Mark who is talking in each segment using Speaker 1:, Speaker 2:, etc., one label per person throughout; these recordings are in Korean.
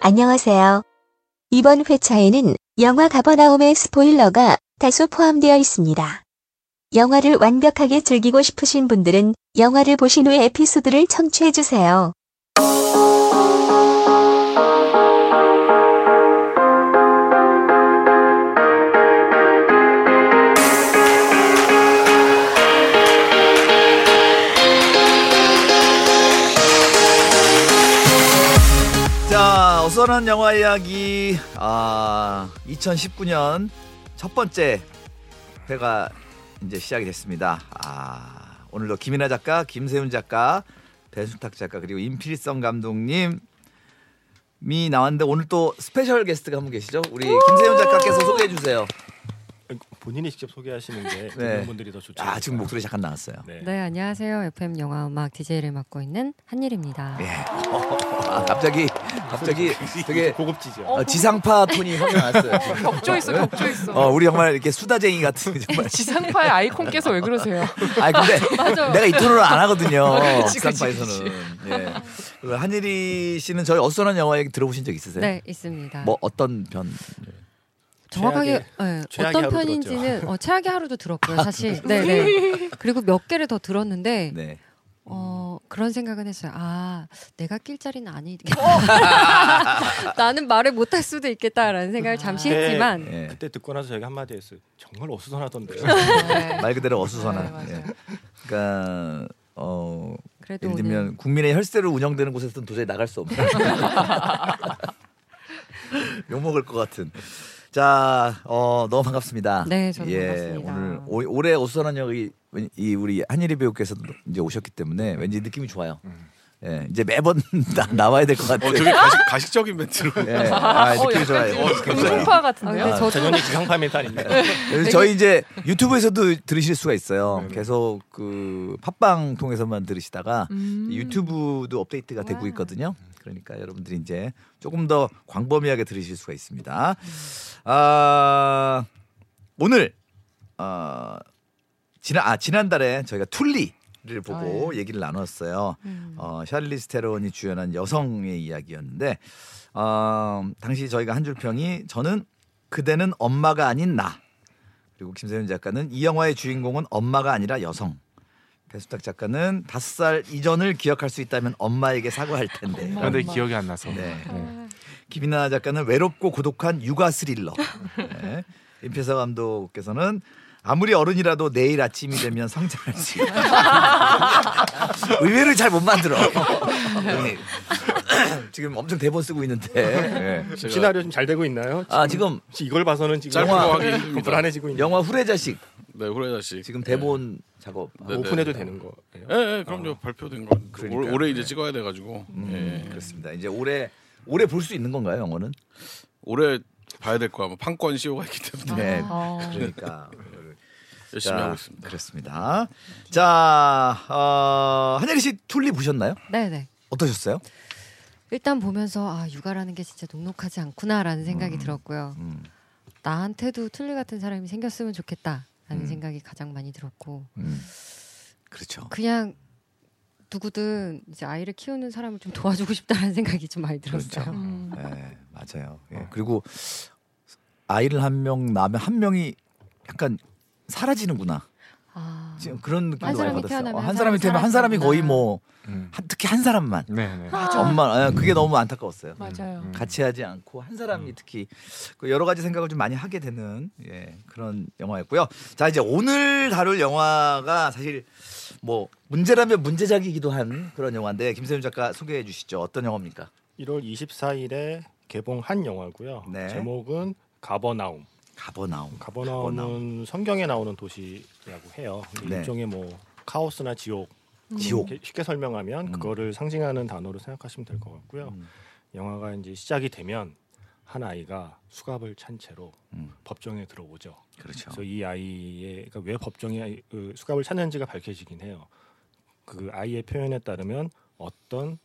Speaker 1: 안녕하세요. 이번 회차에는 영화 가버나움의 스포일러가 다소 포함되어 있습니다. 영화를 완벽하게 즐기고 싶으신 분들은 영화를 보신 후에 에피소드를 청취해주세요.
Speaker 2: 자, 어선한 영화 이야기 아, 2019년 첫 번째 회가 이제 시작이 됐습니다. 아, 오늘도 김이나 작가, 김세훈 작가, 배순탁 작가 그리고 임필성 감독님 이 나왔는데 오늘 또 스페셜 게스트가 한 분 계시죠? 우리 김세훈 작가께서 소개해 주세요.
Speaker 3: 본인이 직접 소개하시는 게 듣는
Speaker 2: 네.
Speaker 3: 분들이 더 좋죠.
Speaker 2: 아, 지금 목소리 잠깐 나왔어요.
Speaker 3: 네.
Speaker 4: 네, 안녕하세요. FM 영화 음악 DJ를 맡고 있는 한일입니다.
Speaker 5: 네.
Speaker 2: 예. 아, 갑자기 갑자기 되게
Speaker 3: 고급지죠. 네.
Speaker 2: 어, 지상파 톤이 확 나왔어요.
Speaker 5: 겹쳐 있어, 겹쳐 있어.
Speaker 2: 어, 우리 정말 이렇게 수다쟁이 같은 정말
Speaker 5: 지상파의 아이콘께서 왜 그러세요?
Speaker 2: 아니 근데
Speaker 5: 맞아.
Speaker 2: 내가 이 톤으로 안 하거든요.
Speaker 5: 그치, 그치,
Speaker 2: 지상파에서는. 예. 그리고 한일희 씨는 저희 어선한 영화 얘기 들어보신 적 있으세요?
Speaker 4: 네, 있습니다.
Speaker 2: 뭐 어떤 편?
Speaker 4: 정확하게 예,
Speaker 3: 최악의
Speaker 4: 어떤
Speaker 3: 하루
Speaker 4: 편인지는 어, 최악의 하루도 들었고요, 사실. 네, 네. 그리고 몇 개를 더 들었는데
Speaker 2: 네.
Speaker 4: 어, 그런 생각은 했어요. 아, 내가 낄 자리는 아니겠다.
Speaker 5: 어!
Speaker 4: 나는 말을 못 할 수도 있겠다라는 생각을 잠시
Speaker 3: 네.
Speaker 4: 했지만
Speaker 2: 예.
Speaker 3: 그때 듣고 나서 제가 한마디 했어요. 정말 어수선하던데요.
Speaker 5: 네.
Speaker 2: 말 그대로 어수선한.
Speaker 5: 네, 맞아요.
Speaker 2: 예. 그러니까 어
Speaker 4: 그래도
Speaker 2: 예를
Speaker 4: 오늘
Speaker 2: 들면 국민의 혈세로 운영되는 곳에서는 도저히 나갈 수 없는. 욕 먹을 것 같은. 자, 어 너무 반갑습니다.
Speaker 4: 네, 저도
Speaker 2: 예,
Speaker 4: 반갑습니다.
Speaker 2: 오늘 올- 올해 어수선한 여기 이 우리 한일희 배우께서 이제 오셨기 때문에 왠지 느낌이 좋아요. 예, 이제 매번 나, 나와야 될 것 같아요.
Speaker 6: 음. 어, 되게 가식, 가식적인 멘트로.
Speaker 2: 예, 아,
Speaker 5: 어,
Speaker 2: 느낌이
Speaker 5: 약간
Speaker 2: 좋아요.
Speaker 5: 지금
Speaker 2: 어, 느낌이 좋아요.
Speaker 5: 금풍파
Speaker 4: 아,
Speaker 5: 같은데요?
Speaker 4: 근데 저도
Speaker 3: 전현이 지상파 멘트 아닙니까?
Speaker 2: 네. 그래서 저희 이제 유튜브에서도 들으실 수가 있어요. 계속 그 팟빵 통해서만 들으시다가 유튜브도 업데이트가 되고 있거든요. 그러니까 여러분들이 이제 조금 더 광범위하게 들으실 수가 있습니다. 아, 오늘 어, 지난 아 지난달에 저희가 툴리를 보고 얘기를 나눴어요. 어, 샬리스 테론이 주연한 여성의 이야기였는데 어, 당시 저희가 한 줄 평이 저는 그대는 엄마가 아닌 나 그리고 김세윤 작가는 이 영화의 주인공은 엄마가 아니라 여성. 배수탁 작가는 다섯 살 이전을 기억할 수 있다면 엄마에게 사과할 텐데.
Speaker 7: 아,
Speaker 6: 근데 기억이 안 나서.
Speaker 2: 네.
Speaker 7: 어, 음.
Speaker 2: 김이나 작가는 외롭고 고독한 육아 스릴러. 네. 임필서 감독께서는 아무리 어른이라도 내일 아침이 되면 성장할 수 있다. 의외로 잘 못 만들어. 네. 지금 엄청 대본 쓰고
Speaker 6: 네.
Speaker 2: 있는데.
Speaker 3: 지금 시나리오 좀 잘 되고 있나요?
Speaker 2: 아 지금
Speaker 3: 지금 이걸 봐서는 지금
Speaker 6: 짧은 거 하기
Speaker 3: 좀
Speaker 6: 힘듭니다.
Speaker 3: 불안해지고 있는.
Speaker 2: 영화 후레자식
Speaker 6: 네, 후레자 씨.
Speaker 2: 지금 대본 작업.
Speaker 6: 네,
Speaker 3: 오픈해도
Speaker 6: 네.
Speaker 3: 되는 거예요.
Speaker 6: 예, 예, 그럼요. 발표된 거. 올,
Speaker 2: 그러니까요.
Speaker 6: 올해 이제 찍어야 돼 가지고.
Speaker 2: 음,
Speaker 6: 예.
Speaker 2: 그렇습니다. 이제 올해 올해 볼 수 있는 건가요, 영어는?
Speaker 6: 올해 봐야 될 거야. 뭐 판권 시효가 있기 때문에
Speaker 2: 네.
Speaker 4: 어,
Speaker 2: 그러니까
Speaker 6: 네. 열심히
Speaker 2: 자,
Speaker 6: 하고 있습니다.
Speaker 2: 그렇습니다. 자, 어, 한예리 씨 툴리 보셨나요?
Speaker 4: 네, 네.
Speaker 2: 어떠셨어요?
Speaker 4: 일단 보면서 아, 육아라는 게 진짜 녹록하지 않구나라는 생각이 들었고요.
Speaker 2: 음,
Speaker 4: 나한테도 툴리 같은 사람이 생겼으면 좋겠다라는
Speaker 2: 음.
Speaker 4: 생각이 가장 많이 들었고
Speaker 2: 음. 그렇죠.
Speaker 4: 그냥 누구든 이제 아이를 키우는 사람을 좀 도와주고 싶다는 생각이 좀 많이 들었어요.
Speaker 2: 그렇죠.
Speaker 5: 음.
Speaker 2: 예, 맞아요. 예. 그리고 아이를 한 명 낳으면 한 명이 약간 사라지는구나.
Speaker 4: 아,
Speaker 2: 지금 그런 느낌도
Speaker 4: 한
Speaker 2: 많이
Speaker 4: 사람이
Speaker 2: 받았어요.
Speaker 4: 태어나면
Speaker 2: 어, 한
Speaker 4: 한
Speaker 2: 사람이
Speaker 4: 사람이
Speaker 2: 태어나면 한 사람이 거의 뭐
Speaker 6: 음.
Speaker 2: 한- 특히 한 사람만
Speaker 6: 네, 네.
Speaker 2: 엄마 예, 그게 너무 안타까웠어요. 음.
Speaker 5: 맞아요.
Speaker 7: 음.
Speaker 2: 같이 하지 않고 한 사람이 특히 그 여러 가지 생각을 좀 많이 하게 되는 예, 그런 영화였고요. 자 이제 오늘 다룰 영화가 사실 뭐 문제라면 문제작이기도 한 그런 영화인데 김세윤 작가 소개해 주시죠. 어떤 영화입니까?
Speaker 3: 1월 24일에 개봉한 영화고요.
Speaker 2: 네.
Speaker 3: 제목은 가버나움.
Speaker 2: 가버나움.
Speaker 3: 음, 가버나움은 성경에 나오는 도시라고 해요. 근데
Speaker 2: 네. 음.
Speaker 3: 일종의 뭐 카오스나 지옥 음,
Speaker 2: 지옥.
Speaker 3: 이렇게 쉽게 설명하면 그거를 상징하는 단어로 생각하시면 될 것 같고요.
Speaker 2: 음.
Speaker 3: 영화가 이제 시작이 되면 한 아이가 수갑을 찬 채로
Speaker 2: 음.
Speaker 3: 법정에 들어오죠.
Speaker 2: 그렇죠.
Speaker 3: 그래서 이 아이가 왜 법정에 그 수갑을 찼는지가 밝혀지긴 해요. 그 아이의 표현에 따르면 어떤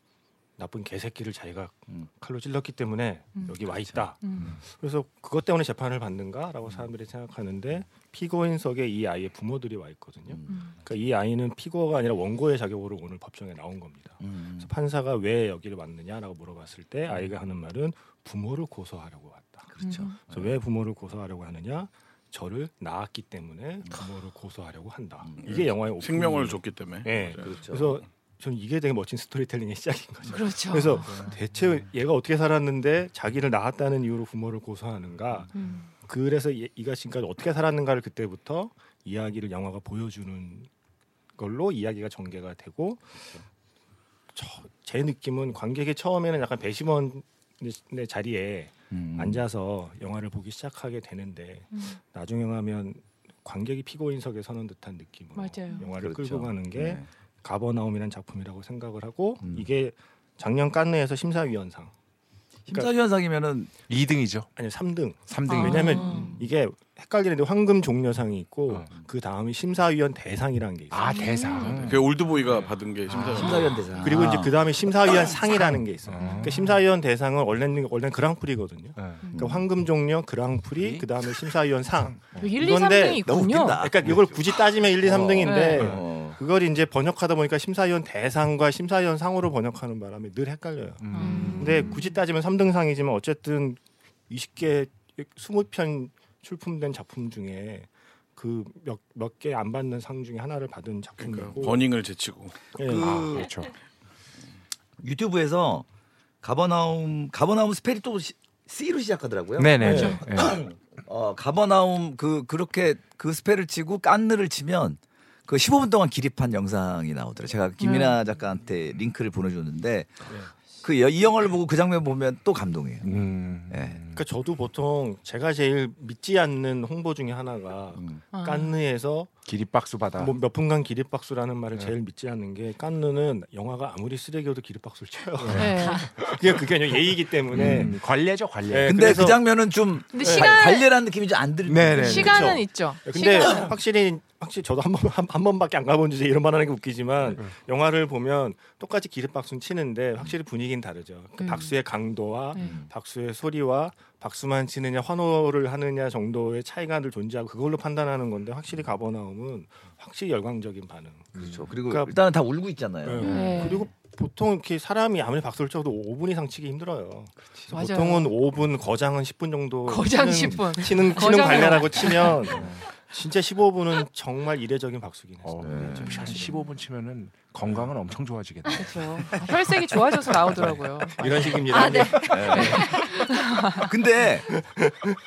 Speaker 3: 나쁜 개새끼를 자기가
Speaker 2: 음.
Speaker 3: 칼로 찔렀기 때문에
Speaker 5: 음.
Speaker 3: 여기 와 있다.
Speaker 5: 음.
Speaker 3: 그래서 그것 때문에 재판을 받는가라고 사람들이 생각하는데 피고인석에 이 아이의 부모들이 와 있거든요.
Speaker 2: 음.
Speaker 5: 음.
Speaker 3: 그러니까 이 아이는 피고가 아니라 원고의 자격으로 오늘 법정에 나온 겁니다.
Speaker 2: 음.
Speaker 3: 그래서 판사가 왜 여기를 왔느냐라고 물어봤을 때 아이가 하는 말은 부모를 고소하려고 왔다.
Speaker 2: 그렇죠.
Speaker 5: 음.
Speaker 3: 그래서 왜 부모를 고소하려고 하느냐? 저를 낳았기 때문에 부모를 고소하려고 한다. 이게 영화의 오프닝.
Speaker 6: 음. 생명을 줬기 때문에.
Speaker 3: 예.
Speaker 6: 맞아요.
Speaker 2: 그렇죠.
Speaker 3: 그래서 저는 이게 되게 멋진 스토리텔링의 시작인 거죠.
Speaker 6: 아,
Speaker 5: 그렇죠.
Speaker 3: 그래서 대체 얘가 어떻게 살았는데 자기를 낳았다는 이유로 부모를 고소하는가?
Speaker 5: 음.
Speaker 3: 그래서 얘- 이가 지금까지 어떻게 살았는가를 그때부터 이야기를 영화가 보여주는 걸로 이야기가 전개가 되고
Speaker 6: 그렇죠.
Speaker 3: 저- 제 느낌은 관객이 처음에는 약간 배심원의 자리에
Speaker 2: 음.
Speaker 3: 앉아서 영화를 보기 시작하게 되는데
Speaker 5: 음.
Speaker 3: 나중에 하면 관객이 피고인석에 서는 듯한 느낌으로
Speaker 5: 맞아요.
Speaker 3: 영화를
Speaker 2: 그렇죠.
Speaker 3: 끌고 가는 게
Speaker 2: 네.
Speaker 3: 가버나움이라는 작품이라고 생각을 하고
Speaker 2: 음.
Speaker 3: 이게 작년 깐느에서 심사위원상 그러니까
Speaker 2: 심사위원상이면은
Speaker 6: 2등이죠.
Speaker 3: 아니 3등
Speaker 2: 3등.
Speaker 5: 아.
Speaker 3: 왜냐면 이게 헷갈리는데 황금 종려상이 있고
Speaker 6: 어.
Speaker 3: 그 다음에 심사위원 대상이라는 게 있어요.
Speaker 7: 아 대상.
Speaker 6: 그 올드보이가 받은 게 심사위원.
Speaker 2: 심사위원 대상.
Speaker 3: 어. 그리고 이제 그 다음에 심사위원 상이라는 게 있어요.
Speaker 7: 아.
Speaker 3: 그러니까 심사위원 대상은 원래는 원래 그랑프리거든요.
Speaker 7: 네.
Speaker 6: 음.
Speaker 3: 그러니까 황금 종려 그랑프리 그 다음에 심사위원 상.
Speaker 5: 1, 2,
Speaker 3: 이건데
Speaker 5: 그 3등이
Speaker 2: 너무
Speaker 5: 있군요.
Speaker 2: 웃긴다.
Speaker 3: 그러니까 이걸
Speaker 6: 어.
Speaker 3: 굳이 따지면 1, 2, 3등인데
Speaker 7: 네.
Speaker 2: 어.
Speaker 3: 그걸 이제 번역하다 보니까 심사위원 대상과 심사위원 상으로 번역하는 바람에 늘 헷갈려요.
Speaker 5: 음.
Speaker 3: 근데 굳이 따지면 3등상이지만 어쨌든 20개 20편 출품된 작품 중에 그 몇 몇 개 안 받는 상 중에 하나를 받은
Speaker 6: 그러니까
Speaker 3: 작품이고
Speaker 6: 버닝을 제치고.
Speaker 3: 예.
Speaker 7: 아,
Speaker 2: 그
Speaker 7: 그렇죠.
Speaker 2: 유튜브에서 가버나움 가버나움 스펠이 또 시- C로 시작하더라고요.
Speaker 7: 네네.
Speaker 3: 네.
Speaker 7: 네.
Speaker 2: 어, 가버나움 그 그렇게 그 스펠을 치고 깐느를 치면 그 15분 동안 기립한 영상이 나오더라고요. 제가
Speaker 3: 네.
Speaker 2: 김이나 작가한테 링크를 보내줬는데 그 이 영화를 보고 그 장면 보면 또 감동해요.
Speaker 3: 네,
Speaker 7: 음.
Speaker 2: 예.
Speaker 3: 그러니까 저도 보통 제가 제일 믿지 않는 홍보 중에 하나가
Speaker 6: 음.
Speaker 5: 아.
Speaker 3: 깐느에서
Speaker 7: 기립박수 받아. 네.
Speaker 3: 뭐 몇 분간 기립박수라는 말을 제일 믿지 않는 게 깐느는 영화가 아무리 쓰레기여도 기립박수를 쳐요.
Speaker 5: 네.
Speaker 3: 그게 그게 아니라 예의이기 때문에
Speaker 7: 음, 관례죠 관례.
Speaker 3: 네.
Speaker 2: 근데 그
Speaker 3: 그래서-
Speaker 2: 장면은 좀
Speaker 5: 근데
Speaker 2: 관-
Speaker 5: 시간
Speaker 2: 관례라는 느낌이 좀 안 들죠.
Speaker 7: 네네.
Speaker 5: 시간은
Speaker 3: 그렇죠.
Speaker 5: 있죠.
Speaker 3: 근데
Speaker 5: 시간.
Speaker 3: 확실히 확실히 저도 한 번 한, 한 번밖에 안 가본 주제 에 이런 말하는 게 웃기지만
Speaker 7: 네.
Speaker 3: 영화를 보면 똑같이 기립박수는 치는데 확실히 분위기는 다르죠. 그
Speaker 5: 음.
Speaker 3: 박수의 강도와
Speaker 5: 네.
Speaker 2: 음.
Speaker 3: 박수의 소리와 박수만 치느냐 환호를 하느냐 정도의 차이가 늘 존재하고 그걸로 판단하는 건데 확실히 가버나움은 확실히 열광적인 반응.
Speaker 2: 그렇죠. 그리고
Speaker 3: 그러니까-
Speaker 2: 일단은 다 울고 있잖아요.
Speaker 5: 네.
Speaker 3: 그리고 보통 이렇게 사람이 아무리 박수를 쳐도 5분 이상 치기 힘들어요. 그래서
Speaker 5: 맞아요.
Speaker 3: 보통은 5분, 거장은 10분 정도.
Speaker 5: 거장
Speaker 3: 치는-
Speaker 5: 10분.
Speaker 3: 치는 치는
Speaker 5: 거장은-
Speaker 3: 관례라고 치면 진짜 15분은 정말 이례적인 박수긴
Speaker 7: 어,
Speaker 3: 했어요.
Speaker 7: 사실 15분 치면은 건강은 엄청 좋아지겠다.
Speaker 5: 그렇죠. 아, 혈색이 좋아져서 나오더라고요.
Speaker 3: 이런 식입니다.
Speaker 5: 아, 네.
Speaker 3: 네.
Speaker 2: 아, 근데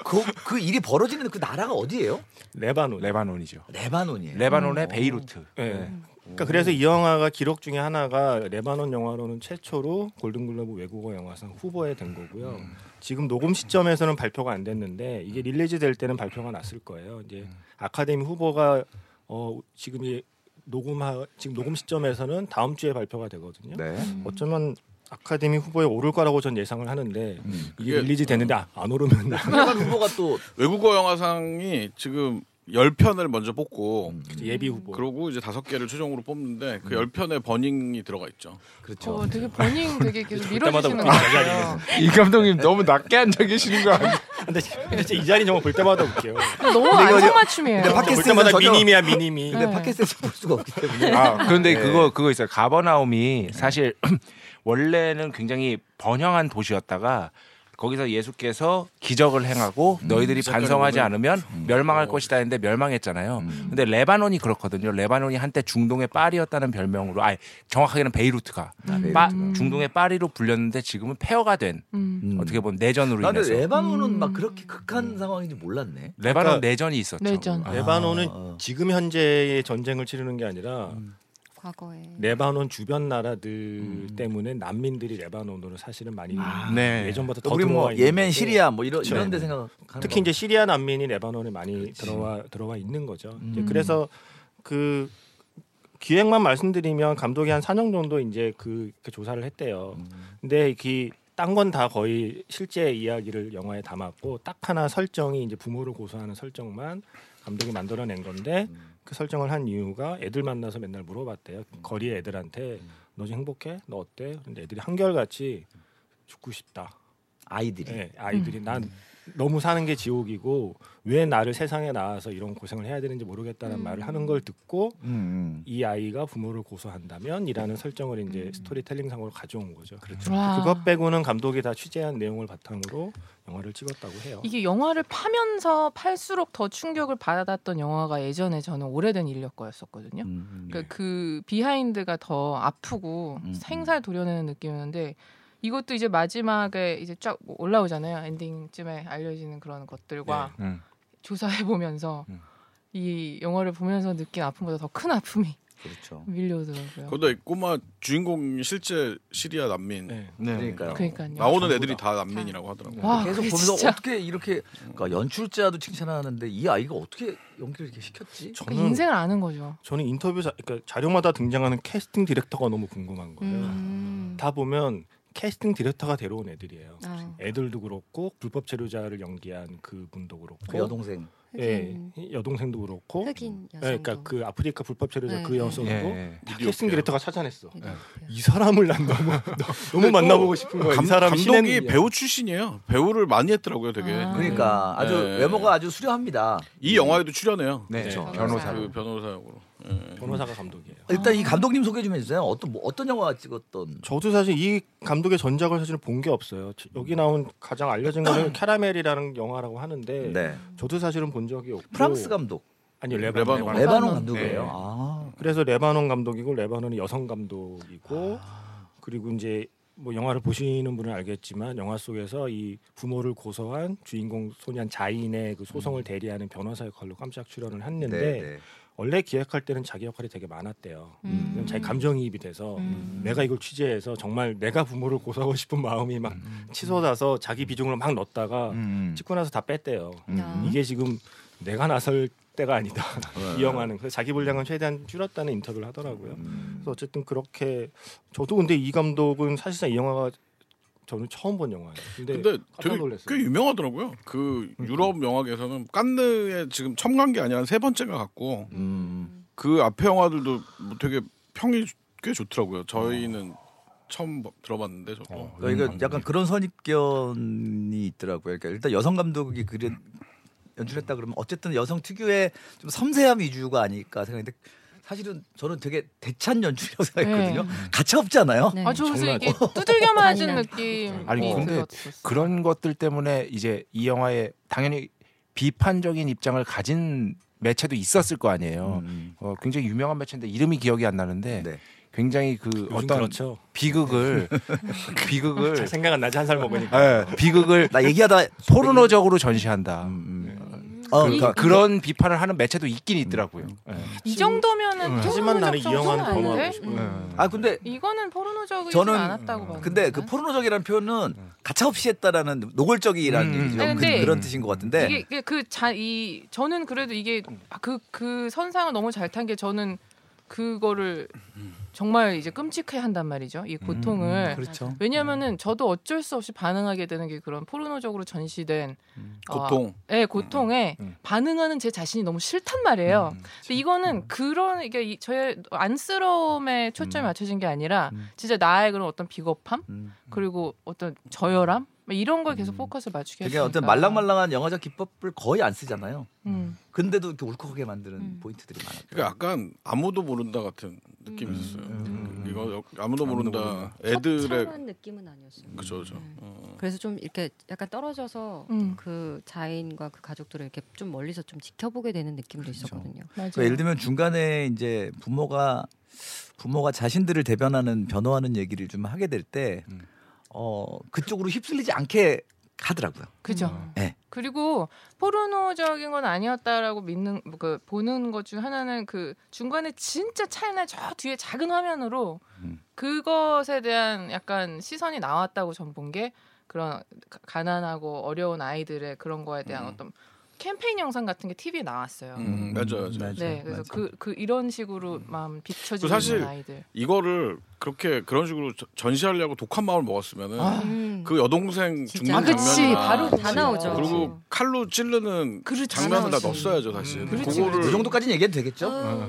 Speaker 2: 그, 그 일이 벌어지는 그 나라가 어디예요?
Speaker 3: 레바논.
Speaker 7: 레바논이죠.
Speaker 2: 레바논이에요.
Speaker 7: 레바논의 베이루트.
Speaker 3: 예. 그러니까 그래서 이 영화가 기록 중에 하나가 레바논 영화로는 최초로 골든글로브 외국어 영화상 후보에 된 거고요. 지금 녹음 시점에서는 발표가 안 됐는데 이게 릴리즈 될 때는 발표가 났을 거예요. 이제 아카데미 후보가 어 지금 이 녹음하 지금 녹음 시점에서는 다음 주에 발표가 되거든요.
Speaker 2: 네.
Speaker 3: 어쩌면 아카데미 후보에 오를 거라고 전 예상을 하는데 이게
Speaker 6: 그게-
Speaker 3: 릴리즈 됐는데 아, 안 오르면 나-
Speaker 2: 레바논 후보가 또
Speaker 6: 외국어 영화상이 지금 10편을 먼저 뽑고
Speaker 3: 예비 후보.
Speaker 6: 그러고 이제 다섯 개를 최종으로 뽑는데 그 10편의 버닝이 들어가 있죠.
Speaker 2: 그렇죠.
Speaker 5: 어, 되게 버닝 되게 계속
Speaker 3: 볼 때마다
Speaker 5: 밀어주시는 거
Speaker 3: 웃기는
Speaker 5: 같아요.
Speaker 7: 이 감독님 너무 낮게 앉아 계시는 거 아니에요?
Speaker 3: 근데 진짜 이 자리 정말 볼 때마다 웃겨요.
Speaker 5: 너무
Speaker 2: 이거 이제-
Speaker 5: 안성맞춤이에요.
Speaker 2: 근데
Speaker 3: 볼
Speaker 2: 팟캐스트에서는
Speaker 3: 때마다
Speaker 2: 전혀-
Speaker 3: 미님이야 미님이.
Speaker 2: 근데
Speaker 5: 네.
Speaker 2: 팟캐스트에서 볼 수가 없기 때문에
Speaker 7: 아 그런데
Speaker 2: 네.
Speaker 7: 그거 그거 있어요. 가버나움이 사실 원래는 굉장히 번영한 도시였다가 거기서 예수께서 기적을 행하고 너희들이
Speaker 6: 색깔이
Speaker 7: 반성하지
Speaker 6: 오늘-
Speaker 7: 않으면 멸망할 것이다 했는데 멸망했잖아요. 근데 레바논이 그렇거든요. 레바논이 한때 중동의 파리였다는 별명으로 아니 정확하게는 베이루트가
Speaker 2: 음.
Speaker 7: 빠- 중동의 파리로 불렸는데 지금은 폐허가 된
Speaker 5: 음.
Speaker 7: 어떻게 보면 내전으로
Speaker 2: 나는
Speaker 7: 인해서
Speaker 2: 레바논은 막 그렇게 극한 상황인지 몰랐네.
Speaker 3: 그러니까-
Speaker 7: 레바논 내전이 있었죠. 예.
Speaker 5: 내전.
Speaker 2: 아.
Speaker 3: 레바논은
Speaker 2: 어.
Speaker 3: 지금 현재의 전쟁을 치르는 게 아니라
Speaker 4: 과거에.
Speaker 3: 레바논 주변 나라들 음. 때문에 난민들이 레바논으로 사실은 많이
Speaker 7: 네.
Speaker 3: 예전보다 더
Speaker 2: 우리
Speaker 3: 들어와
Speaker 2: 뭐
Speaker 3: 있는
Speaker 2: 예멘,
Speaker 3: 거고.
Speaker 2: 시리아 뭐 이런
Speaker 3: 그렇죠.
Speaker 2: 이런 데 생각하는
Speaker 3: 특히 이제 시리아 난민이 레바논에 많이 들어와 들어와 있는 거죠.
Speaker 2: 음.
Speaker 3: 이제 그래서 그 기획만 말씀드리면 감독이 한 4년 정도 이제 그, 그 조사를 했대요.
Speaker 2: 음.
Speaker 3: 근데 그딴 건 다 거의 실제 이야기를 영화에 담았고 딱 하나 설정이 이제 부모를 고소하는 설정만 감독이
Speaker 2: 음. 음.
Speaker 3: 만들어낸 건데 그 설정을 한 이유가 애들 만나서 맨날 물어봤대요. 거리의 애들한테 너 지금 행복해? 너 어때? 근데 애들이 한결같이 죽고 싶다.
Speaker 2: 아이들이
Speaker 3: 예, 아이들이 난 너무 사는 게 지옥이고 왜 나를 세상에 나와서 이런 고생을 해야 되는지 모르겠다는
Speaker 5: 음.
Speaker 3: 말을 하는 걸 듣고
Speaker 2: 음, 음.
Speaker 3: 이 아이가 부모를 고소한다면이라는 설정을 이제 스토리텔링상으로 가져온 거죠. 그렇죠.
Speaker 5: 와.
Speaker 3: 그것 빼고는 감독이 다 취재한 내용을 바탕으로 영화를 찍었다고 해요.
Speaker 5: 이게 영화를 파면서 팔수록 더 충격을 받았던 영화가 예전에 저는 오래된 인력거였었거든요.
Speaker 2: 음,
Speaker 7: 예.
Speaker 5: 그러니까 그 비하인드가 더 아프고
Speaker 2: 음.
Speaker 5: 생살 도려내는 느낌이었는데 이것도 이제 마지막에 이제 쫙뭐 올라오잖아요. 엔딩쯤에 알려지는 그런
Speaker 3: 네.
Speaker 5: 것들과
Speaker 7: 음.
Speaker 5: 조사해 보면서
Speaker 7: 음.
Speaker 5: 이 영화를 보면서 느낀 아픔보다 더 큰 아픔이
Speaker 2: 그렇죠.
Speaker 5: 밀려오더라고요.
Speaker 6: 근데 꼬마 뭐 주인공 실제 시리아 난민
Speaker 3: 네.
Speaker 7: 네.
Speaker 2: 그러니까요.
Speaker 5: 그러니까요.
Speaker 6: 나오는 애들이 다 난민이라고 하더라고. 요
Speaker 5: 와,
Speaker 2: 계속
Speaker 5: 그게
Speaker 2: 보면서
Speaker 5: 진짜
Speaker 2: 어떻게 이렇게 그러니까 연출자도 칭찬하는데 이 아이가 어떻게 연기를 이렇게 시켰지?
Speaker 5: 그러니까 인생을 아는 거죠.
Speaker 3: 저는 인터뷰 자, 그러니까 자료마다 등장하는 캐스팅 디렉터가 너무 궁금한 거예요.
Speaker 4: 음.
Speaker 3: 다 보면 캐스팅 디렉터가 데려온 애들이에요.
Speaker 4: 아.
Speaker 3: 애들도 그렇고 불법 체류자를 연기한 그분도
Speaker 2: 그
Speaker 3: 그렇고
Speaker 2: 여동생
Speaker 3: 예,
Speaker 4: 흑인
Speaker 3: 여동생도 그렇고
Speaker 4: 흑인
Speaker 3: 예,
Speaker 4: 여성도.
Speaker 3: 그러니까 그 아프리카 불법 체류자
Speaker 4: 네, 예.
Speaker 3: 그 여성도
Speaker 7: 예, 예.
Speaker 3: 다
Speaker 6: 미디어
Speaker 3: 캐스팅
Speaker 6: 피어.
Speaker 3: 디렉터가 찾아내냈어.
Speaker 4: 그게
Speaker 3: 이 사람을 난 너무 너무 만나보고 싶은 거예요.
Speaker 6: 감,
Speaker 3: 그 이 사람
Speaker 6: 독이 배우 출신이에요. 배우를 많이 했더라고요, 되게.
Speaker 5: 아.
Speaker 2: 그러니까 아주
Speaker 6: 네.
Speaker 2: 외모가 아주 수려합니다.
Speaker 6: 이 영화에도 출연해요.
Speaker 7: 네,
Speaker 6: 예,
Speaker 7: 변호사.
Speaker 6: 그 변호사 역으로. 예.
Speaker 3: 변호사가 감독이에요.
Speaker 2: 일단 이 감독님 소개 좀 해주세요. 어떤 뭐, 어떤 영화 찍었던?
Speaker 3: 저도 사실 이 감독의 전작을 사실 본 게 없어요. 저- 여기 나온 가장 알려진 거는 캐러멜이라는 영화라고 하는데
Speaker 2: 네.
Speaker 3: 저도 사실은 본 적이 없고
Speaker 2: 프랑스 감독
Speaker 3: 아니
Speaker 6: 레바논.
Speaker 3: 레바논, 레바논.
Speaker 2: 레바논
Speaker 5: 레바논
Speaker 2: 감독이에요.
Speaker 3: 네.
Speaker 2: 아.
Speaker 3: 그래서 레바논 감독이고 레바논은 여성 감독이고
Speaker 2: 아.
Speaker 3: 그리고 이제 뭐 영화를 보시는 분은 알겠지만 영화 속에서 이 부모를 고소한 주인공 소년 자인의 그 소송을
Speaker 2: 음.
Speaker 3: 대리하는 변호사 역할로 깜짝 출연을 했는데
Speaker 2: 네,
Speaker 3: 원래 기획할 때는 자기 역할이 되게 많았대요.
Speaker 2: 음.
Speaker 3: 자기 감정이입이 돼서
Speaker 4: 음.
Speaker 3: 내가 이걸 취재해서 정말 내가 부모를 고소하고 싶은 마음이 막 치솟아서 자기 비중을 막 넣었다가
Speaker 2: 음.
Speaker 3: 찍고 나서 다 뺐대요.
Speaker 4: 음.
Speaker 3: 이게 지금 내가 나설 때가 아니다.
Speaker 2: 네.
Speaker 3: 이 영화는 그래서 자기 분량은 최대한 줄였다는 인터뷰를 하더라고요.
Speaker 2: 음.
Speaker 3: 그래서 어쨌든 그렇게 저도 근데 이 감독은 사실상 이 영화가 저는 처음 본 영화예요. 근데,
Speaker 6: 근데
Speaker 3: 깜짝
Speaker 6: 되게
Speaker 3: 놀랐어요.
Speaker 6: 꽤 유명하더라고요. 그 유럽 영화계에서는 깐느에 지금 처음 간 게 아니라 한세 번째가 갔고
Speaker 2: 음.
Speaker 6: 그 앞에 영화들도 뭐 되게 평이 꽤 좋더라고요. 저희는 처음 들어봤는데 저도. 음.
Speaker 2: 그러니까 이거 약간 그런 선입견이 있더라고요. 그러니까 일단 여성 감독이 그린 연출했다 그러면 어쨌든 여성 특유의 좀 섬세함 위주가 아닐까 생각했는데 사실은 저는 되게 대찬 연출이라고 생각했거든요. 가차 없잖아요.
Speaker 4: 네.
Speaker 5: 아주 그래서
Speaker 3: 정말-
Speaker 5: 이게 두들겨 맞은
Speaker 4: 잔인한-
Speaker 5: 느낌.
Speaker 7: 아니, 근데 그런 것들 때문에 이제 이 영화에 당연히 비판적인 입장을 가진 매체도 있었을 거 아니에요.
Speaker 2: 음.
Speaker 7: 어, 굉장히 유명한 매체인데 이름이 기억이 안 나는데
Speaker 2: 네.
Speaker 7: 굉장히 그
Speaker 3: 요즘
Speaker 7: 어떤
Speaker 3: 그렇죠.
Speaker 7: 비극을
Speaker 2: 네.
Speaker 7: 비극을
Speaker 3: 잘 생각 안 나지 한 살 먹으니까.
Speaker 7: 예, 비극을
Speaker 2: 나 얘기하다
Speaker 7: 포르노적으로 전시한다.
Speaker 2: 음, 음. 어,
Speaker 7: 그,
Speaker 2: 그러니까 음.
Speaker 7: 런 비판을 하는 매체도 있긴 있더라고요. 예.
Speaker 5: 이 정도면은
Speaker 3: 하지만 나는 이 영화는
Speaker 5: 네. 포르노적 정도는
Speaker 3: 범하고
Speaker 4: 음,
Speaker 5: 아닌데?
Speaker 6: 네,
Speaker 3: 싶어요.
Speaker 7: 예.
Speaker 2: 아 근데
Speaker 5: 이거는 포르노적이지
Speaker 2: 저는-
Speaker 5: 않았다고 봤는데.
Speaker 2: 근데 그 포르노적이라는 표현은
Speaker 3: 네.
Speaker 2: 가차없이 했다라는 노골적이라는
Speaker 7: 음, 음.
Speaker 2: 얘기죠.
Speaker 5: 네, 근데
Speaker 2: 그, 런 뜻인 것 같은데
Speaker 5: 이게, 이게 그자이 저는 그래도 이게 그 그 선상을 너무 잘 탄 게 저는 그거를 정말 이제 끔찍해 한단 말이죠. 이
Speaker 3: 음,
Speaker 5: 고통을.
Speaker 2: 그렇죠.
Speaker 5: 왜냐면은 저도 어쩔 수 없이 반응하게 되는 게 그런 포르노적으로 전시된
Speaker 2: 음.
Speaker 5: 어,
Speaker 6: 고통.
Speaker 5: 예, 고통에
Speaker 7: 음, 음.
Speaker 5: 반응하는 제 자신이 너무 싫단 말이에요.
Speaker 2: 음,
Speaker 5: 근데 이거는 그런 이게 이- 저의 안쓰러움에 초점이 맞춰진 게 아니라
Speaker 2: 음.
Speaker 5: 진짜 나의 그런 어떤 비겁함
Speaker 2: 음.
Speaker 5: 그리고 어떤 저열함 막 이런 걸 계속 포커스를 맞추게
Speaker 2: 되게
Speaker 5: 했으니까.
Speaker 2: 어떤 말랑말랑한 영화적 기법을 거의 안 쓰잖아요.
Speaker 5: 음. 네.
Speaker 2: 근데도 이렇게 울컥하게 만드는
Speaker 4: 음.
Speaker 2: 포인트들이 많아요.
Speaker 6: 그러니까 약간 아무도 모른다 같은 느낌이
Speaker 4: 음.
Speaker 6: 있었어요.
Speaker 2: 음.
Speaker 6: 이거 역- 아무도 모른다. 애들의
Speaker 4: 애들의 느낌은 아니었어요.
Speaker 6: 그죠 그죠.
Speaker 4: 네.
Speaker 6: 어.
Speaker 4: 그래서 좀 이렇게 약간 떨어져서
Speaker 5: 음.
Speaker 4: 그 자인과 그 가족들을 이렇게 좀 멀리서 좀 지켜보게 되는 느낌도
Speaker 6: 그렇죠.
Speaker 4: 있었거든요.
Speaker 5: 맞아요.
Speaker 2: 그러니까 예를 들면 중간에 이제 부모가 부모가 자신들을 대변하는 변호하는 얘기를 좀 하게 될 때
Speaker 7: 음.
Speaker 2: 어, 그쪽으로 휩쓸리지 않게 하더라고요.
Speaker 5: 그죠.
Speaker 2: 네.
Speaker 5: 그리고 포르노적인 건 아니었다라고 믿는 그 보는 것 중 하나는 그 중간에 진짜 차이나 저 뒤에 작은 화면으로
Speaker 2: 음.
Speaker 5: 그것에 대한 약간 시선이 나왔다고 전 본 게 그런 가- 가난하고 어려운 아이들의 그런 거에 대한
Speaker 6: 음.
Speaker 5: 어떤 캠페인 영상 같은 게 TV에 나왔어요.
Speaker 6: 음, 맞아요, 맞아요. 음. 그
Speaker 5: 네, 그래서 그, 그 이런 식으로 막 비춰지는
Speaker 6: 사실
Speaker 5: 아이들.
Speaker 6: 이거를 그렇게 그런 식으로 저- 전시하려고 독한 마음을 먹었으면은
Speaker 4: 음.
Speaker 6: 그 여동생 죽는
Speaker 4: 아,
Speaker 5: 그치.
Speaker 6: 장면이나
Speaker 5: 바로
Speaker 4: 다 나오죠. 음.
Speaker 6: 그리고 칼로 찌르는
Speaker 5: 그렇지.
Speaker 6: 장면을 다
Speaker 5: 나오지.
Speaker 6: 넣었어야죠 다시.
Speaker 5: 음. 그렇지,
Speaker 2: 그
Speaker 6: 그거를
Speaker 2: 정도까지는 얘기해도 되겠죠?
Speaker 4: 어.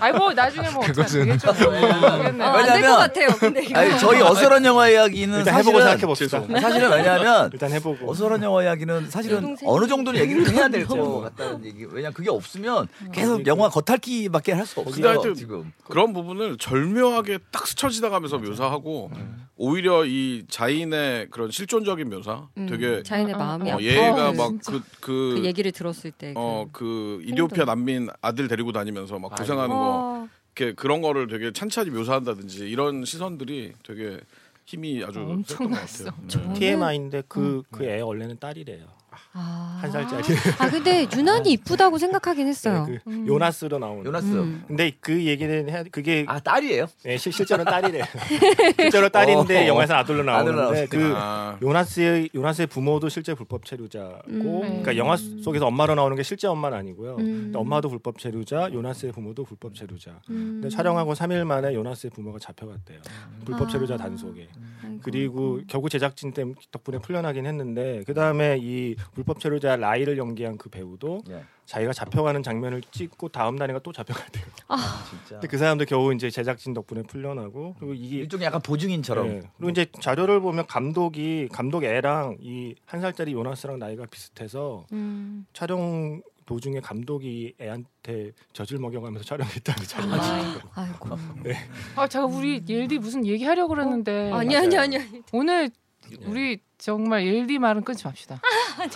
Speaker 5: 아이 뭐 나중에 뭐
Speaker 7: 그것은-
Speaker 5: 어떻게 하겠죠. 모르겠네.
Speaker 4: 아, 안될
Speaker 2: 왜냐면-
Speaker 4: 것 같아요. 근데 이거.
Speaker 2: 아니, 저희 어설한 영화 이야기는
Speaker 3: 일단 해보고
Speaker 2: 사실은
Speaker 3: 생각해 봅시다.
Speaker 2: 사실은 왜냐하면
Speaker 3: 일단 해보고.
Speaker 2: 어설한 영화 이야기는 사실은
Speaker 4: 여동생이 그렇죠.
Speaker 2: 어느 정도는 얘기를 해야 될 것 같다는 얘기. 왜냐 그게 없으면
Speaker 4: 음.
Speaker 2: 계속 영화 겉핥기밖에 할 수
Speaker 6: 근데
Speaker 2: 없어요
Speaker 6: 하여튼
Speaker 2: 지금.
Speaker 6: 그런 부분을 절묘하게 딱 스쳐 지나가면서 묘사하고 오히려 이 자인의 그런 실존적인 묘사
Speaker 4: 음,
Speaker 6: 되게
Speaker 4: 자연의 마음이
Speaker 6: 어,
Speaker 4: 아파.
Speaker 6: 얘가 막
Speaker 5: 진짜.
Speaker 6: 그 그
Speaker 4: 그 얘기를 들었을 때. 그-
Speaker 6: 어, 그 이디오피아
Speaker 4: 행동.
Speaker 6: 난민 아들 데리고 다니면서 막
Speaker 7: 아이고.
Speaker 6: 고생하는 거
Speaker 4: 어,
Speaker 6: 이렇게 그런 거를 되게 찬찬히 묘사한다든지 이런 시선들이 되게 힘이 아주 셌던 것
Speaker 5: 엄청났어.
Speaker 6: 같아요. 네.
Speaker 4: 저는-
Speaker 3: TMI인데 그 그 애 원래는 딸이래요.
Speaker 4: 음. 아.
Speaker 3: 한 살짜리.
Speaker 4: 아 근데 유난히 이쁘다고 생각하긴 했어요.
Speaker 3: 그
Speaker 5: 음.
Speaker 3: 요나스로 나오는.
Speaker 2: 요나스.
Speaker 4: 음.
Speaker 3: 근데 그 얘기는 해, 그게
Speaker 2: 아 딸이에요?
Speaker 3: 예, 실, 실제로 딸이래요. 실제로 딸인데
Speaker 2: 어.
Speaker 3: 영화에서 아들로
Speaker 2: 아들로
Speaker 3: 나오는데 그
Speaker 6: 아,
Speaker 3: 요나스의 요나스의 부모도 실제 불법 체류자고,
Speaker 4: 음.
Speaker 3: 그러니까 영화 속에서 엄마로 나오는 게 실제 엄마는 아니고요.
Speaker 4: 음.
Speaker 3: 근데 엄마도 불법 체류자, 요나스의 부모도 불법 체류자.
Speaker 4: 음.
Speaker 3: 근데 촬영하고 3일 만에 요나스의 부모가 잡혀갔대요. 불법 체류자
Speaker 4: 아.
Speaker 3: 단속에.
Speaker 4: 아이고.
Speaker 3: 그리고 겨우 제작진 때 덕분에 풀려나긴 했는데 그 다음에 이 불법 체류자 라이를 연기한 그 배우도
Speaker 2: 예.
Speaker 3: 자기가 잡혀가는 장면을 찍고 다음 날인가 또 잡혀갔대요.
Speaker 4: 아.
Speaker 2: 진짜.
Speaker 3: 근데 그 사람도 겨우 이제 제작진 덕분에 풀려나고 그리고 이게
Speaker 2: 일종의 약간 보증인처럼.
Speaker 3: 예. 그리고 이제 자료를 보면 감독이 감독 애랑 이 한 살짜리 요나스랑 나이가 비슷해서
Speaker 4: 음.
Speaker 3: 촬영 도중에 감독이 애한테 젖을 먹여가면서 촬영했다는 자료.
Speaker 4: 아, 아이고.
Speaker 5: 아 제가 우리 옐디 무슨 얘기하려고 그랬는데
Speaker 4: 어, 아니 아니 아니. 아니.
Speaker 5: 오늘
Speaker 2: 예.
Speaker 5: 우리 정말 옐디 말은 끊지 맙시다.
Speaker 8: 아니,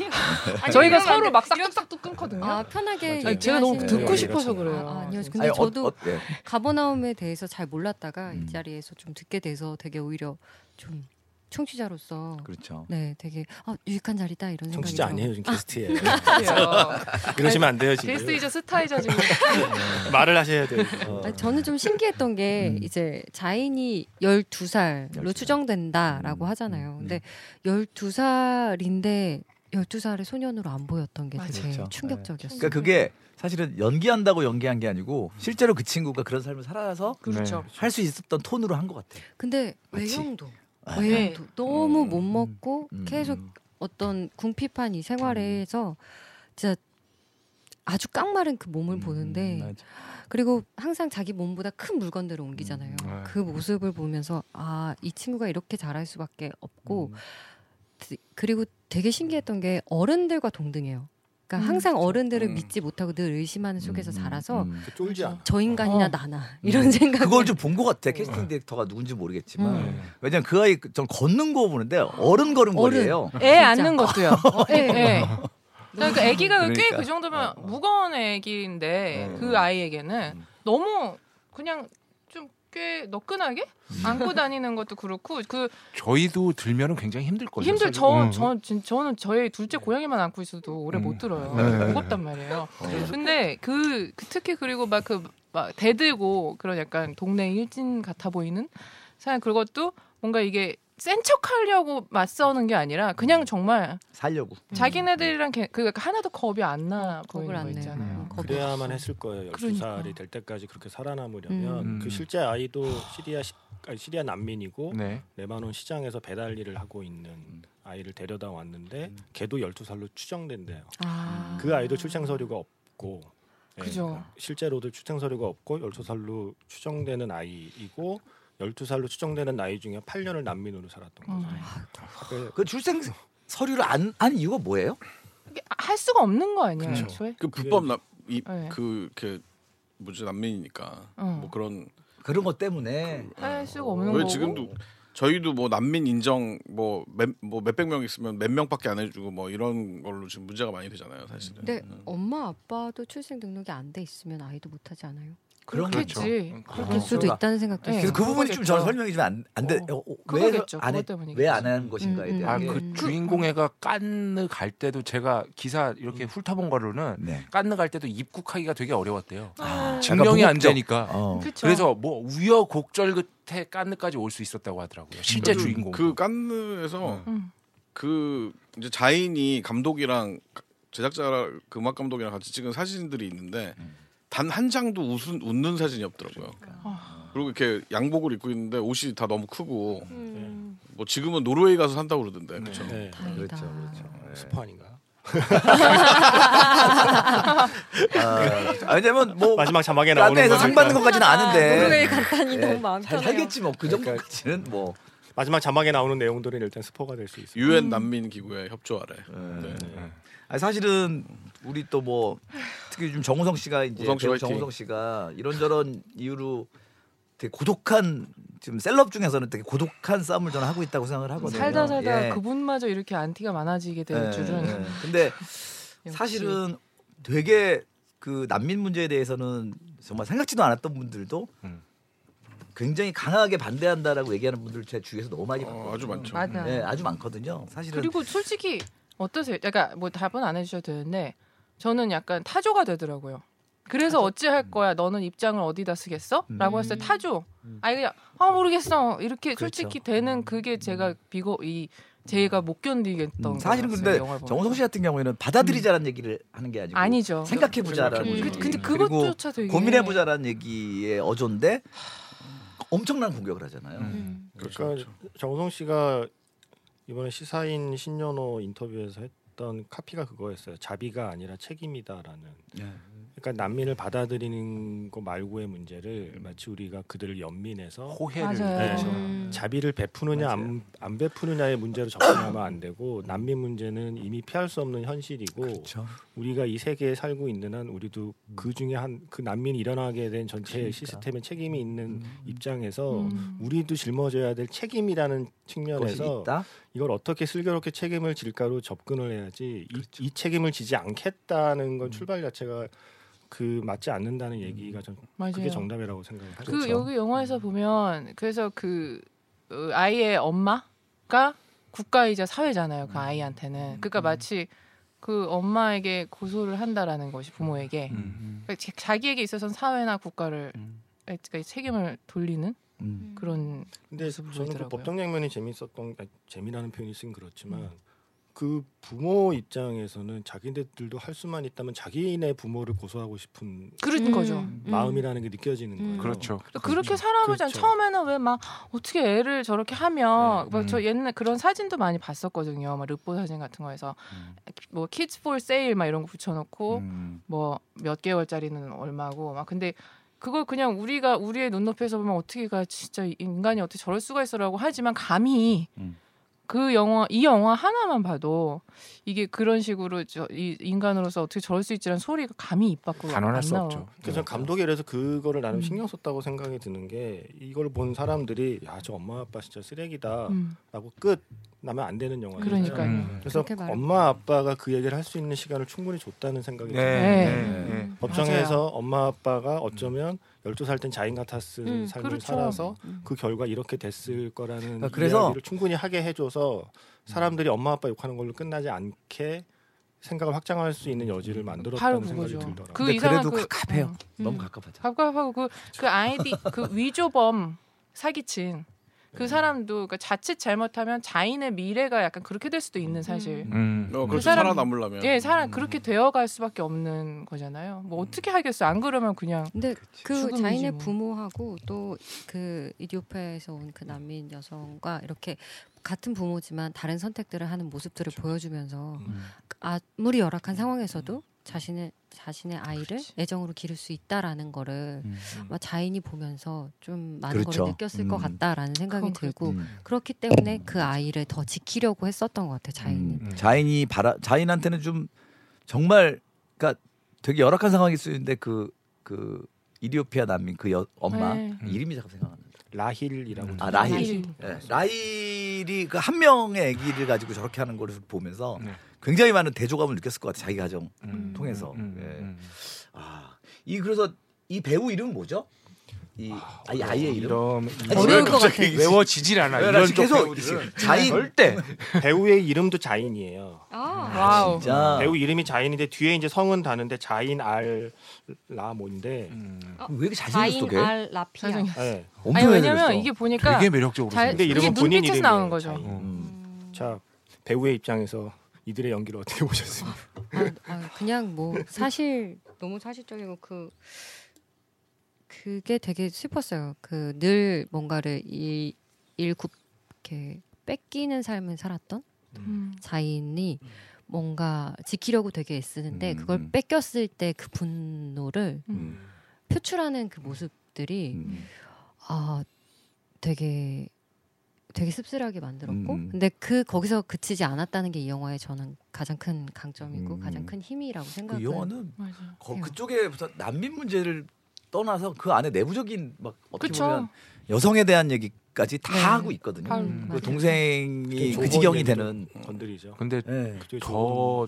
Speaker 5: 저희가
Speaker 8: 이러면 안
Speaker 5: 서로
Speaker 8: 돼.
Speaker 5: 막 싹둑싹둑 끊거든요.
Speaker 4: 아 편하게. 네.
Speaker 5: 아니, 제가 너무
Speaker 4: 얘기하시는
Speaker 5: 듣고
Speaker 4: 게-
Speaker 5: 싶어서 그래요.
Speaker 4: 아, 아니요. 근데
Speaker 2: 아니, 어-
Speaker 4: 저도
Speaker 2: 어- 예.
Speaker 4: 가버나움에 대해서 잘 몰랐다가
Speaker 2: 음.
Speaker 4: 이 자리에서 좀 듣게 돼서 되게 오히려 좀 청취자로서
Speaker 2: 그렇죠.
Speaker 4: 네 되게 아, 유익한 자리다 이런 생각이
Speaker 3: 정치자
Speaker 4: 들어요.
Speaker 3: 아니에요 지금 게스트예요.
Speaker 5: 그래요. 아,
Speaker 3: 그러시면 안 돼요 지금.
Speaker 5: 게스트이자 스타이자 지금
Speaker 2: 네.
Speaker 3: 말을 하셔야 돼요. 어.
Speaker 4: 아니, 저는 좀 신기했던 게 이제 자인이 12살로
Speaker 2: 음. 12살.
Speaker 4: 추정된다라고
Speaker 2: 음.
Speaker 4: 하잖아요.
Speaker 2: 음.
Speaker 4: 근데 12살인데 12살의 소년으로 안 보였던 게
Speaker 5: 맞아요.
Speaker 4: 되게
Speaker 2: 그렇죠.
Speaker 4: 충격적이었어요.
Speaker 2: 그러니까 그게 사실은 연기한다고 연기한 게 아니고 실제로 그 친구가 그런 삶을 살아서
Speaker 5: 그렇죠.
Speaker 2: 할 수 있었던 톤으로 한 것 같아요.
Speaker 4: 근데
Speaker 2: 맞지?
Speaker 4: 외형도
Speaker 2: 아,
Speaker 4: 외형도 너무 못 먹고
Speaker 2: 음.
Speaker 4: 계속 어떤 궁핍한 이 생활에서 진짜 아주 깡마른 그 몸을
Speaker 2: 음,
Speaker 4: 보는데
Speaker 2: 맞아.
Speaker 4: 그리고 항상 자기 몸보다 큰 물건들을 옮기잖아요.
Speaker 7: 음, 네.
Speaker 4: 그 모습을 보면서 아, 이 친구가 이렇게 자랄 수밖에 없고 드- 그리고 되게 신기했던 게 어른들과 동등해요. 그러니까
Speaker 5: 음,
Speaker 4: 항상 어른들을
Speaker 6: 음.
Speaker 4: 믿지 못하고 늘 의심하는 속에서
Speaker 2: 음,
Speaker 4: 자라서
Speaker 2: 음.
Speaker 3: 그 쫄지 않아.
Speaker 4: 저 인간이나 나나 이런
Speaker 2: 음.
Speaker 4: 생각
Speaker 2: 그걸 좀 본 것 같아 캐스팅 디렉터가 누군지 모르겠지만
Speaker 4: 음.
Speaker 2: 왜냐면 그 아이 전 걷는 거 보는데 어른 걸음걸이에요.
Speaker 5: 애
Speaker 4: 진짜. 어,
Speaker 5: 앉는 것도요. 예, 예. 그러니까 아기가 꽤
Speaker 2: 그러니까.
Speaker 5: 그 정도면 무거운 아기인데
Speaker 2: 어.
Speaker 5: 그 아이에게는 너무 그냥 좀 꽤 너끈하게
Speaker 2: 음.
Speaker 5: 안고 다니는 것도 그렇고 그
Speaker 7: 저희도 들면은 굉장히 힘들 거예요. 음.
Speaker 5: 힘들
Speaker 7: 사실.
Speaker 5: 저저 저는 저의 둘째 고양이만 안고 있어도 오래 못 들어요.
Speaker 7: 네.
Speaker 5: 무겁단 말이에요. 근데 그, 그 특히 그리고 막 그 막 대들고 그런 약간 동네 일진 같아 보이는 사람 그것도 뭔가 이게 센 척하려고 맞서는 게 아니라 그냥 정말
Speaker 2: 살려고.
Speaker 5: 자기네들이랑 개- 그 약간 하나도 겁이 안 나
Speaker 4: 음. 겁을
Speaker 5: 보이는 거
Speaker 4: 안 내요.
Speaker 5: 있잖아요.
Speaker 4: 음, 겁을
Speaker 3: 그래야만 했을 거예요. 12살이
Speaker 5: 그러니까.
Speaker 3: 될 때까지 그렇게 살아남으려면
Speaker 7: 음.
Speaker 3: 그 실제 아이도 시리아 시, 아니, 시리아 난민이고
Speaker 7: 네.
Speaker 3: 레바논 시장에서 배달 일을 하고 있는 아이를 데려다 왔는데 걔도 12살로 추정된대요.
Speaker 4: 아.
Speaker 3: 그 아이도 출생 서류가 없고 예,
Speaker 5: 그죠.
Speaker 3: 실제로도 출생 서류가 없고 12살로 추정되는 아이이고 12살로 추정되는 나이 중에 8년을 난민으로 살았던 거죠.
Speaker 5: 음.
Speaker 3: 그래서
Speaker 2: 그 출생 서류를 안 한 이유가 뭐예요?
Speaker 5: 이게 아, 할 수가 없는 거 아니에요,
Speaker 3: 그쵸.
Speaker 5: 애초에?
Speaker 6: 그 불법 남, 이,
Speaker 5: 네.
Speaker 6: 그 이렇게 뭐지 난민이니까
Speaker 5: 어.
Speaker 6: 뭐 그런
Speaker 2: 그런 것 때문에
Speaker 5: 할 수가 없는
Speaker 6: 왜
Speaker 5: 거고.
Speaker 6: 지금도 저희도 뭐 난민 인정 뭐몇뭐 몇백 명 있으면 몇 명밖에 안 해주고 뭐 이런 걸로 지금 문제가 많이 되잖아요 사실은.
Speaker 5: 네,
Speaker 4: 근데
Speaker 6: 음.
Speaker 4: 엄마 아빠도 출생 등록이 안 돼 있으면 아이도 못 하지 않아요.
Speaker 2: 그런
Speaker 5: 그렇겠지.
Speaker 7: 거죠.
Speaker 4: 그럴 수도
Speaker 2: 그러니까.
Speaker 4: 있다는 생각도
Speaker 5: 네.
Speaker 2: 그래서
Speaker 4: 있어요.
Speaker 2: 그 부분이 좀
Speaker 5: 그거겠죠.
Speaker 2: 저는 설명이 좀 안 안돼
Speaker 5: 어, 그거겠죠. 그것 때문이겠지.
Speaker 2: 왜안 하는 것인가에
Speaker 5: 네.
Speaker 4: 음, 음.
Speaker 2: 대한
Speaker 7: 아
Speaker 2: 게.
Speaker 7: 그 주인공 애가 깐느 갈 때도 제가 기사
Speaker 2: 음.
Speaker 7: 이렇게 훑어본 거로는
Speaker 2: 네.
Speaker 7: 깐느 갈 때도 입국하기가 되게 어려웠대요.
Speaker 5: 아,
Speaker 7: 증명이 안
Speaker 2: 무겁죠.
Speaker 7: 되니까.
Speaker 2: 어.
Speaker 5: 그렇죠.
Speaker 7: 그래서 뭐 우여곡절 끝에 깐느까지 올 수 있었다고 하더라고요. 실제
Speaker 6: 그-
Speaker 7: 주인공. 어.
Speaker 6: 그 깐느에서
Speaker 5: 음.
Speaker 6: 그 이제 자인이 감독이랑 제작자 그 음악 감독이랑 같이 찍은 사진들이 있는데 단 한 장도 웃은 웃는 사진이 없더라고요.
Speaker 5: 그러니까.
Speaker 7: 아.
Speaker 6: 그리고 이렇게 양복을 입고 있는데 옷이 다 너무 크고
Speaker 5: 음.
Speaker 6: 뭐 지금은 노르웨이 가서 산다고 그러던데 그렇죠.
Speaker 3: 네.
Speaker 4: 다행이다.
Speaker 2: 그렇죠, 그렇죠. 예.
Speaker 3: 스포 아닌가?
Speaker 2: 아, 왜냐면 뭐
Speaker 3: 마지막 자막에 나오는
Speaker 2: 라떼에서
Speaker 3: 거
Speaker 2: 상 받는 것까지는 아는데
Speaker 4: 노르웨이 간단히
Speaker 2: 예,
Speaker 4: 너무 마음
Speaker 2: 잘
Speaker 4: 편해요.
Speaker 2: 살겠지 뭐 그 정도까지는 뭐
Speaker 3: 마지막 자막에 나오는 내용들은 일단 스포가 될 수 있어요.
Speaker 6: 유엔 난민 기구에 협조하래. 네.
Speaker 2: 아니, 사실은 우리 또 뭐 특히 좀 정우성 씨가 이제
Speaker 6: 우성 씨
Speaker 2: 배우
Speaker 6: 화이팅.
Speaker 2: 정우성 씨가 이런저런 이유로 되게 고독한 지금 셀럽 중에서는 되게 고독한 싸움을 저는 하고 있다고 생각을 하거든요.
Speaker 5: 살다 살다
Speaker 2: 예.
Speaker 5: 그분마저 이렇게 안티가 많아지게 될
Speaker 2: 예,
Speaker 5: 줄은
Speaker 2: 예. 근데
Speaker 5: 역시.
Speaker 2: 사실은 되게 그 난민 문제에 대해서는 정말 생각지도 않았던 분들도
Speaker 7: 음.
Speaker 2: 굉장히 강하게 반대한다라고 얘기하는 분들 제 주위에서 너무 많이 봤거든요.
Speaker 6: 어, 아주 많죠.
Speaker 5: 맞아.
Speaker 2: 예, 아주 많거든요. 사실은
Speaker 5: 그리고 솔직히 어떠세요? 약간 뭐 답은 안 해주셔도 되는데 저는 약간 타조가 되더라고요. 그래서
Speaker 2: 음.
Speaker 5: 어찌할 거야? 너는 입장을 어디다 쓰겠어? 라고 했을 때 타조. 아니 그냥 아 모르겠어. 이렇게
Speaker 2: 음. 그렇죠.
Speaker 5: 솔직히 되는 그게 제가 비거 이 제가 못 견디겠던
Speaker 2: 음, 사실은
Speaker 5: 거였어요,
Speaker 2: 근데
Speaker 5: 영화를 보면서. 음.
Speaker 2: 정우성 씨 같은 경우에는 받아들이자라는 얘기를 하는 게 아니고
Speaker 5: 아니죠.
Speaker 2: 생각해 보자라는
Speaker 6: 음,
Speaker 2: 얘기.
Speaker 6: 그-
Speaker 5: 근데
Speaker 2: 그리고
Speaker 5: 그것조차 되게
Speaker 2: 고민해 보자라는 얘기의 어조인데 엄청난 공격을 하잖아요.
Speaker 4: 음.
Speaker 6: 그렇죠.
Speaker 3: 그러니까
Speaker 6: 그렇죠.
Speaker 3: 정우성 씨가 이번에 시사인 신년호 인터뷰에서 했던 카피가 그거였어요. 자비가 아니라 책임이다라는.
Speaker 2: 예.
Speaker 3: 그러니까 난민을 받아들이는 거 말고의 문제를 마치 우리가 그들을 연민해서
Speaker 7: 호해를
Speaker 5: 맞아요.
Speaker 3: 그렇죠.
Speaker 4: 음.
Speaker 3: 자비를 베푸느냐 안, 안 베푸느냐의 문제로 접근하면 안 되고 난민 문제는 이미 피할 수 없는 현실이고
Speaker 2: 그렇죠.
Speaker 3: 우리가 이 세계에 살고 있는 한 우리도 그 중에 한 그 난민이 일어나게 된 전체
Speaker 2: 음. 그러니까. 음.
Speaker 3: 시스템에 책임이 있는 입장에서
Speaker 5: 음.
Speaker 3: 우리도 짊어져야 될 책임이라는
Speaker 2: 것이
Speaker 3: 측면에서
Speaker 2: 있다.
Speaker 3: 이걸 어떻게 슬기롭게 책임을 질까로 접근을 해야지
Speaker 2: 그렇죠.
Speaker 3: 이, 이 책임을 지지 않겠다는
Speaker 2: 음.
Speaker 3: 건 출발 자체가 그 맞지 않는다는 얘기가 좀
Speaker 5: 음. 맞아요.
Speaker 3: 그게 정답이라고 생각을 하죠.
Speaker 5: 그 여기 영화에서 보면 그래서 그 어, 아이의 엄마가 국가이자 사회잖아요. 그 아이한테는 그러니까 마치 그 엄마에게 고소를 한다라는 것이 부모에게 그러니까 자- 자기에게 있어서는 사회나 국가를 그러니까 책임을 돌리는
Speaker 2: 음.
Speaker 5: 그런
Speaker 3: 근데
Speaker 5: 모습을
Speaker 3: 저는 그
Speaker 5: 보이더라고요.
Speaker 3: 법정 장면이 재밌었던 아, 재미라는 표현이 쓰긴 그렇지만
Speaker 5: 음.
Speaker 3: 그 부모 입장에서는 자기네들도 할 수만 있다면 자기네 부모를 고소하고 싶은
Speaker 4: 음.
Speaker 5: 그런 거죠.
Speaker 4: 아,
Speaker 5: 그러니까
Speaker 3: 마음이라는 게 느껴지는 거예요.
Speaker 7: 그렇죠.
Speaker 5: 그렇게 살아보자.
Speaker 3: 그렇죠.
Speaker 5: 처음에는 왜 막 어떻게 애를 저렇게 하면
Speaker 7: 네.
Speaker 5: 막 저
Speaker 7: 음.
Speaker 5: 옛날 그런 사진도 많이 봤었거든요. 막 르포 사진 같은 거에서
Speaker 7: 음.
Speaker 5: 뭐 키즈 폴 세일 막 이런 거
Speaker 7: 어?
Speaker 5: 붙여놓고 뭐 몇 개월짜리는 얼마고 막 근데 그걸 그냥 우리가 우리의 눈높이에서 보면 어떻게 가 진짜 인간이 어떻게 저럴 수가 있어라고 하지만 감히
Speaker 2: 음.
Speaker 5: 그 영화 이 영화 하나만 봐도 이게 그런 식으로 저, 이 인간으로서 어떻게 저럴 수 있지라는 소리가 감히 입 밖으로
Speaker 7: 단언할
Speaker 5: 안
Speaker 7: 수
Speaker 5: 나와요.
Speaker 7: 없죠.
Speaker 3: 그래서 전 감독이 그래서 그거를
Speaker 5: 음.
Speaker 3: 나름 신경 썼다고 생각이 드는 게 이걸 본 사람들이 야 저 엄마 아빠 진짜 쓰레기다라고
Speaker 5: 음,
Speaker 3: 끝 나면 안 되는 영화예요.
Speaker 5: 그러니까요.
Speaker 7: 음.
Speaker 3: 그래서
Speaker 4: 그렇게 말해.
Speaker 3: 엄마 아빠가 그 얘기를 할 수 있는 시간을 충분히 줬다는 생각이
Speaker 7: 네.
Speaker 3: 들어요.
Speaker 7: 네.
Speaker 5: 네.
Speaker 7: 네.
Speaker 3: 법정에서 엄마 아빠가 어쩌면 12살 땐 자인 같았을
Speaker 5: 음,
Speaker 3: 삶을
Speaker 5: 그렇죠.
Speaker 3: 살아서 그 결과 이렇게 됐을 거라는
Speaker 2: 아, 그래서-
Speaker 3: 이야기를 충분히 하게 해줘서 사람들이 엄마 아빠 욕하는 걸로 끝나지 않게 생각을 확장할 수 있는 여지를
Speaker 5: 바로
Speaker 3: 만들었다는 생각이
Speaker 5: 그거죠.
Speaker 3: 들더라고요.
Speaker 5: 그
Speaker 2: 근데
Speaker 5: 이상한
Speaker 2: 그래도
Speaker 5: 그-
Speaker 2: 갑갑해요.
Speaker 5: 음.
Speaker 2: 너무 갑갑하죠.
Speaker 5: 갑갑하고 그, 그 아이디 그 위조범 사기친
Speaker 2: 네.
Speaker 5: 그 사람도 그 자칫 잘못하면 자인의 미래가 약간 그렇게 될 수도 있는 사실.
Speaker 7: 음.
Speaker 6: 어, 그렇죠.
Speaker 5: 사람-
Speaker 6: 살아남으려면
Speaker 5: 예, 사람 그렇게 되어갈 수밖에 없는 거잖아요. 뭐 어떻게 하겠어? 요안 그러면 그냥
Speaker 4: 근데 그
Speaker 5: 죽음이지
Speaker 4: 자인의
Speaker 5: 뭐.
Speaker 4: 부모하고 또 그 이디오페에서 온 그 난민 여성과 이렇게 같은 부모지만 다른 선택들을 하는 모습들을 보여주면서
Speaker 5: 음.
Speaker 4: 아무리 열악한 상황에서도 자신의 자신의 아이를 애정으로 기를 수 있다라는 거를
Speaker 5: 음.
Speaker 4: 아마 자인이 보면서 좀 많은
Speaker 2: 그렇죠.
Speaker 4: 걸 느꼈을
Speaker 2: 음.
Speaker 4: 것 같다라는 생각이
Speaker 5: 그건
Speaker 4: 들고
Speaker 2: 음.
Speaker 4: 그렇기 때문에 그 아이를 더 지키려고 했었던 것 같아요 자인이.
Speaker 2: 음. 자인이 바라 자인한테는 좀 정말 그러니까 되게 열악한 상황일 수 있는데 그 그 이디오피아 난민 그 여, 엄마
Speaker 5: 네.
Speaker 2: 이름이 잠깐 생각납니다.
Speaker 5: 그
Speaker 3: 라힐이라고
Speaker 2: 아
Speaker 3: 들어요.
Speaker 2: 라힐.
Speaker 5: 라힐.
Speaker 2: 예, 라일이 그 한 명의 아기를 가지고 저렇게 하는 걸 보면서
Speaker 7: 네.
Speaker 2: 굉장히 많은 대조감을 느꼈을 것 같아 자기 가정
Speaker 7: 음.
Speaker 2: 통해서.
Speaker 7: 음.
Speaker 2: 예.
Speaker 7: 음.
Speaker 2: 아, 이 그래서 이 배우 이름은 뭐죠? 이 아, 이
Speaker 7: 음.
Speaker 2: 아이의 이름.
Speaker 7: 이런
Speaker 4: 아니, 어려울 것 같아.
Speaker 7: 외워지질 않아.
Speaker 2: 왜
Speaker 7: 이런
Speaker 2: 다시
Speaker 7: 쪽
Speaker 2: 계속
Speaker 7: 배우들은. 네,
Speaker 2: 자인
Speaker 7: 절대
Speaker 3: 배우의 이름도 자인이에요.
Speaker 4: 아,
Speaker 5: 와우.
Speaker 2: 자
Speaker 3: 배우 이름이 자인인데 뒤에 이제 성은 다는데 자인 알라 뭔데.
Speaker 2: 음.
Speaker 7: 음.
Speaker 2: 어, 왜 이렇게
Speaker 4: 자인
Speaker 2: 잘생겼어 걔?
Speaker 4: 알 라피아.
Speaker 5: 자인.
Speaker 3: 네.
Speaker 5: 아니
Speaker 2: 엄청
Speaker 5: 왜냐면
Speaker 2: 잘생겼어.
Speaker 5: 이게 보니까
Speaker 7: 되게 매력적으로
Speaker 5: 자-
Speaker 3: 근데
Speaker 7: 생겼어요.
Speaker 5: 이게
Speaker 3: 이름은 본인
Speaker 5: 눈빛에서
Speaker 3: 이름이에요.
Speaker 5: 나온 거죠.
Speaker 3: 자인.
Speaker 2: 음.
Speaker 3: 자 배우의 입장에서 이들의 연기를 어떻게 보셨습니까?
Speaker 4: 아, 아, 그냥 뭐 사실 너무 사실적이고 그 그게 되게 슬펐어요. 그 늘 뭔가를 일 일구 이렇게 뺏기는 삶을 살았던
Speaker 5: 음.
Speaker 4: 자인이 뭔가 지키려고 되게 애쓰는데
Speaker 6: 음,
Speaker 4: 그걸
Speaker 6: 음.
Speaker 4: 뺏겼을 때 그 분노를
Speaker 5: 음.
Speaker 4: 표출하는 그 모습들이
Speaker 6: 음.
Speaker 4: 아 되게 되게 씁쓸하게 만들었고
Speaker 6: 음.
Speaker 4: 근데 그 거기서 그치지 않았다는 게 이 영화의 저는 가장 큰 강점이고
Speaker 6: 음.
Speaker 4: 가장 큰 힘이라고 생각을
Speaker 2: 그 영화는
Speaker 5: 맞아.
Speaker 2: 거,
Speaker 4: 해요.
Speaker 2: 그쪽에 무슨 난민 문제를 떠나서 그 안에 내부적인 막 어떻게
Speaker 5: 그쵸.
Speaker 2: 보면 여성에 대한 얘기까지 다
Speaker 4: 네.
Speaker 2: 하고 있거든요.
Speaker 5: 바로
Speaker 4: 음,
Speaker 2: 그
Speaker 4: 맞아요.
Speaker 2: 동생이 그 지경이 되는.
Speaker 3: 건드리죠.
Speaker 7: 근데
Speaker 2: 예.
Speaker 3: 그쪽이
Speaker 7: 더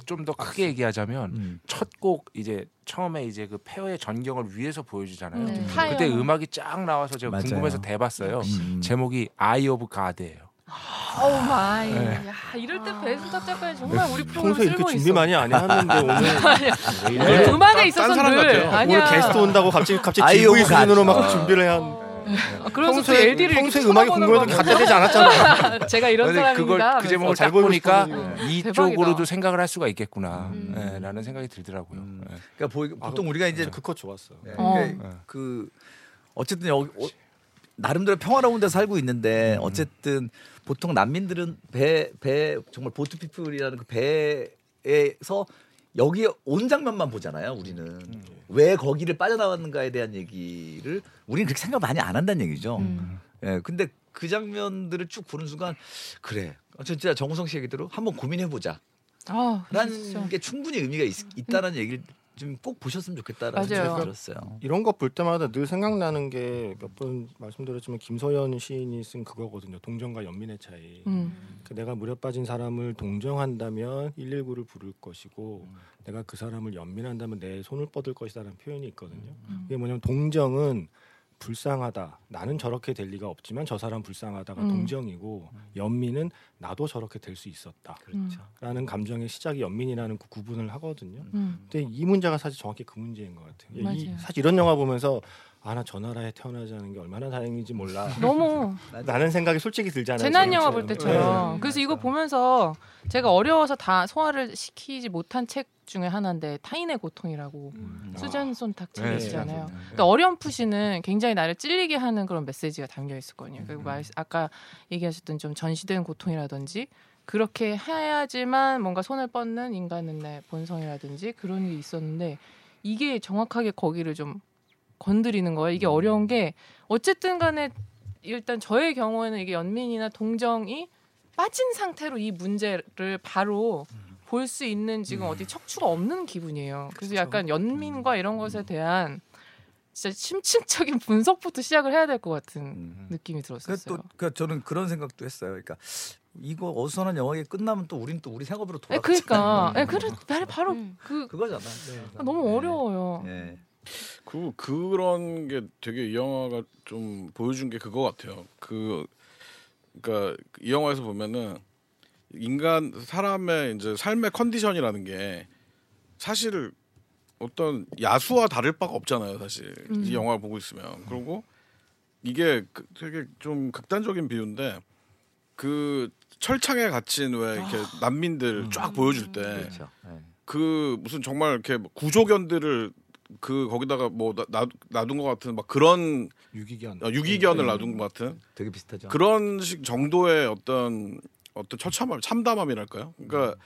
Speaker 3: 좁은-
Speaker 7: 좀 더 크게 얘기하자면
Speaker 2: 음.
Speaker 7: 첫 곡 이제 처음에 이제 그 페어의 전경을 위에서 보여주잖아요.
Speaker 4: 네.
Speaker 5: 타요.
Speaker 7: 그때 음악이 쫙 나와서 제가
Speaker 2: 맞아요.
Speaker 7: 궁금해서 대봤어요.
Speaker 2: 음.
Speaker 7: 제목이 Eye of God예요.
Speaker 5: 오 마이. 야 이럴 때 배순탁 작가는 정말 우리 프로그램
Speaker 3: 평소에 이렇게
Speaker 5: 쓸모
Speaker 3: 준비
Speaker 5: 있어.
Speaker 3: 많이 안 해왔는데 오늘
Speaker 5: 아니야.
Speaker 7: 네.
Speaker 5: 오늘 음악에 있어서
Speaker 6: 사람
Speaker 5: 늘
Speaker 6: 같아요.
Speaker 5: 아니야.
Speaker 3: 뭐 오늘 게스트 온다고 갑자기 갑자기
Speaker 2: 아이,
Speaker 3: GV
Speaker 2: 요거 가-
Speaker 3: 수준으로 막
Speaker 2: 아.
Speaker 3: 준비를 해야 하는데.
Speaker 5: 어. 아, 그래서 또
Speaker 3: 평소에
Speaker 5: LD를
Speaker 3: 평소에 음악이 궁금해도
Speaker 5: 다
Speaker 3: 갖다 대지 않았잖아요.
Speaker 5: 제가 이런
Speaker 7: 근데
Speaker 5: 사람입니다.
Speaker 7: 그걸 그
Speaker 5: 하면서.
Speaker 7: 제목을
Speaker 3: 잘
Speaker 7: 딱
Speaker 3: 보이고
Speaker 7: 보니까 음,
Speaker 5: 싶었는데. 대박이다.
Speaker 7: 이쪽으로도 생각을 할 수가 있겠구나라는
Speaker 4: 음.
Speaker 7: 생각이 들더라고요.
Speaker 2: 음.
Speaker 7: 네.
Speaker 2: 그러니까 보이- 보통 우리가 이제
Speaker 3: 그컷 좋았어요.
Speaker 2: 예,
Speaker 5: 어.
Speaker 2: 그러니까 그 어쨌든 여기 어, 나름대로 평화로운 데 살고 있는데 어쨌든 보통 난민들은 배 배 정말 보트 피플이라는 그 배에서 여기 온 장면만 보잖아요. 우리는 왜 거기를 빠져나왔는가에 대한 얘기를 우리는 그렇게 생각 많이 안 한다는 얘기죠.
Speaker 4: 음.
Speaker 2: 예, 근데 그 장면들을 쭉 보는 순간 그래. 어, 진짜 정우성 씨 얘기대로 한번 고민해 보자.
Speaker 5: 아, 그래서 진짜.
Speaker 2: 라는 게 충분히 의미가 있, 다는 얘기를 좀 꼭 보셨으면 좋겠다라는
Speaker 5: 음. 맞아요.
Speaker 2: 생각이 들었어요.
Speaker 3: 이런 거 볼 때마다 늘 생각나는 게 몇 번 말씀드렸지만 김서연 시인이 쓴 그거거든요. 동정과 연민의 차이.
Speaker 5: 음.
Speaker 3: 그 내가 무려 빠진 사람을 동정한다면 119를 부를 것이고 내가 그 사람을 연민한다면 내 손을 뻗을 것이다라는 표현이 있거든요.
Speaker 5: 음,
Speaker 3: 이게 뭐냐면 동정은 불쌍하다. 나는 저렇게 될 리가 없지만 저 사람 불쌍하다가
Speaker 5: 음.
Speaker 3: 동정이고 연민은 나도 저렇게 될 수 있었다.
Speaker 5: 그렇죠.
Speaker 3: 라는 감정의 시작이 연민이라는 그 구분을 하거든요.
Speaker 5: 음.
Speaker 3: 근데 네, 이 문제가 사실 정확히 그 문제인 것 같아요. 이,
Speaker 5: 맞아요.
Speaker 3: 사실 이런 영화 보면서 아 나 저 나라에 태어나지 않은 게 얼마나 다행인지 몰라.
Speaker 5: 너무
Speaker 3: 라는 생각이 솔직히 들잖아요.
Speaker 5: 재난
Speaker 3: 지금.
Speaker 5: 영화 볼 때처럼.
Speaker 2: 네.
Speaker 5: 그래서
Speaker 2: 맞아요.
Speaker 5: 이거 보면서 제가 어려워서 다 소화를 시키지 못한 책 중에 하나인데 타인의 고통이라고 수잔 손탁 책이시잖아요.
Speaker 7: 음. 네.
Speaker 5: 그러니까 어렴풋이는 굉장히 나를 찔리게 하는 그런 메시지가 담겨 있을 거 아니에요. 그리고 말, 아까 얘기하셨던 좀 전시된 고통이라든지 그렇게 해야지만 뭔가 손을 뻗는 인간은 내 본성이라든지 그런 게 있었는데 이게 정확하게 거기를 좀 건드리는 거예요. 이게 어려운 게 어쨌든 간에 일단 저의 경우에는 이게 연민이나 동정이 빠진 상태로 이 문제를 바로 볼 수 있는 지금 어디 척추가 없는 기분이에요. 그래서 약간
Speaker 2: 음.
Speaker 5: 연민과 이런 것에 대한 진짜 심층적인 분석부터 시작을 해야 될 것 같은 느낌이
Speaker 2: 그러니까
Speaker 5: 들었었어요.
Speaker 2: 또 그러니까 저는 그런 생각도 했어요. 그러니까 이거 어수선한 영화가 끝나면 또 우리는 또 우리 생업으로
Speaker 5: 예,
Speaker 2: 돌아가.
Speaker 5: 그러니까 예, 그래 말 바로
Speaker 4: 음.
Speaker 5: 그
Speaker 2: 그거잖아. 네.
Speaker 5: 아, 너무 어려워요.
Speaker 2: 예.
Speaker 6: 그 그런 게 되게 이 영화가 좀 보여준 게 그거 같아요. 그 그러니까 이 영화에서 보면은 인간 사람의 이제 삶의 컨디션이라는 게 사실 어떤 야수와 다를 바가 없잖아요, 사실. 이 영화를 보고 있으면. 그리고 이게 그- 되게 좀 극단적인 비유인데 그 철창에 갇힌 왜 이렇게 난민들 쫙 보여줄 때
Speaker 2: 그렇죠. 예.
Speaker 6: 그 무슨 정말 이렇게 구조견들을 그 거기다가 뭐 나, 나- 놔둔 것 같은 막 그런
Speaker 3: 유기견. 네.
Speaker 6: 어, 유기견을 놔둔 것 같은
Speaker 2: 되게 비슷하죠.
Speaker 6: 그런 식 정도의 어떤 어떤 처참함 참담함이랄까요? 그러니까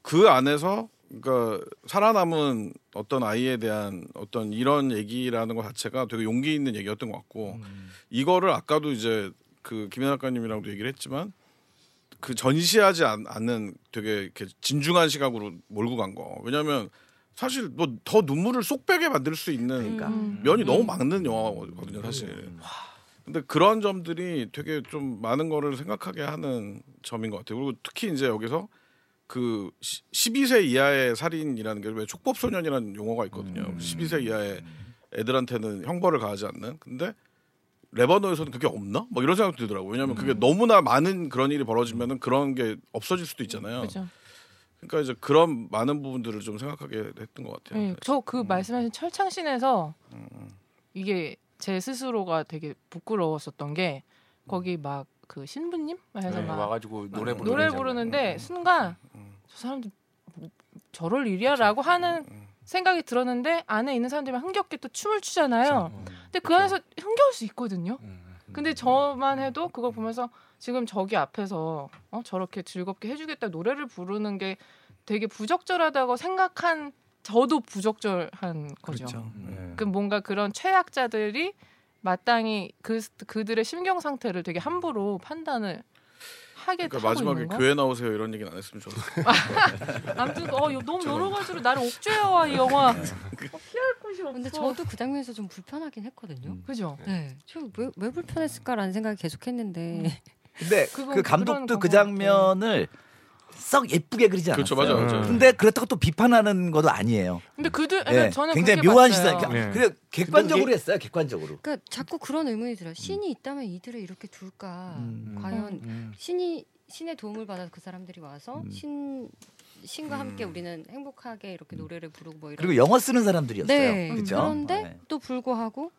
Speaker 6: 그 안에서 그러니까 살아남은 어떤 아이에 대한 어떤 이런 얘기라는 것 자체가 되게 용기 있는 얘기였던 것 같고 이거를 아까도 이제 그 김현 작가님이랑도 얘기를 했지만 그 전시하지 않, 는 되게 이렇게 진중한 시각으로 몰고 간 거. 왜냐하면 사실 뭐 더 눈물을 쏙 빼게 만들 수
Speaker 5: 음.
Speaker 6: 있는
Speaker 2: 그러니까.
Speaker 6: 면이 너무 막는 영화거든요, 사실. 근데 그런 점들이 되게 좀 많은 거를 생각하게 하는 점인 것 같아요. 그리고 특히 이제 여기서 그 시- 12세 이하의 살인이라는 게 왜 촉법 소년이라는 용어가 있거든요.
Speaker 5: 음.
Speaker 6: 12세 이하의 애들한테는 형벌을 가하지 않는. 근데 레바논에서는 그게 없나? 막 이런 생각도 들더라고요. 왜냐하면
Speaker 5: 음.
Speaker 6: 그게 너무나 많은 그런 일이 벌어지면은 그런 게 없어질
Speaker 2: 음.
Speaker 6: 수도 있잖아요.
Speaker 5: 그죠.
Speaker 6: 그러니까 이제 그런 많은 부분들을 좀 생각하게 했던 것 같아요. 음,
Speaker 5: 예, 저그 말씀하신 철창신에서 이게 제 스스로가 되게 부끄러웠었던 게 거기 막 그 신부님 해서
Speaker 7: 네,
Speaker 5: 막
Speaker 3: 음.
Speaker 7: 와가지고 노래 부르는
Speaker 5: 노래
Speaker 7: 장면. 음,
Speaker 5: 부르는데 순간 저 사람들 뭐 저럴 일이야라고 하는
Speaker 6: 음.
Speaker 5: 생각이 들었는데 안에 있는 사람들이 막 흥겹게 또 춤을
Speaker 6: 그렇죠.
Speaker 5: 추잖아요.
Speaker 2: 음.
Speaker 5: 근데 그 안에서 흥겨울 수 있거든요.
Speaker 6: 음,
Speaker 5: 근데 저만 해도 그걸 보면서 지금 저기 앞에서 어, 저렇게 즐겁게 해주겠다 노래를 부르는 게 되게 부적절하다고 생각한 저도 부적절한 거죠.
Speaker 2: 그렇죠.
Speaker 6: 음.
Speaker 5: 그 뭔가 그런 최약자들이 마땅히 그 그들의 심경 상태를 되게 함부로 판단을 하게
Speaker 6: 그러니까
Speaker 5: 하고
Speaker 6: 마지막에
Speaker 5: 있는 거.
Speaker 6: 교회 나오세요 이런 얘기는 안 했으면 좋겠어요.
Speaker 5: 아무튼 어 요- 너무 여러 가지로 나를 옥죄어와 이 영화. 어, 피할 곳이 없어.
Speaker 4: 근데 저도 그 장면에서 좀 불편하긴 했거든요.
Speaker 2: 음.
Speaker 5: 그죠.
Speaker 4: 네, 저왜 왜 불편했을까라는 생각을 계속했는데
Speaker 2: 근데
Speaker 5: 그거
Speaker 2: 그 감독도
Speaker 5: 그런
Speaker 2: 그
Speaker 5: 방법
Speaker 2: 장면을 썩 예쁘게 그리지 않았어요.
Speaker 6: 그렇죠, 맞아, 맞아.
Speaker 7: 음.
Speaker 2: 근데 그렇다고 또 비판하는 것도 아니에요.
Speaker 5: 근데 그들
Speaker 2: 예,
Speaker 5: 그러니까 저는
Speaker 2: 굉장히
Speaker 5: 그렇게
Speaker 2: 묘한
Speaker 5: 봤어요.
Speaker 2: 시선. 그러니까
Speaker 7: 네.
Speaker 2: 근데 객관적으로
Speaker 3: 그게-
Speaker 2: 했어요. 객관적으로.
Speaker 4: 그러니까 자꾸 그런 의문이 들어요. 신이 있다면 이들을 이렇게 둘까?
Speaker 2: 음, 음. 음.
Speaker 4: 과연 신이 신의 도움을 받아서 그 사람들이 와서 신 신과 함께 우리는 행복하게 이렇게 노래를 부르고 뭐 이런
Speaker 2: 음. 그리고 영어 쓰는 사람들이었어요.
Speaker 4: 네.
Speaker 2: 그죠
Speaker 5: 음,
Speaker 4: 런데또 불구하고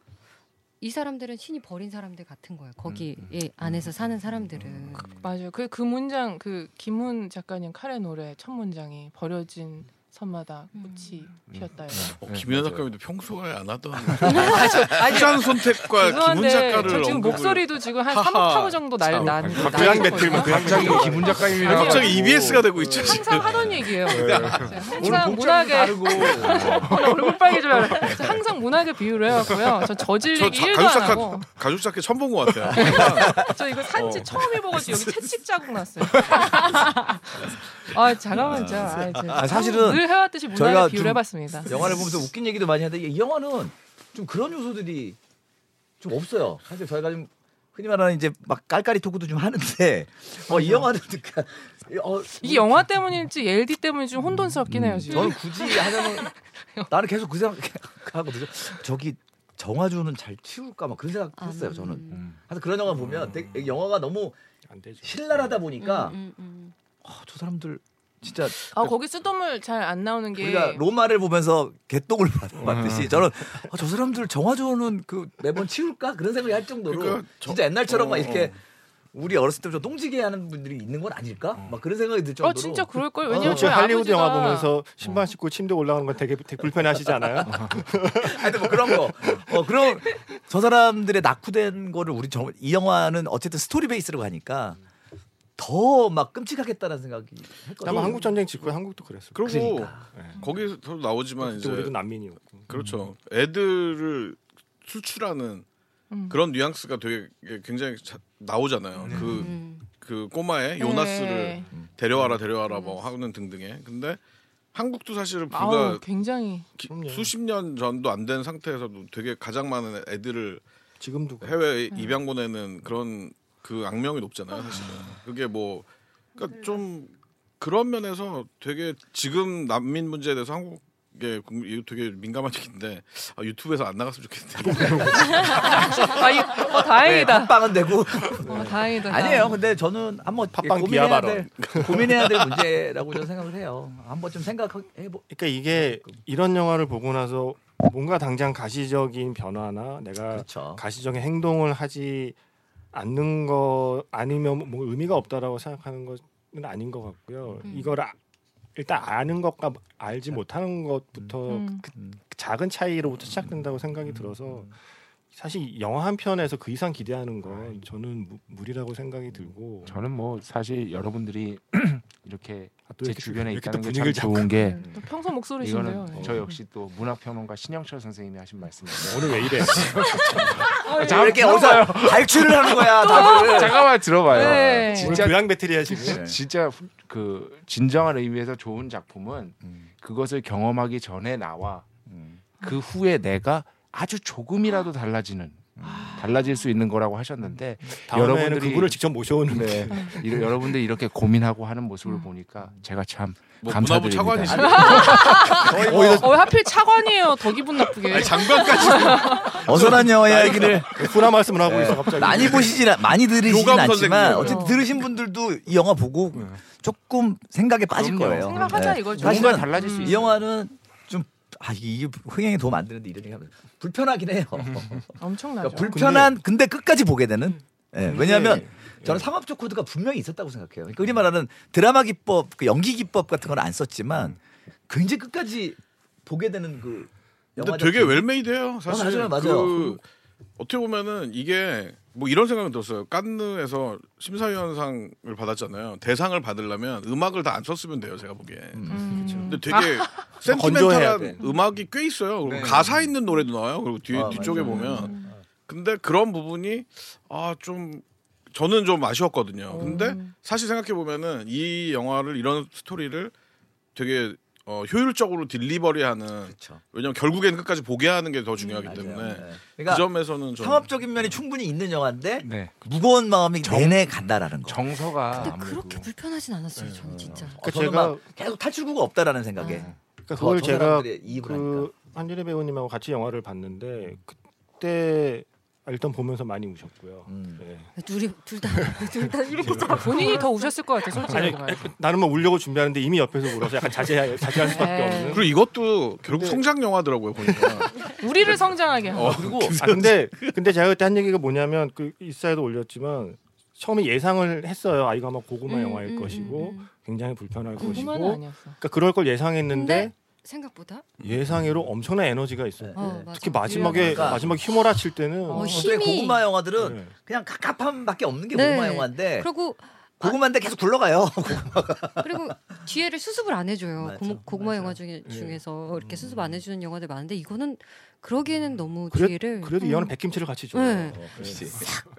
Speaker 4: 이 사람들은 신이 버린 사람들 같은 거예요. 거기
Speaker 2: 음,
Speaker 4: 예, 안에서 사는 사람들은
Speaker 5: 맞아요. 그 그 문장 그 김훈 작가님 카레 노래 첫 문장이 버려진 섬마다 꽃이 피었다요.
Speaker 6: 어, 김현 작가님도 평소에 안 하던
Speaker 5: 아니,
Speaker 6: 시장 선택과 김훈
Speaker 5: 죄송한데
Speaker 6: 작가를
Speaker 5: 네. 저 지금
Speaker 6: 언급을-
Speaker 5: 목소리도 지금 한
Speaker 6: 하하.
Speaker 5: 3억 타고 정도 날 난.
Speaker 3: 그냥 배틀만
Speaker 7: 갑자기 기분 작가님이랑
Speaker 5: 아니요.
Speaker 6: 갑자기 EBS가 되고 있죠 지금.
Speaker 5: 항상 하던 얘기예요. 제가 항상 문학에
Speaker 7: 다르고
Speaker 5: 오늘 얼굴 빨개져요. 제가 항상 문학에 비유를 해왔고요.
Speaker 6: 저
Speaker 5: 저 저질리기
Speaker 6: 자-
Speaker 5: 1도 안
Speaker 6: 가죽
Speaker 5: 하고.
Speaker 6: 자켓 가죽 자켓 처음 본 것 같아요.
Speaker 5: 저 이거 산지
Speaker 6: 어.
Speaker 5: 처음 입어가지고 여기 채찍 자국 났어요. 아 잠깐만 저 아, 진짜.
Speaker 2: 아, 사실은
Speaker 5: 늘 해왔듯이
Speaker 2: 저희가
Speaker 5: 문학에 비유를
Speaker 2: 좀
Speaker 5: 해봤습니다.
Speaker 2: 영화를 보면서 웃긴 얘기도 많이 하는데 이 영화는 좀 그런 요소들이 좀 없어요. 사실 저희가 좀 흔히 말하는 이제 막 깔깔이 토크도 좀 하는데 어, 이 영화는 그러니까 어,
Speaker 5: 이게 영화 때문인지 LD 때문인지 좀 혼돈스럽긴 해요 지금.
Speaker 2: 저는 굳이 하자면 나는 계속 그 생각하거든요. 저기 정화주는 잘 치울까 막 그런
Speaker 4: 아,
Speaker 2: 생각했어요.
Speaker 4: 음.
Speaker 2: 저는. 그래서 그런 영화
Speaker 5: 음.
Speaker 2: 보면 되게 영화가 너무
Speaker 3: 안 되죠.
Speaker 2: 신랄하다 보니까
Speaker 4: 음, 음.
Speaker 2: 아, 저 사람들 진짜
Speaker 5: 아 거기 쓰던 잘 안 나오는 게
Speaker 2: 우리가 로마를 보면서 개똥을 봤-
Speaker 6: 음.
Speaker 2: 봤듯이 저는 아, 저 사람들 정화조는 그 매번 치울까 그런 생각이 할 정도로
Speaker 6: 그러니까 저-
Speaker 2: 진짜 옛날처럼 막
Speaker 6: 어,
Speaker 2: 이렇게
Speaker 6: 어.
Speaker 2: 우리 어렸을 때부터 똥지게 하는 분들이 있는 건 아닐까 막 그런 생각이 들 정도로
Speaker 5: 어 진짜 그럴 걸
Speaker 2: 어,
Speaker 5: 왜냐면
Speaker 2: 저
Speaker 5: 저희
Speaker 3: 지금 할리우드
Speaker 5: 아버지가
Speaker 3: 영화 보면서 신발 신고 침대 올라가는 건 되게, 되게 불편하시지 않아요?
Speaker 2: 하여튼 뭐 그런 거. 어, 그런 저 사람들의 낙후된 거를 우리 정, 이 영화는 어쨌든 스토리 베이스로 가니까 더 막 끔찍하겠다는 생각이
Speaker 3: 아마
Speaker 6: 뭐
Speaker 2: 했거든요.
Speaker 3: 뭐 한국 전쟁 직후에 한국도 그랬을 거예요.
Speaker 6: 그리고 네.
Speaker 2: 그러니까.
Speaker 6: 거기서 나오지만
Speaker 3: 그때
Speaker 6: 이제
Speaker 3: 우리도 음. 난민이었고.
Speaker 6: 그렇죠. 애들을 수출하는
Speaker 5: 음.
Speaker 6: 그런 뉘앙스가 되게 굉장히 자- 나오잖아요. 그 그
Speaker 4: 음.
Speaker 6: 꼬마의 요나스를
Speaker 5: 네.
Speaker 6: 데려와라 데려와라 뭐 하는 등등의. 근데 한국도 사실은 불과
Speaker 5: 아우 굉장히
Speaker 6: 기-
Speaker 3: 그럼요.
Speaker 6: 수십 년 전도 안 된 상태에서도 되게 가장 많은 애들을
Speaker 3: 지금도 그래요.
Speaker 6: 해외 에 입양 보내는 그런 그 악명이 높잖아요, 사실은.
Speaker 7: 음.
Speaker 6: 그게 뭐 그러니까 좀 그런 면에서 되게 지금 난민 문제에 대해서 한국의 국민- 이거 되게 민감한 얘기인데 아, 유튜브에서 안 나갔으면 좋겠는데.
Speaker 5: 아 이- 어, 다행이다.
Speaker 2: 빵은 네, 되고
Speaker 4: 음.
Speaker 5: 어, 다행이다.
Speaker 2: 아니에요. 근데 저는 한번
Speaker 3: 팟빵 비하
Speaker 2: 고민해야
Speaker 3: 발언.
Speaker 2: 될 고민해야 될 문제라고 저는 생각을 해요. 한번 좀 생각해 보.
Speaker 3: 그러니까 이게 이런 영화를 보고 나서 뭔가 당장 가시적인 변화나 내가
Speaker 2: 그렇죠.
Speaker 3: 가시적인 행동을 하지 않는 거 아니면 뭐 의미가 없다라고 생각하는 것은 아닌 것 같고요.
Speaker 4: 음.
Speaker 3: 이걸 아- 일단 아는 것과 알지 못하는 것부터
Speaker 5: 음.
Speaker 3: 그, 그 작은 차이로부터 시작된다고 생각이 들어서 사실 영화 한 편에서 그 이상 기대하는 건 저는 무, 무리라고 생각이 들고
Speaker 7: 저는 뭐 사실 여러분들이 이렇게
Speaker 3: 아, 또
Speaker 7: 제
Speaker 3: 이렇게
Speaker 7: 주변에
Speaker 3: 이렇게 또
Speaker 7: 있다는 게 참
Speaker 3: 분위기를 잡고.
Speaker 7: 좋은 게
Speaker 5: 음, 또 평소 목소리신데요.
Speaker 7: 네.
Speaker 4: 예.
Speaker 7: 이거는 저 역시 또 문학평론가 신영철 선생님이 하신 말씀인데
Speaker 3: 오늘 왜 이래?
Speaker 5: 어, 예.
Speaker 7: 아,
Speaker 2: 왜 이렇게 어디서 발출을 하는 거야 다들.
Speaker 7: 잠깐만 들어봐요.
Speaker 5: 네.
Speaker 3: 오늘
Speaker 7: 진짜
Speaker 3: 교양 배틀이야 지금.
Speaker 7: 진짜 후- 그 진정한 의미에서 좋은 작품은 그것을 경험하기 전에 나와 그 후에 내가 아주 조금이라도 달라지는
Speaker 4: 아.
Speaker 7: 달라질 수 있는 거라고 하셨는데
Speaker 3: 다음에는
Speaker 7: 여러분들이-
Speaker 3: 그분을 직접 모셔오는 게
Speaker 7: 네. 이런- 여러분들 이렇게 고민하고 하는 모습을
Speaker 4: 음.
Speaker 7: 보니까 제가 참
Speaker 6: 뭐 문화부
Speaker 7: 감사드립니다. 아,
Speaker 6: 차관이시
Speaker 5: 어, 하필 차관이에요. 더 기분
Speaker 7: 네.
Speaker 5: 나쁘게.
Speaker 6: 장관까지
Speaker 2: 어선한 영화 이야기를
Speaker 3: 훈화 그, 말씀을 하고 있어 갑자기.
Speaker 2: 네. 많이 보시진 않- 많이 들으시진
Speaker 6: 교감
Speaker 2: 않지만
Speaker 6: 선생님.
Speaker 2: 어쨌든 들으신 분들도 이 영화 보고 조금 생각에 빠질
Speaker 7: 그럼요.
Speaker 2: 거예요. 네.
Speaker 5: 생각하자 이거죠.
Speaker 2: 사실은
Speaker 7: 뭔가 달라질 수
Speaker 2: 이
Speaker 7: 있어요.
Speaker 2: 영화는 좀 아, 이게 흥행에 도움 안 되는데 이런 얘기하면 불편하긴 해요. 그러니까
Speaker 5: 엄청나죠.
Speaker 2: 불편한 근데 끝까지 보게 되는 예,
Speaker 3: 음.
Speaker 2: 왜냐하면 저는 상업 적 코드가 분명히 있었다고 생각해요. 그러니까 흔히 말하는 드라마 기법, 그 연기 기법 같은 건 안 썼지만 굉장히 끝까지 보게 되는 그
Speaker 6: 근데
Speaker 2: 영화
Speaker 6: 되게 웰메이드예요. 사실
Speaker 2: 맞아요, 맞아요. 음.
Speaker 6: 그 어떻게 보면은 이게 뭐 이런 생각은 들었어요. 깐느에서 심사위원상을 받았잖아요. 대상을 받으려면 음악을 다 안 썼으면 돼요. 제가 보기에.
Speaker 5: 음.
Speaker 6: 근데 되게
Speaker 3: 건조해야
Speaker 6: 센티멘탈한
Speaker 3: 돼.
Speaker 6: 음악이 꽤 있어요. 그리고
Speaker 2: 네.
Speaker 6: 가사 있는 노래도 나와요. 그리고 뒤
Speaker 2: 아,
Speaker 6: 뒤쪽에
Speaker 2: 맞아요.
Speaker 6: 보면. 근데 그런 부분이 아 좀 저는 좀 아쉬웠거든요. 근데 사실 생각해 보면은 이 영화를 이런 스토리를 되게 어, 효율적으로 딜리버리하는
Speaker 2: 그렇죠.
Speaker 6: 왜냐면 결국엔 끝까지 보게 하는 게 더 중요하기 때문에
Speaker 2: 네.
Speaker 6: 그
Speaker 2: 그러니까
Speaker 6: 점에서는 좀 음.
Speaker 2: 상업적인 면이 충분히 있는 영화인데
Speaker 7: 네.
Speaker 2: 무거운 마음이 내내 간다라는 거.
Speaker 7: 정서가
Speaker 4: 근데
Speaker 7: 아무래도
Speaker 4: 그렇게 불편하진 않았어요. 저는 진짜.
Speaker 2: 어,
Speaker 3: 그러니까
Speaker 2: 저는
Speaker 3: 제가-
Speaker 2: 막 계속 탈출구가 없다라는 생각에
Speaker 6: 음.
Speaker 2: 저-
Speaker 3: 그러니까 그걸
Speaker 2: 저
Speaker 3: 제가
Speaker 2: 사람들의 이입을 하니까.
Speaker 3: 그 한예리 배우님하고 같이 영화를 봤는데
Speaker 2: 음.
Speaker 3: 그때 일단 보면서 많이 우셨고요.
Speaker 2: 음.
Speaker 3: 네.
Speaker 4: 둘이 둘다둘다 이렇게 잡
Speaker 5: 본인이 더 우셨을 것 같아 솔직히.
Speaker 3: 아니 나는 뭐 울려고 준비하는데 이미 옆에서 울어서 약간 자제할 자제할 수밖에
Speaker 5: 에이.
Speaker 3: 없는.
Speaker 6: 그리고 이것도 결국 성장 영화더라고요 보니까
Speaker 5: 우리를 성장하게 한.
Speaker 6: 어,
Speaker 2: 그리고
Speaker 3: 아, 근데 근데 제가 그때 한 얘기가 뭐냐면 그 인스타에도 올렸지만 처음에 예상을 했어요. 아 이거 아마
Speaker 4: 음,
Speaker 3: 고구마 영화일 것이고 굉장히 불편할 것이고
Speaker 5: 궁금한
Speaker 3: 그러니까
Speaker 5: 아니었어.
Speaker 3: 그럴 걸 예상했는데
Speaker 4: 생각보다
Speaker 3: 예상외로 엄청난 에너지가 있어요.
Speaker 4: 어,
Speaker 2: 네.
Speaker 4: 맞아.
Speaker 3: 특히 마지막에
Speaker 2: 그러니까.
Speaker 3: 마지막에 휘몰아 칠 때는
Speaker 4: 어, 힘이-
Speaker 2: 보통의 고구마 영화들은
Speaker 3: 네.
Speaker 2: 그냥 갑갑함밖에 없는 게
Speaker 4: 네.
Speaker 2: 고구마 영화인데
Speaker 4: 그리고
Speaker 2: 고구마인데 계속 굴러가요.
Speaker 4: 그리고 뒤에를 수습을 안 해줘요.
Speaker 2: 맞아,
Speaker 4: 고무, 고구마
Speaker 2: 맞아. 예. 음.
Speaker 4: 영화 중에 중에서 이렇게 수습 안 해주는 영화들 많은데 이거는 그러기에는 너무
Speaker 3: 그래-
Speaker 4: 뒤를
Speaker 3: 그래도 이 영화는 백김치를 같이 줘요.
Speaker 4: 네.
Speaker 2: 그렇지.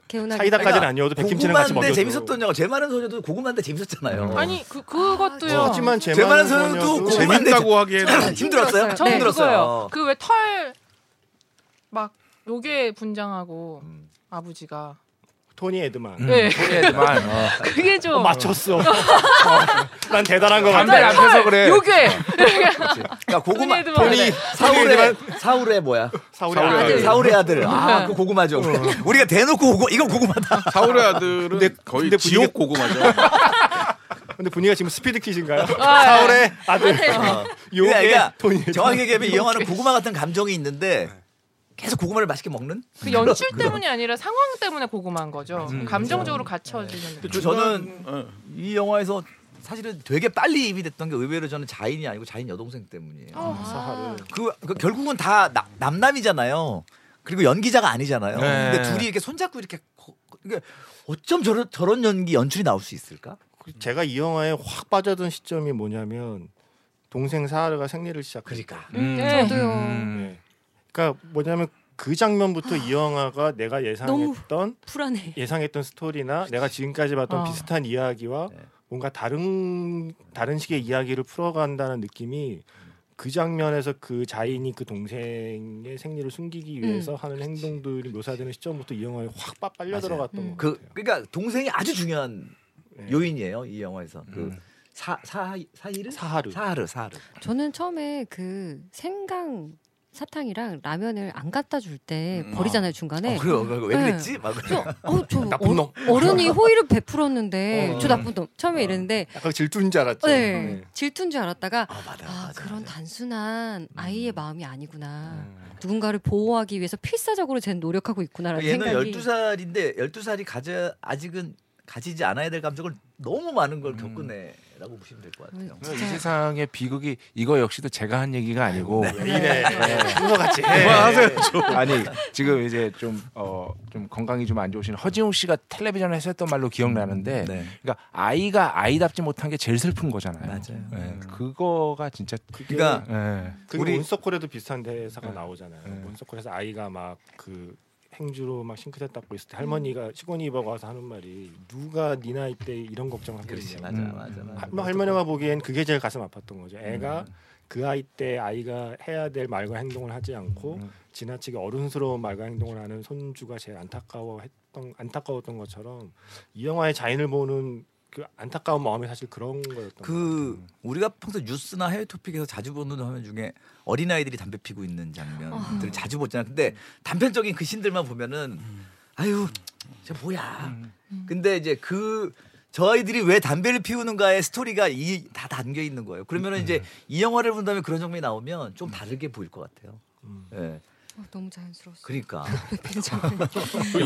Speaker 4: 개운하게
Speaker 3: 사이다까지는 아니어도 음. 백김치는 같이
Speaker 2: 고구마인데
Speaker 3: 먹여줘.
Speaker 2: 재밌었던 영화 제 많은 소녀도 고구마인데
Speaker 3: 어.
Speaker 2: 재밌었잖아요.
Speaker 5: 아니 그 그것도요.
Speaker 4: 아,
Speaker 3: 하지만
Speaker 2: 제 많은
Speaker 3: 제만한
Speaker 2: 소녀도
Speaker 3: 소녀도
Speaker 2: 고구마-
Speaker 6: 재밌다고 하기에는
Speaker 2: 힘들었어요. 네,
Speaker 5: 저는
Speaker 2: 힘들었어요.
Speaker 5: 네. 그거요. 그 왜 털 막 요게 분장하고
Speaker 2: 음.
Speaker 5: 아버지가.
Speaker 3: 토니 에드만
Speaker 5: 네.
Speaker 7: 소리에만 어.
Speaker 5: 그게 좀.
Speaker 3: 음. 어, 맞췄어. 어,
Speaker 2: 음.
Speaker 3: 난 대단한 거
Speaker 7: 담배를
Speaker 3: 같네.
Speaker 7: 안 펴서 그래.
Speaker 5: 요게.
Speaker 2: 그러니까 고구마
Speaker 5: 흔히도
Speaker 2: 본이 사울의 사울의 뭐야?
Speaker 3: 사울의
Speaker 6: 사울의
Speaker 3: 아들. 음.
Speaker 6: 아들.
Speaker 2: 사울의 아들. 아, 그 고구마죠. 우리가 대놓고 고구 이건 고구마다.
Speaker 6: 사울의 아들은 거의
Speaker 3: 근데 분위기-
Speaker 6: 지옥 고구마죠.
Speaker 3: 근데 분위기가 지금 스피드 퀴즈인가요?
Speaker 5: 아,
Speaker 2: 네.
Speaker 5: 사울의
Speaker 3: 아들. 어. 요게
Speaker 2: 아, 그러니까
Speaker 3: 토니 에드만.
Speaker 2: 정확히 얘기하면 이 영화는 고구마 같은 감정이 있는데 계속 고구마를 맛있게 먹는?
Speaker 5: 그 연출 때문이 아니라 상황 때문에 고구마인
Speaker 3: 음.
Speaker 5: 거죠. 감정적으로 갇혀지는.
Speaker 3: 네.
Speaker 2: 저- 저는
Speaker 6: 네.
Speaker 2: 이 영화에서 사실은 되게 빨리 입이 됐던 게 의외로 저는 자인이 아니고 자인 여동생 때문이에요.
Speaker 3: 아,
Speaker 2: 그, 그 결국은 다 나- 남남이잖아요. 그리고 연기자가 아니잖아요.
Speaker 7: 네.
Speaker 2: 근데 둘이 이렇게 손잡고 이렇게 거- 이게 어쩜 저런 저런 연기 연출이 나올 수 있을까?
Speaker 3: 제가 이 영화에 확 빠져든 시점이 뭐냐면 동생 사하르가 생리를 시작.
Speaker 2: 그러니까.
Speaker 7: 음.
Speaker 5: 네.
Speaker 4: 저도요.
Speaker 7: 음.
Speaker 3: 네. 그러니까 뭐냐면 그 장면부터 이 영화가 내가 예상했던
Speaker 4: 불안해.
Speaker 3: 예상했던 스토리나 내가 지금까지 봤던
Speaker 5: 어.
Speaker 3: 비슷한 이야기와
Speaker 2: 네.
Speaker 3: 뭔가 다른 다른 식의 이야기를 풀어간다는 느낌이 그 장면에서 그 자인이 그 동생의 생리를 숨기기 위해서 하는 행동들이 묘사되는 시점부터 이 영화에 확 빠- 빨려
Speaker 2: 맞아요.
Speaker 3: 들어갔던
Speaker 4: 음.
Speaker 3: 것
Speaker 2: 그
Speaker 3: 같아요.
Speaker 2: 그러니까 동생이 아주 중요한
Speaker 3: 네. 음.
Speaker 2: 요인이에요 이 영화에서 그 사, 사, 사이르?
Speaker 3: 사하르.
Speaker 2: 사하르 사하르
Speaker 4: 저는 처음에 그 생강 사탕이랑 라면을 안 갖다 줄 때
Speaker 6: 음,
Speaker 4: 버리잖아요
Speaker 2: 어,
Speaker 4: 중간에.
Speaker 2: 그래요 그거 왜
Speaker 4: 네.
Speaker 2: 그랬지? 막
Speaker 4: 저, 어, 저
Speaker 3: 나쁜
Speaker 4: 어, 어른이 호의를 베풀었는데
Speaker 3: 어.
Speaker 4: 저 나쁜 놈 처음에 이랬는데
Speaker 3: 약간 질투인 줄 알았죠.
Speaker 4: 네,
Speaker 3: 네.
Speaker 4: 질투인 줄 알았다가
Speaker 2: 아 맞아
Speaker 4: 아,
Speaker 2: 맞아
Speaker 4: 그런
Speaker 2: 맞아.
Speaker 4: 단순한 아이의 마음이 아니구나. 누군가를 보호하기 위해서 필사적으로 쟤는 노력하고 있구나라는
Speaker 2: 어, 얘는
Speaker 4: 생각이.
Speaker 2: 12살인데 12살이 가져 아직은 가지지 않아야 될 감정을 너무 많은 걸
Speaker 3: 음.
Speaker 2: 겪어내라고 보시면 될 것 같아요.
Speaker 4: 음.
Speaker 7: 이 세상의 비극이 이거 역시도 제가 한 얘기가 아니고
Speaker 2: 네.
Speaker 3: 순서 네. 같이 해.
Speaker 7: 네. 아니 지금 이제 좀 어, 좀 건강이 좀 안 좋으신 허지웅 씨가 텔레비전에서 했던 말로 기억나는데
Speaker 2: 네.
Speaker 7: 그러니까 아이가 아이답지 못한 게 제일 슬픈 거잖아요.
Speaker 2: 맞아요.
Speaker 7: 예, 그거가 진짜
Speaker 2: 그러니까
Speaker 7: 예.
Speaker 3: 그게
Speaker 2: 우리-
Speaker 3: 온서콜에도 비슷한 대사가 나오잖아요.
Speaker 7: 네.
Speaker 3: 온서콜에서 아이가 막 그 행주로 막 싱크대 닦고 있을 때
Speaker 2: 음.
Speaker 3: 할머니가 시골이 입어 가서 하는 말이 누가 네 나이 때 이런 걱정을
Speaker 2: 그렇지
Speaker 3: 하겠냐.
Speaker 2: 맞아 맞아 맞아.
Speaker 3: 음. 뭐 할머- 할머니가 보기엔 그게 제일 가슴 아팠던 거죠. 애가 그 아이 때 아이가 해야 될 말과 행동을 하지 않고 지나치게 어른스러운 말과 행동을 하는 손주가 제일 안타까워했던 안타까웠던 것처럼 이 영화의 자인을 보는 그 안타까운 마음이 사실 그런 거였던
Speaker 2: 그 우리가 평소 뉴스나 해외 토픽에서 자주 보는 화면 중에 어린 아이들이 담배 피고 있는 장면들을 자주 보잖아요. 근데 단편적인 그 신들만 보면은 아유 저 뭐야. 근데 이제 그 저 아이들이 왜 담배를 피우는가의 스토리가 이 다 담겨 있는 거예요. 그러면은 이제 이 영화를 본다면 그런 장면이 나오면 좀 다르게 보일 것 같아요. 예.
Speaker 4: 어, 너무 네, 자연스러웠어.
Speaker 2: 그러니까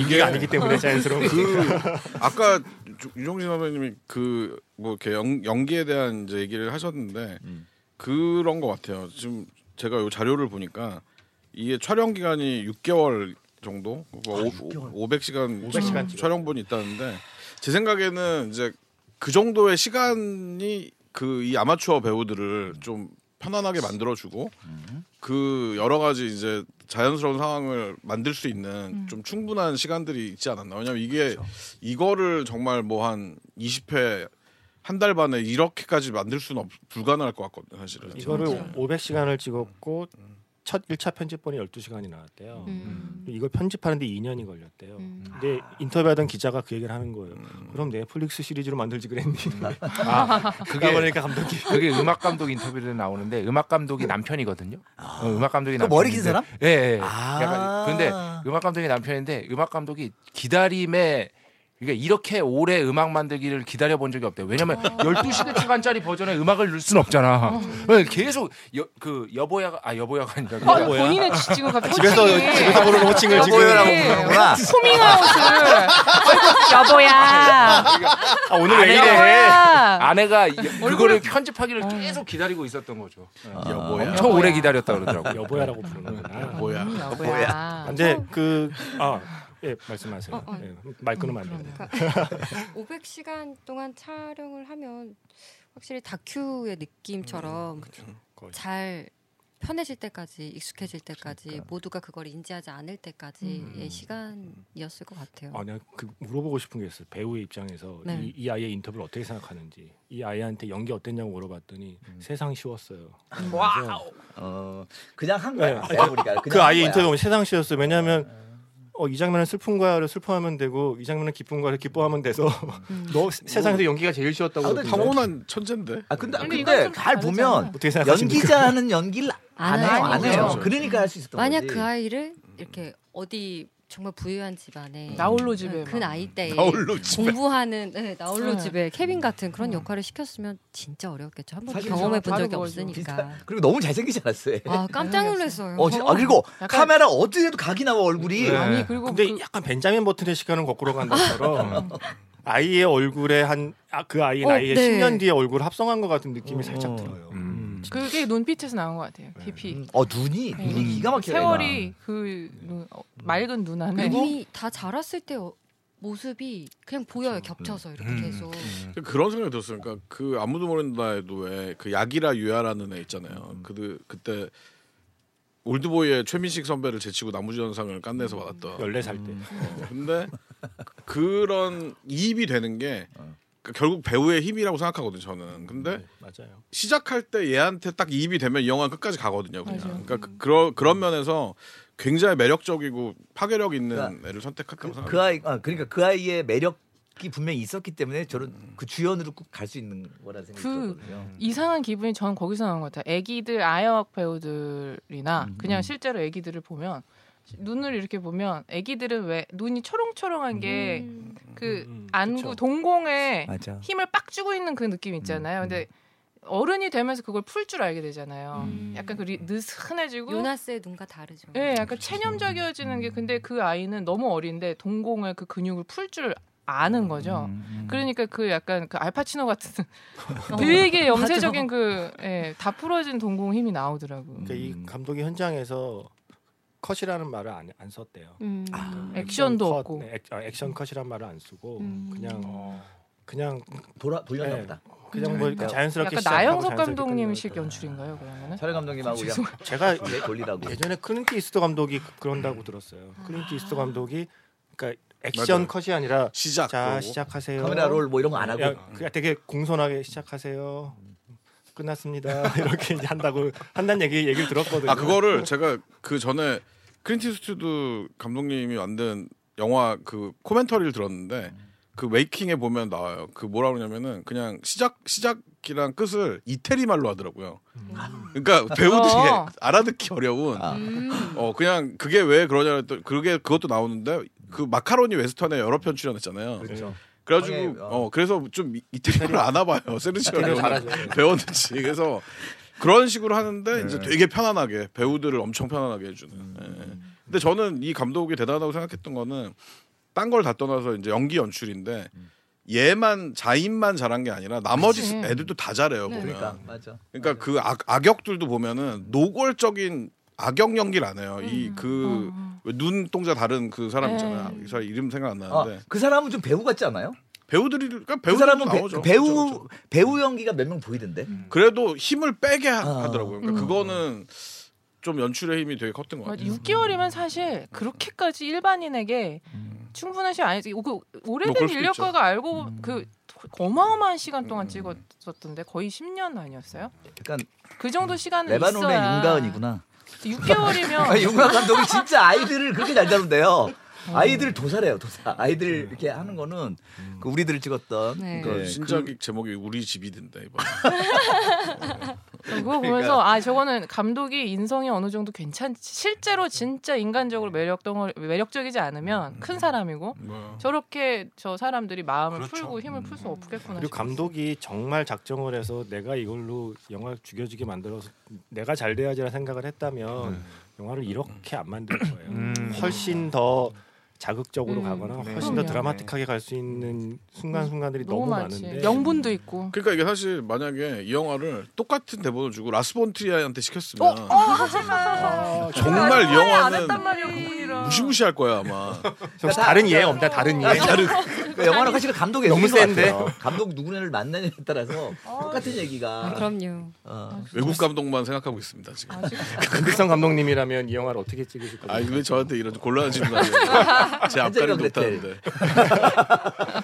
Speaker 6: 이게
Speaker 3: 아니기 때문에 자연스러운
Speaker 6: 그 아까 주- 유종신 선배님이 그 뭐 이렇게 연, 연기에 대한 이제 얘기를 하셨는데
Speaker 2: 음.
Speaker 6: 그런 것 같아요. 지금 제가 요 자료를 보니까 이게 촬영 기간이 6개월 정도,
Speaker 3: 아,
Speaker 6: 뭐 오, 500시간,
Speaker 3: 500시간 찍었어요.
Speaker 6: 촬영분이 있다는데 제 생각에는 이제 그 정도의 시간이 그 이 아마추어 배우들을 좀 편안하게 만들어주고 그 여러 가지 이제 자연스러운 상황을 만들 수 있는 좀 충분한 시간들이 있지 않았나. 왜냐면 이게 이거를 정말 뭐 한 20회 한 달 반에 이렇게까지 만들 수는 없, 불가능할 것 같거든요, 사실은.
Speaker 3: 이거를 500시간을 찍었고 첫 1차 편집본이 12시간이 나왔대요.
Speaker 4: 음.
Speaker 3: 이걸 편집하는데 2년이 걸렸대요.
Speaker 4: 음.
Speaker 3: 근데 인터뷰하던 기자가 그 얘기를 하는 거예요. 그럼 넷플릭스 시리즈로 만들지 음. 그랬니?
Speaker 7: 아,
Speaker 3: 그게 그러니까 감독이
Speaker 7: 그게 음악 감독 인터뷰에 나오는데 음악 감독이 남편이거든요. 어, 음악 감독이
Speaker 2: 그 머리 긴
Speaker 7: 남편인데-
Speaker 2: 사람?
Speaker 7: 예. 예.
Speaker 2: 아.
Speaker 7: 약간 근데 음악 감독이 남편인데 음악 감독이 기다림에 그러니까 이렇게 오래 음악 만들기를 기다려 본 적이 없대요. 왜냐면 12시간짜리 버전의 음악을 넣을 순 없잖아. 네, 계속 여, 그 여보야가 아 여보야가 아니라
Speaker 5: 아,
Speaker 7: 그-
Speaker 5: 본인의 지- 지금 갑자기
Speaker 3: 집에서
Speaker 5: 호칭이.
Speaker 3: 집에서 보는 호칭을 지금 네.
Speaker 2: 여보야라고 부르는구나.
Speaker 5: 소밍아웃을 여보야.
Speaker 3: 아, 오늘 왜 이래?
Speaker 5: 여보야.
Speaker 7: 아내가 여- 그거를 편집하기를 계속 기다리고 있었던 거죠. 네.
Speaker 3: 뭐
Speaker 6: 여보야.
Speaker 7: 엄청 오래 기다렸다
Speaker 3: 아.
Speaker 7: 그러더라고요.
Speaker 3: 어. 여보야라고
Speaker 4: 아,
Speaker 3: 부르는구나.
Speaker 6: 뭐야.
Speaker 5: 음, 여보야.
Speaker 3: 근데 그, 그아예 말씀하세요.
Speaker 4: 어, 어.
Speaker 3: 예, 말 끊으면 안 돼요.
Speaker 4: 그러니까 500시간 동안 촬영을 하면 확실히 다큐의 느낌처럼
Speaker 3: 거의.
Speaker 4: 잘 편해질 때까지 익숙해질 때까지 모두가 그걸 인지하지 않을 때까지의 시간이었을 것 같아요.
Speaker 3: 아, 내가 그 물어보고 싶은 게 있어요. 배우의 입장에서
Speaker 4: 네.
Speaker 3: 이, 이 아이의 인터뷰를 어떻게 생각하는지, 이 아이한테 연기 어땠냐고 물어봤더니 세상 쉬웠어요.
Speaker 5: 와우.
Speaker 2: 어, 그냥 한 거야.
Speaker 3: 네.
Speaker 2: 내가 보니까
Speaker 3: 그
Speaker 2: 그냥 한
Speaker 3: 아이의
Speaker 2: 거야.
Speaker 3: 인터뷰 보면 세상 쉬웠어요. 왜냐하면 어, 이 장면은 슬픈 거야를 슬퍼하면 되고 이 장면은 기쁜 거야를 기뻐하면 돼서 너 세- 세상에서 연기가 제일 쉬웠다고
Speaker 2: 아, 근데
Speaker 3: 그러던데.
Speaker 6: 타고난 천재인데.
Speaker 2: 아 근데
Speaker 5: 근데
Speaker 2: 근데,
Speaker 5: 이건 좀
Speaker 2: 잘
Speaker 5: 다르잖아.
Speaker 2: 보면
Speaker 3: 어떻게 생각하십니까?
Speaker 2: 연기자는 연기를 안
Speaker 4: 안
Speaker 2: 해요, 안
Speaker 4: 하죠.
Speaker 2: 해요.
Speaker 6: 그렇죠.
Speaker 2: 그러니까 할 수 있었던
Speaker 4: 만약
Speaker 2: 거지.
Speaker 4: 그 아이를 이렇게 어디 정말 부유한 집안에
Speaker 5: 나홀로 집에
Speaker 4: 그 나이 때에
Speaker 6: 나홀로 집에.
Speaker 4: 공부하는 네, 나홀로
Speaker 5: 네.
Speaker 4: 집에 케빈 같은 그런 역할을 시켰으면 진짜 어려웠겠죠. 한 번도
Speaker 2: 사실
Speaker 4: 경험해 본
Speaker 5: 바로
Speaker 4: 적이
Speaker 5: 그거죠.
Speaker 4: 없으니까.
Speaker 2: 그리고 너무 잘생기지 않았어요.
Speaker 4: 아 깜짝 놀랐어요.
Speaker 2: 어, 진- 아, 그리고
Speaker 5: 약간-
Speaker 2: 카메라 어디에도 각이 나와 얼굴이.
Speaker 3: 네.
Speaker 5: 아니 그리고
Speaker 3: 근데
Speaker 5: 그,
Speaker 3: 약간 벤자민 버튼의 시간은 거꾸로 간다처럼 아이의 얼굴에 한그 아이의
Speaker 4: 어,
Speaker 3: 나이에
Speaker 4: 네.
Speaker 3: 10년 뒤에 얼굴 합성한 것 같은 느낌이 살짝 들어요.
Speaker 7: 음.
Speaker 5: 그게 눈빛에서 나온 것 같아요. 깊이.
Speaker 2: 음, 어 눈이 눈이 기가 막혀.
Speaker 5: 네. 세월이 그
Speaker 2: 네.
Speaker 5: 눈, 어, 맑은 눈 안에 음.
Speaker 4: 이미 다 자랐을 때 어- 모습이 그냥 보여요. 겹쳐서 이렇게 계속.
Speaker 3: 음.
Speaker 6: 그런 생각이 들었어요. 그러니까 그 아무도 모른다 해도 왜그 야기라 유야라는 애 있잖아요.
Speaker 3: 음.
Speaker 6: 그 그때 올드보이의 최민식 선배를 제치고 나무주연상을 깐내에서
Speaker 3: 음.
Speaker 6: 받았던.
Speaker 3: 14살 때.
Speaker 6: 어, 근데 그런 이입이 되는 게 그러니까 결국 배우의 힘이라고 생각하거든요. 저는.
Speaker 2: 음,
Speaker 6: 근데
Speaker 2: 네.
Speaker 3: 맞아요.
Speaker 6: 시작할 때 얘한테 딱 이입이 되면 이 영화 끝까지 가거든요. 그냥. 그러니까 그, 그런 그런 면에서 굉장히 매력적이고 파괴력 있는
Speaker 2: 그러니까
Speaker 6: 애를 선택했다고
Speaker 2: 그,
Speaker 6: 생각해요.
Speaker 2: 그 아이 아, 그러니까 그 아이의 매력이 분명히 있었기 때문에
Speaker 6: 음.
Speaker 2: 저는 그 주연으로 꼭 갈 수 있는 거라는 생각이
Speaker 5: 그-
Speaker 2: 들거든요.
Speaker 5: 이상한 기분이 저는 거기서 나온 것 같아요. 애기들 아역 배우들이나
Speaker 2: 음.
Speaker 5: 그냥 실제로 애기들을 보면 눈을 이렇게 보면 애기들은 왜 눈이 초롱초롱한 게 그
Speaker 4: 음.
Speaker 3: 음,
Speaker 5: 안구
Speaker 3: 그쵸.
Speaker 5: 동공에
Speaker 2: 맞아.
Speaker 5: 힘을 빡 주고 있는 그 느낌
Speaker 2: 음.
Speaker 5: 있잖아요. 근데 어른이 되면서 그걸 풀 줄 알게 되잖아요.
Speaker 4: 음.
Speaker 5: 약간 그 리- 느슨해지고
Speaker 4: 요나스의 눈과 다르죠.
Speaker 5: 예, 약간 체념적이어지는 게 근데 그 아이는 너무 어린데 동공의 그 근육을 풀 줄 아는
Speaker 2: 음,
Speaker 5: 거죠.
Speaker 3: 음.
Speaker 5: 그러니까 그 약간 그 알파치노 같은 어.
Speaker 2: 어.
Speaker 5: 되게 염세적인 그 예, 다 풀어진 동공 힘이 나오더라고.
Speaker 3: 그러니까 이 감독이 현장에서 컷이라는 말을 안, 안 썼대요.
Speaker 4: 음.
Speaker 3: 아,
Speaker 5: 액션도
Speaker 3: 액션 컷,
Speaker 5: 없고.
Speaker 3: 네, 액, 아, 액션 컷이란 말을 안 쓰고
Speaker 4: 음.
Speaker 3: 그냥 그냥
Speaker 2: 돌아 돌려나
Speaker 3: 네.
Speaker 2: 보다.
Speaker 3: 그냥 뭐 이렇게 자연스럽게
Speaker 5: 그러니까 약간
Speaker 3: 시작하고
Speaker 5: 나영석
Speaker 3: 자연스럽게
Speaker 5: 감독님식
Speaker 3: 끝나는
Speaker 5: 연출인가요 그러면은?
Speaker 2: 촬영 감독님하고 그냥
Speaker 3: 거예요. 제가
Speaker 2: 내 돌리라고.
Speaker 3: 예전에 클린트 이스트 감독이 그- 그런다고 들었어요.
Speaker 5: 음.
Speaker 3: 클린트 이스트 감독이 그러니까 액션
Speaker 6: 맞아요.
Speaker 3: 컷이 아니라
Speaker 6: 시작.
Speaker 3: 자
Speaker 6: 그러고.
Speaker 3: 시작하세요.
Speaker 2: 카메라 롤 뭐 이런 거 안
Speaker 3: 야,
Speaker 2: 하고
Speaker 3: 그 되게 공손하게 시작하세요. 끝났습니다. 이렇게 이제 한다고 한다는 얘기 얘기를 들었거든요.
Speaker 6: 아 그거를 제가 그 전에 크린티 스튜드 감독님이 만든 영화 그 코멘터리를 들었는데 그 웨이킹에 보면 나와요. 그 뭐라 그러냐면은 그냥 시작 시작이랑 끝을 이태리 말로 하더라고요. 그러니까 배우들이
Speaker 5: 어.
Speaker 6: 알아듣기 어려운
Speaker 2: 아.
Speaker 6: 어 그냥 그게 왜 그러냐 했더니 그게 그것도 나오는데 그 마카로니 웨스턴에 여러 편 출연했잖아요.
Speaker 3: 그렇죠.
Speaker 6: 그래가지고
Speaker 2: 방에,
Speaker 6: 어.
Speaker 2: 어. 아,
Speaker 6: 그래서 좀 이- 이태리어를 안 와봐요 세르지오
Speaker 3: 이태리어
Speaker 6: 레오나
Speaker 3: 잘하죠.
Speaker 6: 배웠는지 그래서 그런 식으로 하는데
Speaker 2: 네. 음.
Speaker 6: 이제 되게 편안하게 배우들을 엄청 편안하게 해주는. 예. 근데 저는 이 감독이 대단하다고 생각했던 거는 딴 걸 다 떠나서 이제 연기 연출인데
Speaker 2: 음.
Speaker 6: 얘만 자인만 잘한 게 아니라 나머지
Speaker 5: 그치.
Speaker 6: 애들도 다 잘해요
Speaker 5: 네.
Speaker 6: 보면.
Speaker 2: 그러니까 맞아.
Speaker 6: 그러니까 그 악, 악역들도 보면은 노골적인 악역 연기를 안 해요.
Speaker 2: 음.
Speaker 6: 이 그 눈동자 다른 그 사람 있잖아요.
Speaker 5: 네.
Speaker 6: 이 사람 이름 생각 안
Speaker 2: 아,
Speaker 6: 나는데
Speaker 2: 그 사람은 좀 배우 같지 않아요?
Speaker 6: 배우들이 그러니까
Speaker 2: 그
Speaker 6: 배우들도
Speaker 2: 사람은 배,
Speaker 6: 나오죠.
Speaker 2: 배우
Speaker 6: 그쵸, 그쵸.
Speaker 2: 배우 연기가 몇 명 보이던데.
Speaker 6: 음. 그래도 힘을 빼게 하,
Speaker 2: 아.
Speaker 6: 더라고요 그러니까 그거는 좀 연출의 힘이 되게 컸던 것
Speaker 5: 음. 맞아.
Speaker 6: 같아요.
Speaker 5: 6개월이면 사실 그렇게까지 일반인에게
Speaker 3: 음.
Speaker 5: 충분한 시간 아니지. 그
Speaker 6: 뭐
Speaker 5: 오래된
Speaker 6: 그럴 수도
Speaker 5: 인력과가 알고 그 어마어마한 시간 동안
Speaker 3: 음.
Speaker 5: 찍었었던데 거의 10년 아니었어요?
Speaker 2: 약간
Speaker 5: 그 정도 시간은
Speaker 2: 레바논의
Speaker 5: 있어야
Speaker 2: 윤가은이구나.
Speaker 5: 6개월이면
Speaker 2: 아, 윤가 감독이 진짜 아이들을 그렇게 잘 다룬대요.
Speaker 5: 어.
Speaker 2: 아이들 도사래요, 도사. 아이들 이렇게 하는 거는 그 우리들을 찍었던
Speaker 4: 네.
Speaker 2: 그
Speaker 6: 그러니까 신작 제목이 우리 집이 된다 이번.
Speaker 5: 그거
Speaker 3: 그러니까.
Speaker 5: 보면서 아 저거는 감독이 인성이 어느 정도 괜찮지 실제로 진짜 인간적으로 매력 덩어리 매력적이지
Speaker 3: 음.
Speaker 5: 않으면 큰 사람이고
Speaker 6: 뭐.
Speaker 5: 저렇게 저 사람들이 마음을
Speaker 6: 그렇죠.
Speaker 5: 풀고 힘을 풀 수 없겠구나.
Speaker 3: 그리고 감독이 정말 작정을 해서 내가 이걸로 영화 를 죽여지게 만들어서 내가 잘 돼야지라 생각을 했다면 영화를 이렇게 안 만들 거예요.
Speaker 7: 음.
Speaker 3: 훨씬 더 자극적으로
Speaker 5: 음.
Speaker 3: 가거나
Speaker 7: 네.
Speaker 3: 훨씬
Speaker 5: 그럼요. 음.
Speaker 3: 더 드라마틱하게 갈 수 있는 순간순간들이 너무,
Speaker 5: 많지. 네.
Speaker 3: 많은데
Speaker 5: 명분도 있고.
Speaker 6: 그러니까 이게 사실 만약에 이 영화를 똑같은 대본을 주고 라스본트리아한테 시켰으면
Speaker 5: 어?
Speaker 6: 어, 정말 이
Speaker 5: 안
Speaker 6: 영화는
Speaker 5: 했단 말이야 그분이랑.
Speaker 6: 무시무시할 거야 아마.
Speaker 3: 혹시
Speaker 2: 그러니까
Speaker 3: 다른 예 없나 다른 예?
Speaker 2: 그 영화는 사실 감독의
Speaker 3: 너무
Speaker 2: 의미인 것
Speaker 3: 센데?
Speaker 2: 같아요. 감독 누구냐를 만나냐에 따라서
Speaker 5: 어.
Speaker 2: 똑같은
Speaker 5: 아,
Speaker 2: 얘기가.
Speaker 4: 아, 그럼요.
Speaker 2: 어.
Speaker 6: 외국 감독만 생각하고 있습니다 지금.
Speaker 3: 김백성 감독님이라면 이 영화를 어떻게 찍으실
Speaker 6: 아
Speaker 3: 거예요?
Speaker 6: 왜 저한테 이런 곤란한 질문을 제 앞가리
Speaker 2: 현재가 그랬대.
Speaker 6: 높다는데.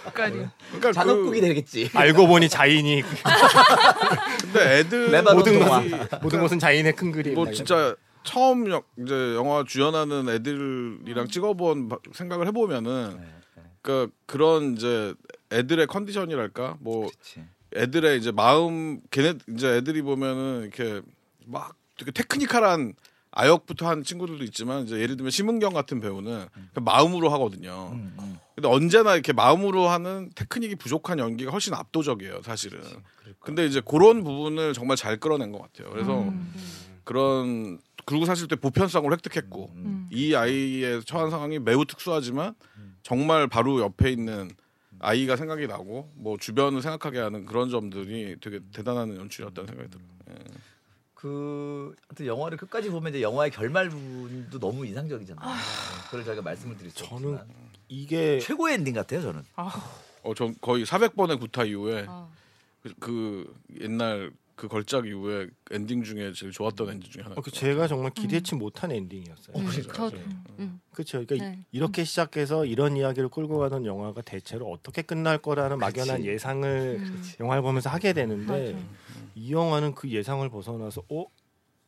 Speaker 5: 아까리.
Speaker 6: 그러니까
Speaker 2: 잔혹국이
Speaker 6: 그,
Speaker 2: 되겠지.
Speaker 3: 알고 보니 자인이
Speaker 6: 근데 애들
Speaker 2: 레바논
Speaker 6: 모든
Speaker 2: 동화.
Speaker 6: 것이
Speaker 3: 모든 것은 자인의 큰 그림.
Speaker 6: 뭐 진짜 처음 여- 이제 영화 주연하는 애들이랑 찍어본 바- 생각을
Speaker 2: 네,
Speaker 6: 해보면은 그 그런 이제 애들의 컨디션이랄까 뭐
Speaker 2: 그치.
Speaker 6: 애들의 이제 마음 걔네 이제 애들이 보면은 이렇게 막 되게 테크니컬한 아역부터 한 친구들도 있지만 이제 예를 들면 심은경 같은 배우는 그냥 마음으로 하거든요.
Speaker 2: 음, 음.
Speaker 6: 근데 언제나 이렇게 마음으로 하는 테크닉이 부족한 연기가 훨씬 압도적이에요, 사실은. 근데 이제 그런 부분을 정말 잘 끌어낸 것 같아요. 그래서 그런 그리고 사실 또 보편성을 획득했고
Speaker 5: 음.
Speaker 6: 이 아이의 처한 상황이 매우 특수하지만 정말 바로 옆에 있는 아이가 생각이 나고 뭐 주변을 생각하게 하는 그런 점들이 되게 대단한 연출이었다는 생각이 들어요.
Speaker 2: 그 하여튼 영화를 끝까지 보면 이제 영화의 결말 부분도 너무 인상적이잖아요. 네, 그걸 저희가 말씀을 드릴 수
Speaker 3: 저는
Speaker 2: 없지만. 그러니까
Speaker 3: 이게
Speaker 2: 최고의 엔딩 같아요, 저는.
Speaker 6: 어, 전 거의 400번의 구타 이후에
Speaker 5: 아.
Speaker 4: 어.
Speaker 6: 그, 그 옛날 그 걸작 이후에 엔딩 중에 제일 좋았던 엔딩 중에 하나.
Speaker 3: 어, 그 제가 정말
Speaker 5: 음.
Speaker 3: 기대치 못한 엔딩이었어요.
Speaker 4: 저 음.
Speaker 3: 그렇죠. 그러니까
Speaker 4: 네.
Speaker 3: 이- 이렇게 시작해서 이런 이야기를 끌고 가던 영화가 대체로 어떻게 끝날 거라는 막연한
Speaker 4: 음.
Speaker 3: 예상을
Speaker 5: 음.
Speaker 3: 영화를 보면서 하게 되는데
Speaker 2: 음.
Speaker 3: 이 영화는 그 예상을 벗어나서 어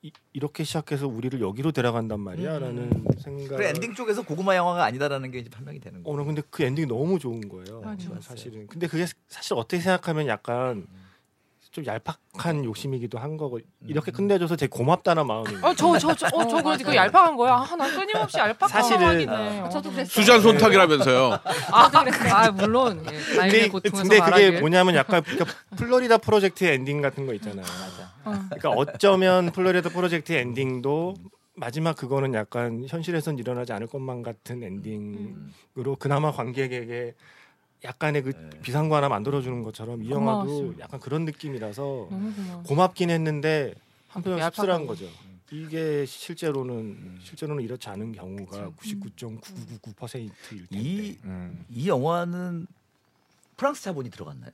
Speaker 3: 이, 이렇게 시작해서 우리를 여기로 데려간단
Speaker 5: 음,
Speaker 3: 말이야라는 생각.
Speaker 2: 그 엔딩 쪽에서 고구마 영화가 아니다라는 게 이제 판명이 되는 거예요.
Speaker 3: 오늘 근데 그 엔딩이 너무 좋은 거예요.
Speaker 5: 맞아, 맞아요.
Speaker 3: 사실은. 근데 그게 사실 어떻게 생각하면 약간
Speaker 2: 음.
Speaker 3: 좀 얄팍한 욕심이기도 한 거고 이렇게 끝내줘서 되게 고맙다는 마음이.
Speaker 5: 어, 저, 저, 저, 어, 저, 그거 그 얄팍한 거야. 아, 난 끊임없이 얄팍한
Speaker 3: 사실은- 아.
Speaker 5: 상황이네. 어.
Speaker 4: 저도 그랬어요.
Speaker 6: 수잔 손탁이라면서요.
Speaker 5: 아, 그랬어. 아, 물론. 예.
Speaker 3: 근데,
Speaker 5: 나의 고통에서
Speaker 3: 근데 그게
Speaker 5: 말하길.
Speaker 3: 뭐냐면 약간 그러니까 플로리다 프로젝트의 엔딩 같은 거 있잖아요.
Speaker 5: 어.
Speaker 3: 그러니까 어쩌면 플로리다 프로젝트의 엔딩도 마지막 그거는 약간 현실에선 일어나지 않을 것만 같은
Speaker 5: 음.
Speaker 3: 엔딩으로 그나마 관객에게 약간의 그 비상구 하나 만들어주는 것처럼 이 영화도
Speaker 5: 고마웠어요.
Speaker 3: 약간 그런 느낌이라서
Speaker 5: 너무 고마워.
Speaker 3: 고맙긴 했는데 한편
Speaker 5: 음. 얄팍한
Speaker 3: 씁쓸한
Speaker 5: 거.
Speaker 3: 거죠. 이게 실제로는 실제로는 이렇지 않은
Speaker 5: 그렇죠.
Speaker 3: 경우가
Speaker 5: 음.
Speaker 3: 99.999%일 텐데.
Speaker 2: 이,
Speaker 7: 음.
Speaker 2: 이 영화는 프랑스 자본이 들어갔나요?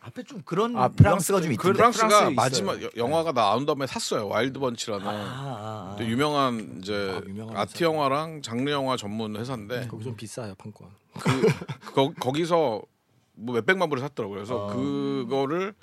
Speaker 2: 앞에 좀 그런
Speaker 3: 아,
Speaker 2: 프랑스가 좀 있던데.
Speaker 6: 프랑스가
Speaker 7: 프랑스에 있어요.
Speaker 6: 마지막 여- 영화가 나온 다음에 샀어요. 와일드 번치라는
Speaker 2: 아, 아, 아.
Speaker 6: 또 유명한 이제
Speaker 3: 아, 유명한 음,
Speaker 6: 아트
Speaker 3: 회사.
Speaker 6: 영화랑 장르 영화 전문 회사인데
Speaker 3: 거기 좀 비싸요 판권.
Speaker 6: 그, 거, 기서뭐 몇백만 불에 샀더라고요. 그래서
Speaker 2: 아.
Speaker 6: 그거를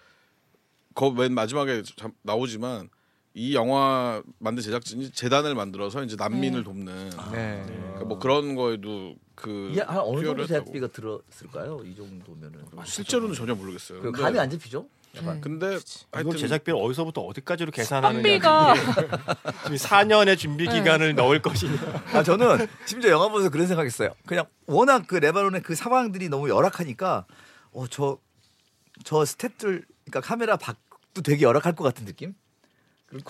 Speaker 6: 거 맨 마지막에 자- 나오지만 이 영화 만든 제작진이 재단을 만들어서 이제 난민을 돕는
Speaker 7: 네.
Speaker 6: 그러니까 뭐 그런 거에도 그
Speaker 2: 아, 이게 한 어느
Speaker 6: 투여를
Speaker 2: 정도 아,
Speaker 6: 했다고.
Speaker 2: 제작비가 들었을까요? 이 정도면은.
Speaker 6: 실제로는 전혀 모르겠어요.
Speaker 2: 그
Speaker 6: 근데,
Speaker 2: 감이 안 잡히죠? 약간.
Speaker 6: 근데
Speaker 3: 이걸
Speaker 6: 하여튼
Speaker 3: 제작비를 어디서부터 어디까지로 계산하느냐.
Speaker 5: 땀비가 네.
Speaker 3: 4년의 준비 기간을 넣을 것이냐.
Speaker 2: 아 저는 심지어 영화 보면서 그런 생각했어요. 그냥 워낙 그 레바논의 그 상황들이 너무 열악하니까 어, 어저저 스태프들 그러니까 카메라 밖도 되게 열악할 것 같은 느낌.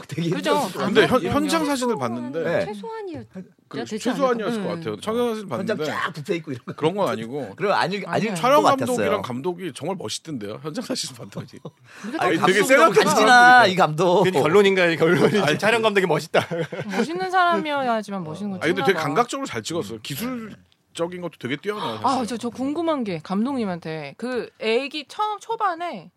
Speaker 2: 되게
Speaker 5: 그죠.
Speaker 2: 힘들었을 것
Speaker 6: 근데
Speaker 5: 아,
Speaker 6: 현,
Speaker 5: 그럼요.
Speaker 6: 현장 사진을 봤는데
Speaker 2: 네.
Speaker 4: 음, 최소한이었.
Speaker 6: 그
Speaker 4: 되지
Speaker 6: 최소한이었을
Speaker 4: 않을까?
Speaker 6: 것 같아요. 현장 사진을
Speaker 2: 같아요. 현장
Speaker 6: 봤는데
Speaker 2: 쫙 붙어 있고 이런 거.
Speaker 6: 그런 건 아니고
Speaker 2: 그럼 아니 아니
Speaker 5: 아니에요.
Speaker 6: 촬영
Speaker 2: 것
Speaker 6: 감독이랑
Speaker 2: 같았어요.
Speaker 6: 감독이 정말 멋있던데요. 현장 사진 봤더니
Speaker 2: 아니,
Speaker 6: 되게
Speaker 2: 되게
Speaker 6: 생각보다
Speaker 2: 생각하시나 이 감독.
Speaker 3: 그게 결론인가 이 결론이 아, 촬영 감독이 멋있다.
Speaker 5: 멋있는 사람이어야지만 멋있는 거죠.
Speaker 6: 아 근데 되게 감각적으로 잘 찍었어요. 기술적인 것도 되게 뛰어나요.
Speaker 5: 아, 저, 저 궁금한 게 감독님한테 그 애기 처음 초반에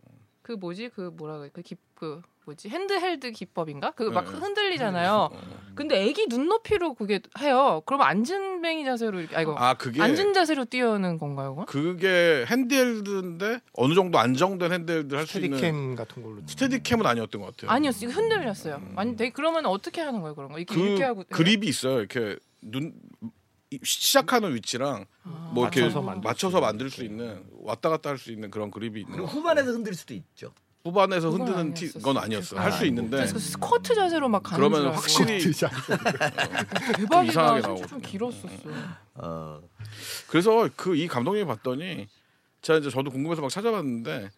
Speaker 5: 그 뭐지 그 뭐라 그래 그기그 뭐지 핸드헬드 기법인가 그 막
Speaker 6: 네.
Speaker 5: 흔들리잖아요. 근데 애기 눈높이로 그게 해요. 그럼 앉은뱅이 자세로 이렇게 아이고
Speaker 6: 아 그게
Speaker 5: 앉은 자세로 뛰어는 건가요? 그건?
Speaker 6: 그게 핸드헬드인데 어느 정도 안정된 핸드헬드 를 할 수 있는
Speaker 3: 스테디캠 같은 걸로.
Speaker 6: 스테디캠은 아니었던 것 같아요.
Speaker 5: 아니었어요. 이거 흔들렸어요. 아니 되게 그러면 어떻게 하는 거예요 그런 거? 이렇게
Speaker 6: 음. 그
Speaker 5: 이렇게 하고
Speaker 6: 그립이 있어요. 이렇게 눈 이- 시작하는 위치랑
Speaker 5: 아.
Speaker 6: 뭐 이렇게
Speaker 3: 맞춰서
Speaker 6: 맞춰서
Speaker 3: 만들
Speaker 6: 만들,
Speaker 3: 수
Speaker 6: 수 있는 왔다 갔다 할 수 있는 그런 그립이 있는
Speaker 2: 그리고
Speaker 6: 거.
Speaker 2: 후반에서 흔들 수도 있죠.
Speaker 6: 후반에서
Speaker 5: 그건
Speaker 6: 흔드는
Speaker 5: 아니었어요.
Speaker 6: 티, 건 아니었어요.
Speaker 5: 아,
Speaker 6: 할 수 있는데
Speaker 5: 그래서 스쿼트 자세로 막 가는
Speaker 6: 네. 그러면
Speaker 5: 줄 알고.
Speaker 6: 확실히 좀
Speaker 5: 대박이다.
Speaker 6: 이상하게
Speaker 5: 진짜 좀
Speaker 6: 나오거든요.
Speaker 5: 길었었어.
Speaker 2: 어.
Speaker 6: 그래서 그 이 감독님이 봤더니 제가 이제 저도 궁금해서 막 찾아봤는데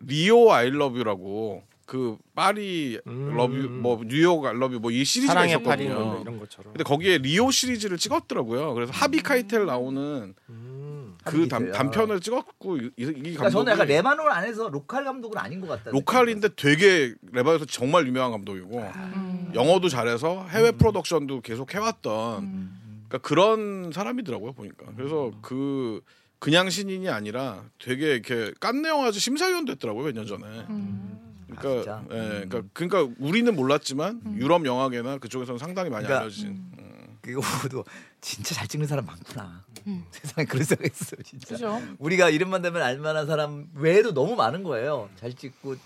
Speaker 6: 리오 아이러뷰라고 그 파리
Speaker 3: 음.
Speaker 6: 러뷰 뭐 뉴욕 아이러뷰 뭐 이 시리즈가
Speaker 3: 사랑의 파리
Speaker 6: 있었거든요.
Speaker 3: 뭐 이런 것처럼.
Speaker 6: 근데 거기에 리오 시리즈를 찍었더라고요. 그래서 하비 카이텔 나오는
Speaker 3: 음.
Speaker 6: 그
Speaker 2: 음. 하비
Speaker 6: 단,
Speaker 2: 카이텔. 아.
Speaker 6: 단편을 찍었고 이, 이 감독이
Speaker 2: 어. 그러니까 저는 약간 레바논 안에서 로컬 감독은 아닌 것 같다.
Speaker 6: 로컬인데 되게 레바에서 정말 유명한 감독이고
Speaker 2: 아.
Speaker 5: 음.
Speaker 6: 영어도 잘해서 해외
Speaker 2: 음.
Speaker 6: 프로덕션도 계속 해왔던
Speaker 5: 음.
Speaker 6: 그러니까 그런 사람이더라고요 보니까 그래서
Speaker 2: 음.
Speaker 6: 그 그냥 신인이 아니라 되게 이렇게 깐내 영화제 심사위원 됐더라고요 몇 년 전에
Speaker 5: 음.
Speaker 6: 그러니까
Speaker 2: 아, 진짜? 음.
Speaker 6: 예, 그러니까, 그러니까 우리는 몰랐지만 유럽 영화계나 그쪽에서는 상당히 많이
Speaker 2: 그러니까-
Speaker 6: 알려진 음,
Speaker 2: 그거도 진짜 잘 찍는 사람 많구나.
Speaker 4: 음.
Speaker 2: 세상에 그런 생각했어요 진짜.
Speaker 5: 그죠?
Speaker 2: 우리가 이름만 되면 알만한 사람 외에도 너무 많은 거예요. 잘 찍고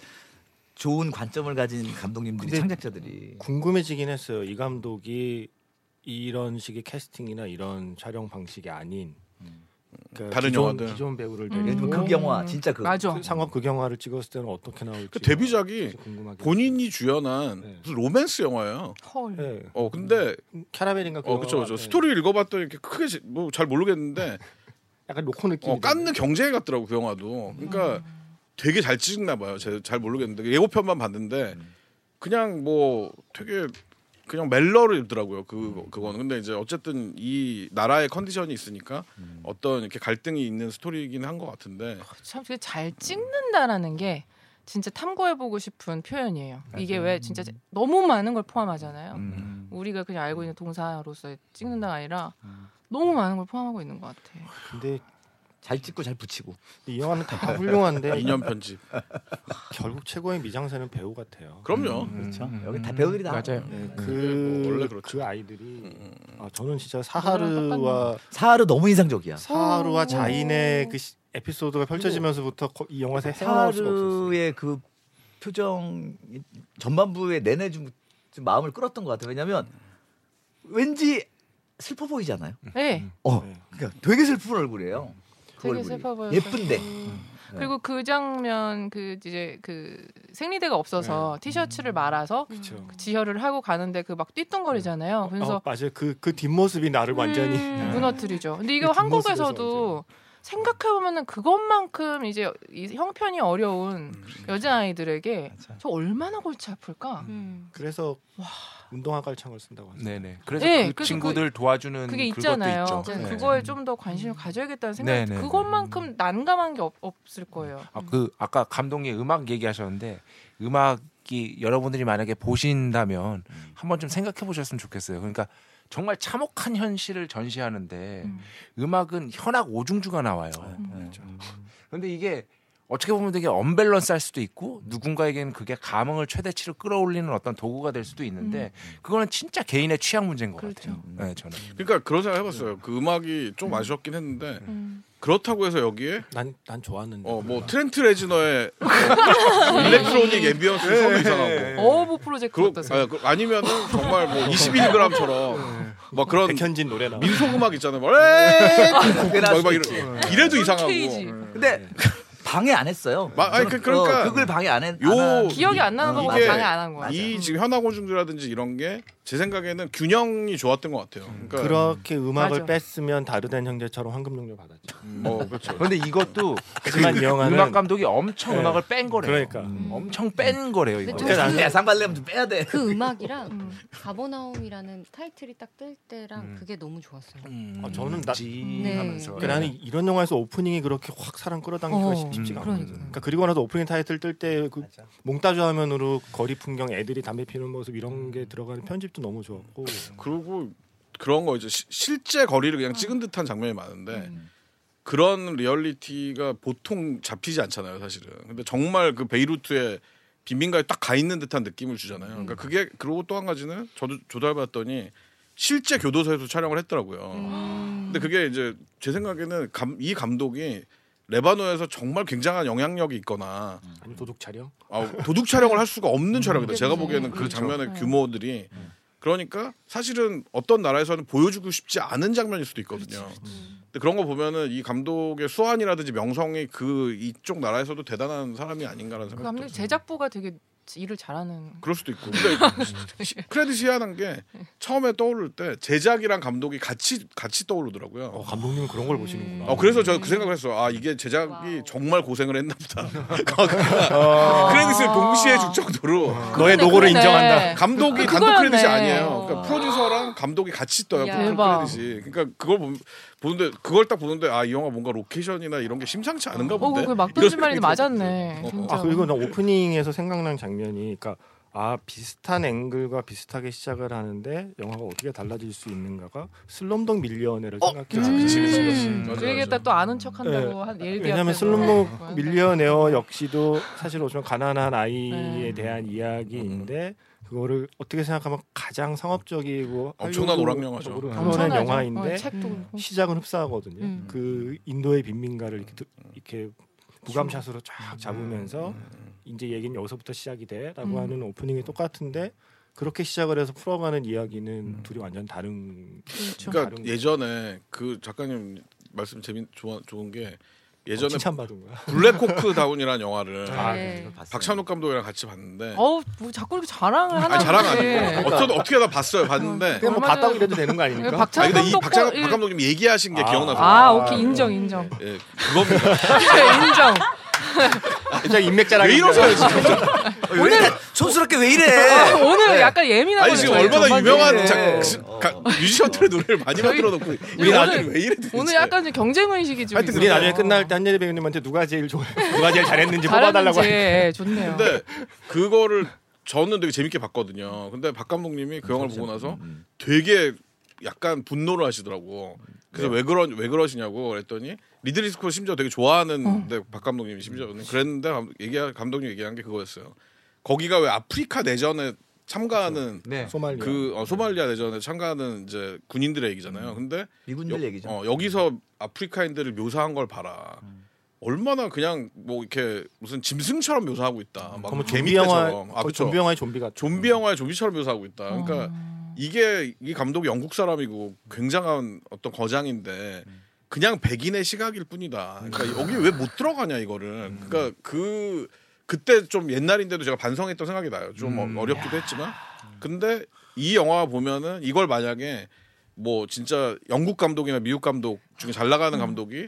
Speaker 2: 좋은 관점을 가진 감독님들이
Speaker 3: 근데
Speaker 2: 창작자들이.
Speaker 3: 궁금해지긴 했어요. 이 감독이 이런 식의 캐스팅이나 이런 촬영 방식이 아닌 그러니까
Speaker 6: 음. 다른
Speaker 3: 기존,
Speaker 6: 영화들.
Speaker 3: 기존 배우를
Speaker 5: 음. 그렇죠.
Speaker 2: 예를
Speaker 3: 데리고
Speaker 2: 들면 극영화 진짜 그
Speaker 5: 맞아.
Speaker 3: 상업 극영화를 찍었을 때는 어떻게 나올지
Speaker 6: 그 데뷔작이
Speaker 3: 그렇죠. 궁금하게
Speaker 6: 본인이 주연한
Speaker 3: 네.
Speaker 6: 무슨 로맨스 영화예요.
Speaker 5: 헐.
Speaker 3: 했어요. 예.
Speaker 6: 어 근데
Speaker 3: 캐러멜인가
Speaker 6: 어 그쵸 그쵸
Speaker 3: 네.
Speaker 6: 스토리 읽어봤더니 이렇게 크게 뭐 잘 모르겠는데
Speaker 3: 네. 약간 로코 느낌
Speaker 6: 어, 깐느 경쟁 같더라고 그 영화도. 그러니까 되게 잘 찍나 봐요. 제가 잘 모르겠는데 그 예고편만 봤는데 그냥 뭐 되게 그냥 멜러를 입더라고요. 그 그거는 근데 이제 어쨌든 이 나라의 컨디션이 있으니까 어떤 이렇게 갈등이 있는 스토리이긴 한 것 같은데
Speaker 5: 참 그게 잘 찍는다라는 게 진짜 탐구해보고 싶은 표현이에요. 이게 왜 진짜 너무 많은 걸 포함하잖아요.
Speaker 2: 음.
Speaker 5: 우리가 그냥 알고 있는 동사로서 찍는다가 아니라 너무 많은 걸 포함하고 있는 것 같아.
Speaker 2: 음.
Speaker 3: 근데
Speaker 2: 잘 찍고 잘 붙이고.
Speaker 3: 이 영화는 다 훌륭한데
Speaker 6: 인연 편집.
Speaker 3: 결국 최고의 미장센은 배우 같아요.
Speaker 6: 그럼요.
Speaker 2: 그렇죠.
Speaker 7: 음.
Speaker 2: 여기 다 배우들이 다
Speaker 7: 맞아요.
Speaker 3: 네,
Speaker 6: 뭐 원래
Speaker 3: 그,
Speaker 6: 그렇죠.
Speaker 3: 그 아이들이
Speaker 6: 음, 음.
Speaker 3: 아, 저는 진짜 사하르와
Speaker 2: 사하르 너무 인상적이야.
Speaker 3: 사하르와
Speaker 6: 어.
Speaker 5: 오.
Speaker 3: 자인의 그 시- 에피소드가 펼쳐지면서부터 거- 이 영화에서
Speaker 6: 그러니까
Speaker 3: 헤어나올 수가 없었어요.
Speaker 2: 사하르의 그 표정 전반부에 내내 좀, 좀 마음을 끌었던 것 같아요. 왜냐하면 왠지 슬퍼 보이잖아요.
Speaker 6: 음.
Speaker 5: 네,
Speaker 2: 어,
Speaker 3: 네.
Speaker 2: 그러니까 되게 슬픈 얼굴이에요. 그
Speaker 5: 되게
Speaker 2: 얼굴이
Speaker 5: 슬퍼 보여요.
Speaker 2: 예쁜데 음. 네.
Speaker 5: 그리고 그 장면 그 이제 그 생리대가
Speaker 2: 네.
Speaker 5: 없어서
Speaker 2: 음.
Speaker 5: 티셔츠를 말아서
Speaker 3: 그렇죠.
Speaker 5: 그 지혈을 하고 가는데 그 막
Speaker 2: 네.
Speaker 5: 뛰뚱거리잖아요. 그래서
Speaker 3: 어, 맞아요. 그, 그 뒷모습이 나를 완전히
Speaker 5: 음, 무너뜨리죠. 근데 이게
Speaker 3: 그 뒷모습에서
Speaker 5: 한국에서도 생각해 보면은 그것만큼 이제 이 형편이 어려운 여자 아이들에게 저 얼마나 골치 아플까?
Speaker 4: 음.
Speaker 3: 그래서 운동화 깔창을 쓴다고 하죠.
Speaker 7: 네네. 그래서
Speaker 5: 네,
Speaker 7: 그
Speaker 5: 그래서
Speaker 7: 친구들 도와주는
Speaker 5: 그게
Speaker 7: 그것도
Speaker 5: 있잖아요.
Speaker 7: 있죠.
Speaker 5: 이제
Speaker 7: 네.
Speaker 5: 그거에 좀 더 관심을 가져야겠다는
Speaker 7: 네,
Speaker 5: 생각이
Speaker 7: 네, 네.
Speaker 5: 그것만큼 난감한 게 없, 없을 거예요.
Speaker 7: 아, 그 아까 감독님 음악 얘기하셨는데 음악이 여러분들이 만약에 보신다면 한번 좀 생각해 보셨으면 좋겠어요. 그러니까 정말 참혹한 현실을 전시하는데 음. 악은 현악 오중주가 나와요.
Speaker 5: 음.
Speaker 7: 그런데 이게 어떻게 보면 되게 언밸런스할 수도 있고 누군가에게는 그게 감흥을 최대치로 끌어올리는 어떤 도구가 될 수도 있는데 그거는 진짜 개인의 취향 문제인 것
Speaker 5: 음. 그렇죠.
Speaker 7: 같아요. 네, 저는.
Speaker 6: 그러니까 그런 생각 해봤어요. 그 음악이 좀 아쉬웠긴 했는데
Speaker 5: 음.
Speaker 6: 그렇다고 해서 여기에
Speaker 3: 난, 난 좋았는데.
Speaker 6: 어 뭐 트렌트 레지너의 일렉트로닉 앰비언스 소도 이상하고
Speaker 5: 어부 프로젝트
Speaker 6: 그러,
Speaker 5: 어떠세요?
Speaker 6: 아, 그, 아니면은 정말 뭐 21g처럼 막 그런
Speaker 3: 네. 백현진 노래 나와.
Speaker 6: 민속 음악 있잖아요. 막, 에이,
Speaker 2: 그게
Speaker 6: 막,
Speaker 2: 나을
Speaker 6: 막
Speaker 2: 수
Speaker 6: 이래,
Speaker 5: 아,
Speaker 2: 있지. 음.
Speaker 6: 이래도 이상하고
Speaker 5: 케이지.
Speaker 2: 근데 방해 안 했어요.
Speaker 6: 네. 마- 아니,
Speaker 2: 저는
Speaker 6: 그- 그러니까
Speaker 2: 어, 그걸 방해 안 했.
Speaker 6: 요-
Speaker 2: 안 한-
Speaker 5: 기억이 안 나는 거보다
Speaker 6: 음, 이게-
Speaker 5: 어, 방해 안 한 거야.
Speaker 6: 이 지금 현아고중주라든지 이런 게 제 생각에는 균형이 좋았던 것 같아요. 그러니까
Speaker 3: 그렇게 음악을
Speaker 5: 맞아.
Speaker 3: 뺐으면 다르된 형제처럼 황금 용료 받았죠.
Speaker 6: 뭐 그렇죠.
Speaker 7: 근데 이것도 그
Speaker 3: 하지만 이 영화는
Speaker 7: 음악 감독이 엄청
Speaker 3: 네.
Speaker 7: 음악을 뺀 거래요.
Speaker 3: 그러니까.
Speaker 7: 엄청 뺀 거래요. 이거.
Speaker 4: 근데 좀-
Speaker 2: 야 상발레면 좀 빼야 돼.
Speaker 4: 그 음악이랑
Speaker 5: 음.
Speaker 4: 가버나움이라는 타이틀이 딱 뜰 때랑 그게 너무 좋았어요.
Speaker 7: 음,
Speaker 3: 아, 저는 나-
Speaker 7: 지-
Speaker 4: 네.
Speaker 7: 하면서.
Speaker 3: 그러니까 나는 이런 영화에서 오프닝이 그렇게 확 사람 끌어당기기가
Speaker 5: 어,
Speaker 3: 쉽- 쉽지가 않아요.
Speaker 4: 그러니까.
Speaker 3: 그러니까 그리고 나서 오프닝 타이틀 뜰 때 그 몽타주 화면으로 거리 풍경, 애들이 담배 피는 모습 이런 게 들어가는 편집도 너무 좋았고
Speaker 6: 그리고 그런 거 이제 시- 실제 거리를 그냥 찍은 듯한 장면이 많은데 그런 리얼리티가 보통 잡히지 않잖아요, 사실은. 근데 정말 그 베이루트의 빈민가에 딱 가 있는 듯한 느낌을 주잖아요. 그러니까 그게 그리고 또 한 가지는 저도 조달받았더니 실제 교도소에서 촬영을 했더라고요.
Speaker 4: 음.
Speaker 5: 음.
Speaker 6: 근데 그게 이제 제 생각에는 감, 이 감독이 레바노에서 정말 굉장한 영향력이 있거나
Speaker 3: 아니 도둑 촬영.
Speaker 6: 아, 도둑 촬영을 할 수가 없는 촬영이다. 제가 보기에는 그
Speaker 7: 그렇죠.
Speaker 6: 장면의 규모들이 그러니까 사실은 어떤 나라에서는 보여주고 싶지 않은 장면일 수도 있거든요. 근데 그런 거 보면은 이 감독의 수완이라든지 명성이 그 이쪽 나라에서도 대단한 사람이 아닌가라는
Speaker 5: 그
Speaker 6: 생각도.
Speaker 5: 감독 제작부가 되게 일을 잘하는.
Speaker 6: 그럴 수도 있고. 근데 시- 크레딧이 희한한 게 처음에 떠오를 때 제작이랑 감독이 같이 같이 떠오르더라고요.
Speaker 3: 어, 감독님 은 그런 걸 보시는구나.
Speaker 6: 어, 그래서 저 그 생각을 했어. 아, 이게 제작이
Speaker 4: 와우.
Speaker 6: 정말 고생을 했나 보다.
Speaker 3: 아.
Speaker 5: 아.
Speaker 6: 크레딧을 동시에 줄 정도로
Speaker 3: 너의 노고를
Speaker 5: 그러네.
Speaker 3: 인정한다.
Speaker 6: 감독이
Speaker 5: 아,
Speaker 6: 단독 크레딧이
Speaker 5: 그거였네.
Speaker 6: 아니에요.
Speaker 5: 어.
Speaker 6: 그러니까 프로듀서랑 감독이 같이 떠요.
Speaker 5: 야.
Speaker 6: 보통
Speaker 5: 대박.
Speaker 6: 크레딧이. 그러니까 그걸 보- 보는데 그걸 딱 보는데 아 이 영화 뭔가 로케이션이나 이런 게 심상치 않은가
Speaker 5: 어,
Speaker 6: 본데.
Speaker 5: 그
Speaker 6: 이런
Speaker 5: 막던지 말이
Speaker 6: 생각이
Speaker 5: 맞았네.
Speaker 6: 들었어요.
Speaker 5: 진짜.
Speaker 3: 아 그리고 나 오프닝에서 생각난 장면이 그러니까 아 비슷한 앵글과 비슷하게 시작을 하는데 영화가 어떻게 달라질 수 있는가가 슬럼덕 밀리언애를
Speaker 4: 어,
Speaker 3: 생각해.
Speaker 6: 아, 그치, 그치, 그치.
Speaker 4: 음.
Speaker 6: 맞아,
Speaker 5: 그 얘기했다
Speaker 6: 맞아.
Speaker 5: 또 아는
Speaker 6: 네.
Speaker 5: 척한다고 한 예비
Speaker 3: 왜냐하면
Speaker 5: 네.
Speaker 3: 슬럼덕 밀리언웨어 역시도 사실 어쩌면 가난한 아이에
Speaker 5: 네.
Speaker 3: 대한 이야기인데 그거를 어떻게 생각하면 가장 상업적이고
Speaker 6: 엄청난
Speaker 3: 할리우드
Speaker 6: 오락영화죠.
Speaker 3: 쪽으로
Speaker 5: 엄청나죠.
Speaker 3: 하는 영화인데
Speaker 5: 어, 책도
Speaker 4: 음.
Speaker 5: 그렇고.
Speaker 3: 시작은 흡사하거든요.
Speaker 5: 음.
Speaker 3: 그 인도의 빈민가를 이렇게, 드- 이렇게 부감샷으로 쫙 잡으면서 이제 얘기는 여기서부터 시작이 돼라고
Speaker 5: 음.
Speaker 3: 하는 오프닝이 똑같은데 그렇게 시작을 해서 풀어가는 이야기는 둘이 완전 다른
Speaker 6: 그러니까
Speaker 3: 다른
Speaker 6: 예전에 그 작가님 말씀 재미 좋아, 좋은 게
Speaker 3: 예전에
Speaker 6: 예전에
Speaker 3: 칭찬받은 거야.
Speaker 6: 블랙호크 다운이라는 영화를
Speaker 3: 어, 아,
Speaker 4: 네.
Speaker 6: 박찬욱 감독이랑 같이 봤는데
Speaker 5: 어우 뭐 자꾸 이렇게 자랑을 하나
Speaker 6: 아니 자랑
Speaker 5: 보지.
Speaker 6: 아니고 어쩌 어떻게 하다 봤어요. 봤는데
Speaker 3: 그냥 뭐
Speaker 5: 얼마
Speaker 3: 봤다고
Speaker 5: 전에-
Speaker 3: 이래도 되는 거 아닙니까?
Speaker 6: 아
Speaker 5: 어, 박찬욱
Speaker 6: 근데 이
Speaker 5: 감독
Speaker 6: 박찬
Speaker 5: 거- 예.
Speaker 6: 박 감독님 얘기하신 게
Speaker 3: 아.
Speaker 6: 기억나서
Speaker 5: 아
Speaker 6: 그래요.
Speaker 5: 오케이 인정 인정
Speaker 6: 예 그겁니다.
Speaker 5: 인정
Speaker 3: 갑자기 아, 인맥자랑
Speaker 6: 왜 이러세요 지금?
Speaker 2: 오늘 촌스럽게 왜 이래?
Speaker 5: 오늘 약간 예민하고
Speaker 6: 네. 아니 지금
Speaker 5: 저희
Speaker 6: 얼마나
Speaker 5: 전반적인- 어.
Speaker 6: 유명한
Speaker 2: 네.
Speaker 6: 작, 그- 가- 뮤지션들의 노래를 많이 만들어 놓고 우리
Speaker 5: 오늘-
Speaker 6: 나중에 왜 이래 도대체.
Speaker 5: 오늘 약간 좀 경쟁 의식이 좀
Speaker 6: 그 하여튼
Speaker 3: 우리
Speaker 5: 있어요.
Speaker 3: 나중에 끝날 때 한예리 배우님한테 누가 제일 좋아요? 누가 제일 잘했는지 뽑아달라고
Speaker 5: 잘하는지
Speaker 3: 할
Speaker 5: 예, 좋네요.
Speaker 6: 근데 그거를 저는 되게 재밌게 봤거든요. 근데 박 감독님이 그 영화를 보고
Speaker 2: 음,
Speaker 6: 나서 되게 약간 분노를 하시더라고. 그래서
Speaker 5: 네.
Speaker 6: 왜 그런 왜 그러시냐고 그랬더니 리드리 스코 심지어 되게 좋아하는데 박 감독님이 심지어는 그랬는데 감- 얘기 감독님 얘기한 게 그거였어요. 거기가 왜 아프리카 내전에 참가하는
Speaker 7: 네.
Speaker 3: 소말리아.
Speaker 6: 그 어, 소말리아 내전에 참가하는 이제 군인들의
Speaker 5: 음.
Speaker 6: 얘기잖아요. 근데
Speaker 2: 미군들 얘기죠.
Speaker 6: 어, 여기서 아프리카인들을 묘사한 걸 봐라. 얼마나 그냥 뭐 이렇게 무슨 짐승처럼 묘사하고 있다. 막
Speaker 3: 그러면 좀비 영화,
Speaker 6: 개미떼처럼. 아,
Speaker 3: 거의
Speaker 6: 그쵸.
Speaker 3: 좀비 영화의 좀비 같아.
Speaker 6: 좀비
Speaker 5: 음.
Speaker 6: 영화의 좀비처럼 묘사하고 있다. 그러니까
Speaker 5: 어.
Speaker 6: 이게 이 감독이 영국 사람이고 굉장한 어떤 거장인데
Speaker 5: 음.
Speaker 6: 그냥 백인의 시각일 뿐이다. 그러니까 여기 왜 못 들어가냐 이거를.
Speaker 5: 음.
Speaker 6: 그러니까 그 그때 좀 옛날인데도 제가 반성했던 생각이 나요. 좀
Speaker 5: 음.
Speaker 6: 어- 어렵기도 했지만. 근데 이 영화 보면은 이걸 만약에 뭐 진짜 영국 감독이나 미국 감독 중에 잘
Speaker 5: 음.
Speaker 6: 나가는 감독이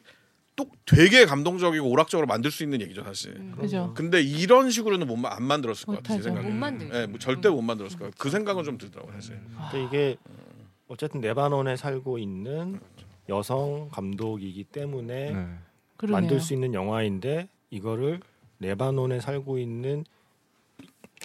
Speaker 6: 또 되게 감동적이고 오락적으로 만들 수 있는 얘기죠 사실.
Speaker 5: 음. 그죠.
Speaker 6: 근데 이런 식으로는 못, 마- 안 만들었을 것 같아요. 제
Speaker 5: 못하죠.
Speaker 6: 생각에.
Speaker 4: 못 만들죠.
Speaker 6: 예, 음. 뭐 절대 못 만들었을 것 같아요. 그 생각은 좀 들더라고요. 사실.
Speaker 3: 근데 이게 어쨌든 레바논에 살고 있는
Speaker 6: 그렇죠.
Speaker 3: 여성 감독이기 때문에
Speaker 5: 음.
Speaker 7: 네.
Speaker 5: 그러네요.
Speaker 3: 만들 수 있는 영화인데 이거를 레바논에 살고 있는